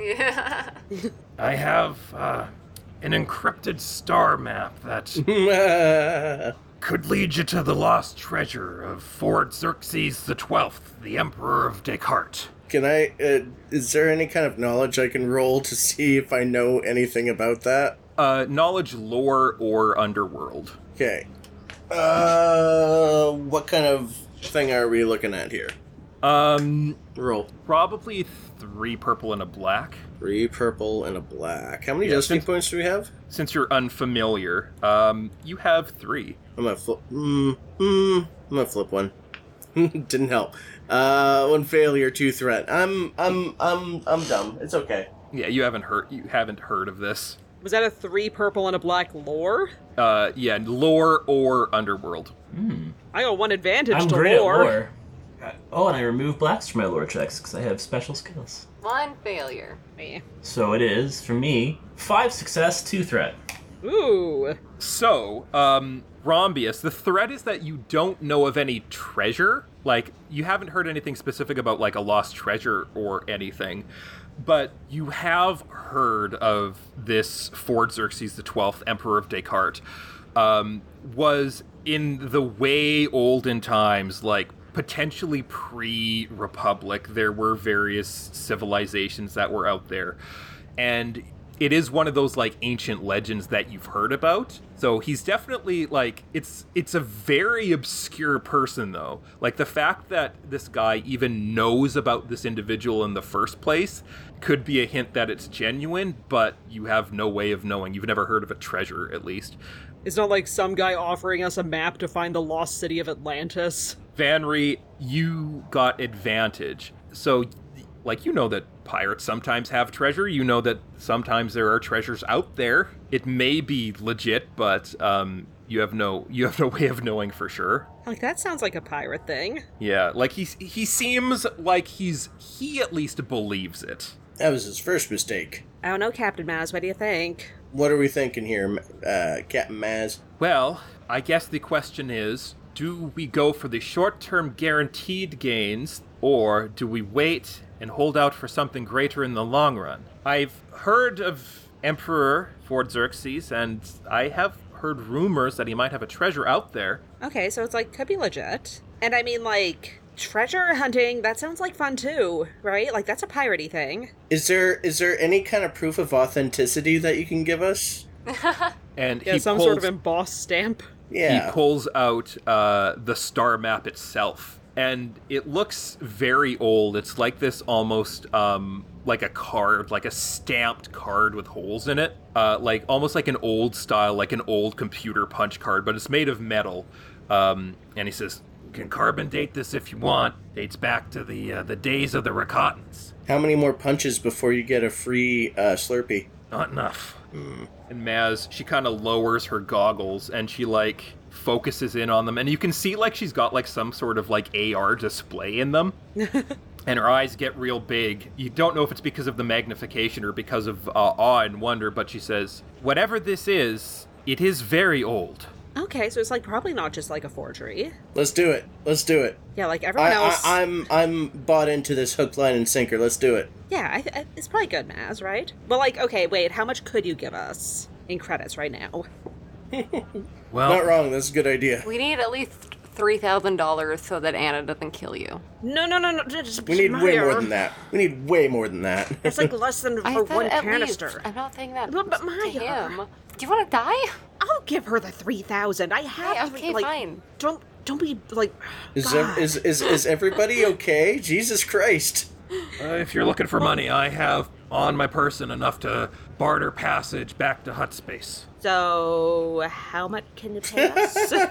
I have uh an encrypted star map that could lead you to the lost treasure of Ford Xerxes the Twelfth, the Emperor of Descartes.
Can I? Uh, is there any kind of knowledge I can roll to see if I know anything about that?
Uh, knowledge, lore, or underworld.
Okay. Uh, what kind of thing are we looking at here?
Um,
Roll
probably three purple and a black.
three purple and a black. How many
Yeah,
destiny
since-
points do we have?
Since you're unfamiliar, um, you have three.
I'm gonna flip. Mm, mm, I'm gonna flip one. Didn't help. Uh, one failure, two threat. I'm, I'm, I'm, I'm dumb. It's okay.
Yeah, you haven't heard you haven't heard of this.
Was that a three purple and a black lore?
Uh, yeah, lore or underworld.
Hmm.
I got one advantage
I'm
to
great at
lore.
lore. Oh, and I remove blacks from my lore checks because I have special skills.
One failure.
Eh.
So it is for me five success, two threat.
Ooh.
So, um, Rombius, the threat is that you don't know of any treasure. Like, you haven't heard anything specific about, like, a lost treasure or anything. But you have heard of this Ford Xerxes the Twelfth, Emperor of Descartes, um, was in the way olden times, like, potentially pre Republic, there were various civilizations that were out there. And it is one of those like ancient legends that you've heard about. So he's definitely like it's it's a very obscure person though. Like the fact that this guy even knows about this individual in the first place could be a hint that it's genuine, but you have no way of knowing. You've never heard of a treasure at least.
It's not like some guy offering us a map to find the lost city of Atlantis.
Vanry, you got advantage. So, like, you know that pirates sometimes have treasure. You know that sometimes there are treasures out there. It may be legit, but um, you have no you have no way of knowing for sure.
Like, that sounds like a pirate thing.
Yeah, like he he seems like he's he at least believes it.
That was his first mistake.
I don't know, Captain Maz. What do you think?
What are we thinking here, M- uh, Captain Maz?
Well, I guess the question is do we go for the short term guaranteed gains, or do we wait and hold out for something greater in the long run? I've heard of Emperor Ford Xerxes, and I have heard rumors that he might have a treasure out there.
Okay, so it's like, could be legit. And I mean, like, treasure hunting, that sounds like fun too, right? Like, that's a piratey thing.
Is there is there any kind of proof of authenticity that you can give us?
And
Yeah,
he,
some
pulls,
sort of embossed stamp.
he
Yeah.
pulls out uh, the star map itself. And it looks very old. It's like this almost um, like a card, like a stamped card with holes in it. Uh, like almost like an old style, like an old computer punch card, but it's made of metal. Um, and he says, "You can carbon date this if you want. Dates back to the uh, the days of the Rakatans.
How many more punches before you get a free uh, Slurpee?
Not enough. And Maz, she kind of lowers her goggles and she like focuses in on them, and you can see like she's got like some sort of like AR display in them. and her eyes get real big. You don't know if it's because of the magnification or because of uh, awe and wonder, but she says, "Whatever this is, it is very old."
Okay, so it's like probably not just like a forgery.
Let's do it. Let's do it.
Yeah, like everyone
I,
else.
I, I'm I'm bought into this hook, line, and sinker. Let's do it.
Yeah, I, I, it's probably good, Maz, right? But like, okay, wait, how much could you give us in credits right now?
Well,
Not wrong. That's a good idea.
We need at least three thousand dollars so that Anna doesn't kill you.
No, no, no, no. Just,
We need way more than that. We need way more than that.
It's like less than
I
for
said
one
at
canister.
least. I'm not saying that.
Well, but
to
Maya.
him. Do you want to die?
I'll give her the three thousand. I have.
Hey,
to be,
okay,
like,
fine.
Don't don't be like.
Is,
God.
ev- is, is, is everybody okay? Jesus Christ.
uh, if you're looking for money, I have on my person enough to barter passage back to Hut Space.
So how much can you pay us?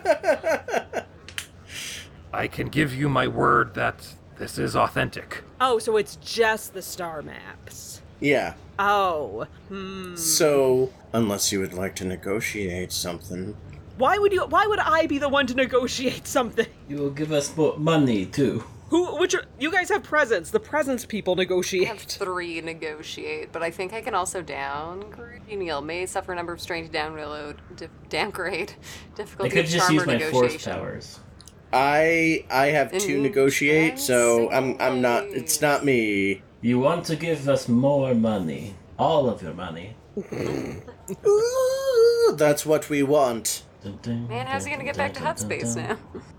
I can give you my word that this is authentic.
oh, so it's just the star maps.
Yeah.
Oh. Hmm.
So, unless you would like to negotiate something,
Why would you? Why would I be the one to negotiate something?
You will give us more money too.
Who? Which? Are, you guys have presents. The presents people
I have
negotiate.
three negotiate, but I think I can also downgrade. Neil may suffer a number of strain to download, di- downgrade
I
difficulty.
could
of
just
charm
use
or
my force
negotiation.
powers.
I I have to
Mm,
negotiate,
I
so
see.
I'm I'm not. It's not me.
You want to give us more money, all of your money.
Ooh, that's what we want.
Dun, dun,
Man, how's he gonna
dun,
get
dun,
back to
dun,
hub
dun,
space
dun.
now?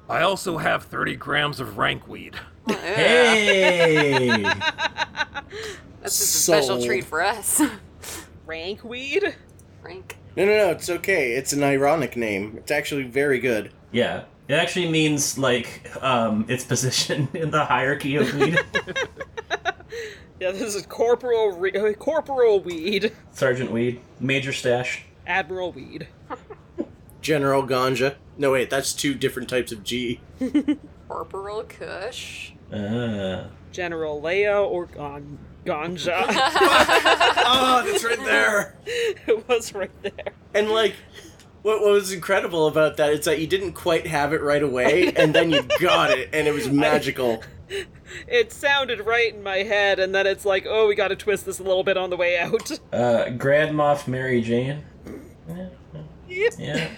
I also have 30 grams of rank weed.
Hey!
That's just a special
Sold.
treat for us.
Rank weed.
Frank.
No, no, no. It's okay. It's an ironic name. It's actually very good.
yeah, it actually means like um, its position in the hierarchy of weed.
Yeah, this is corporal re- corporal weed,
Sergeant Weed, Major Stash.
admiral weed.
General Ganja. No, wait. That's two different types of G.
Corporal Kush.
Uh,
General Leia or Gon- Ganja.
Ah, that's right there.
it was right there.
And like, what, what was incredible about that is that you didn't quite have it right away, and then you got it, and it was magical.
It sounded right in my head, and then it's like, oh, we gotta twist this a little bit on the way out.
uh, Grand Moff Mary Jane. Yeah,
Yep.
yeah,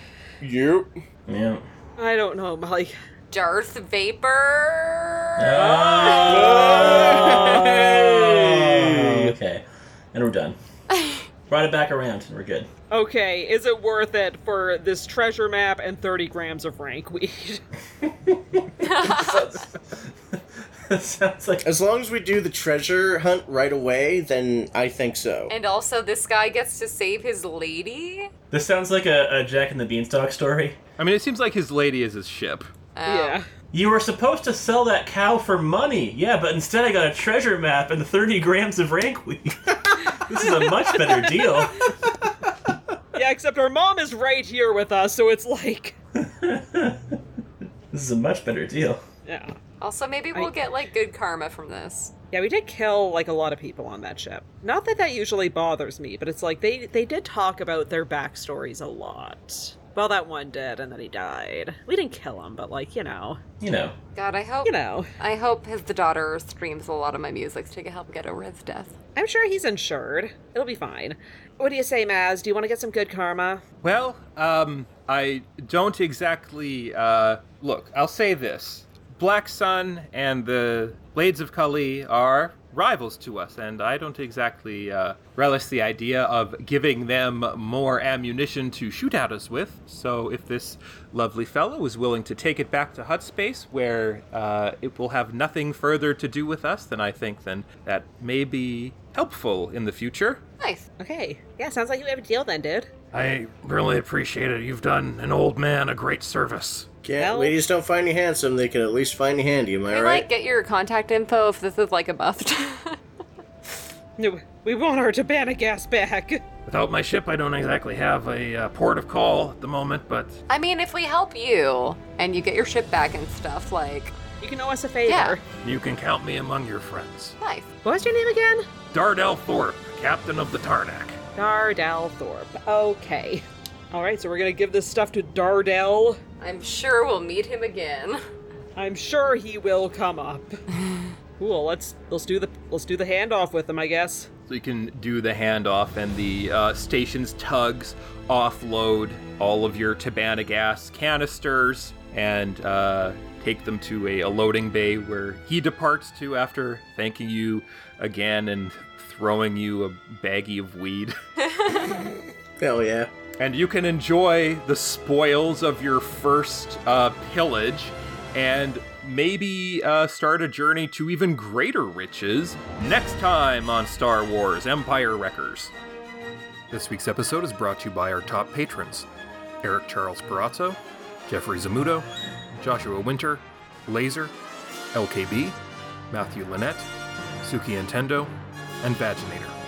Yep.
yeah.
I don't know, Molly.
Darth Vapor.
Oh! okay, and we're done. Brought it back around, and we're good.
Okay, is it worth it for this treasure map and 30 grams of rank weed?
Sounds like
As long as we do the treasure hunt right away, then I think so.
And also, this guy gets to save his lady.
this sounds like a, a Jack and the Beanstalk story.
I mean, it seems like his lady is his ship.
Oh.
Yeah.
You were supposed to sell that cow for money, yeah, but instead I got a treasure map and 30 grams of rank weed. this is a much better deal.
Yeah, except our mom is right here with us, so it's like.
This is a much better deal.
Yeah.
Also, maybe we'll
I-
get like good karma from this.
Yeah, we did kill like a lot of people on that ship. Not that that usually bothers me, but it's like they they did talk about their backstories a lot. Well, that one did, and then he died. We didn't kill him, but like you know,
You know,
God, I hope.
you know,
I hope his the daughter streams a lot of my music to help get over his death.
I'm sure he's insured. It'll be fine. What do you say, Maz? Do you want to get some good karma?
Well, um, I don't exactly. Uh, look, I'll say this Black Sun and the Blades of Kali are rivals to us, and I don't exactly uh, relish the idea of giving them more ammunition to shoot at us with. So if this lovely fellow is willing to take it back to Hut Space, where uh, it will have nothing further to do with us, then I think then that may be helpful in the future.
Nice.
Okay. Yeah, sounds like you have a deal then, dude.
I really appreciate it. You've done an old man a great service.
Yeah,
Well-
ladies don't find you handsome, they can at least find you handy, am I
We
right?
like get your contact info if this is like a buffed.
No, we want our Tabana gas back.
Without my ship, I don't exactly have a uh, port of call at the moment, but
I mean, if we help you and you get your ship back and stuff, like
You can owe us a favor.
Yeah.
you can count me among your friends.
nice.
What was your name again?
Dardell Thorpe, captain of the Tarnak.
Dardell Thorpe. Okay. All right, so we're gonna give this stuff to Dardell.
I'm sure we'll meet him again.
I'm sure he will come up. cool. Let's let's do the let's do the handoff with him, I guess.
So you can do the handoff, and the uh, station's tugs offload all of your Tabana gas canisters and uh, take them to a, a loading bay where he departs to after thanking you again and throwing you a baggie of weed.
Hell yeah.
and you can enjoy the spoils of your first uh, pillage and maybe uh, start a journey to even greater riches next time on Star Wars Empire Wreckers. This week's episode is brought to you by our top patrons Eric Charles Perazzo, Jeffrey Zamuto, Joshua Winter, Laser, LKB, Matthew Lynette, Suki Nintendo, and Vaginator.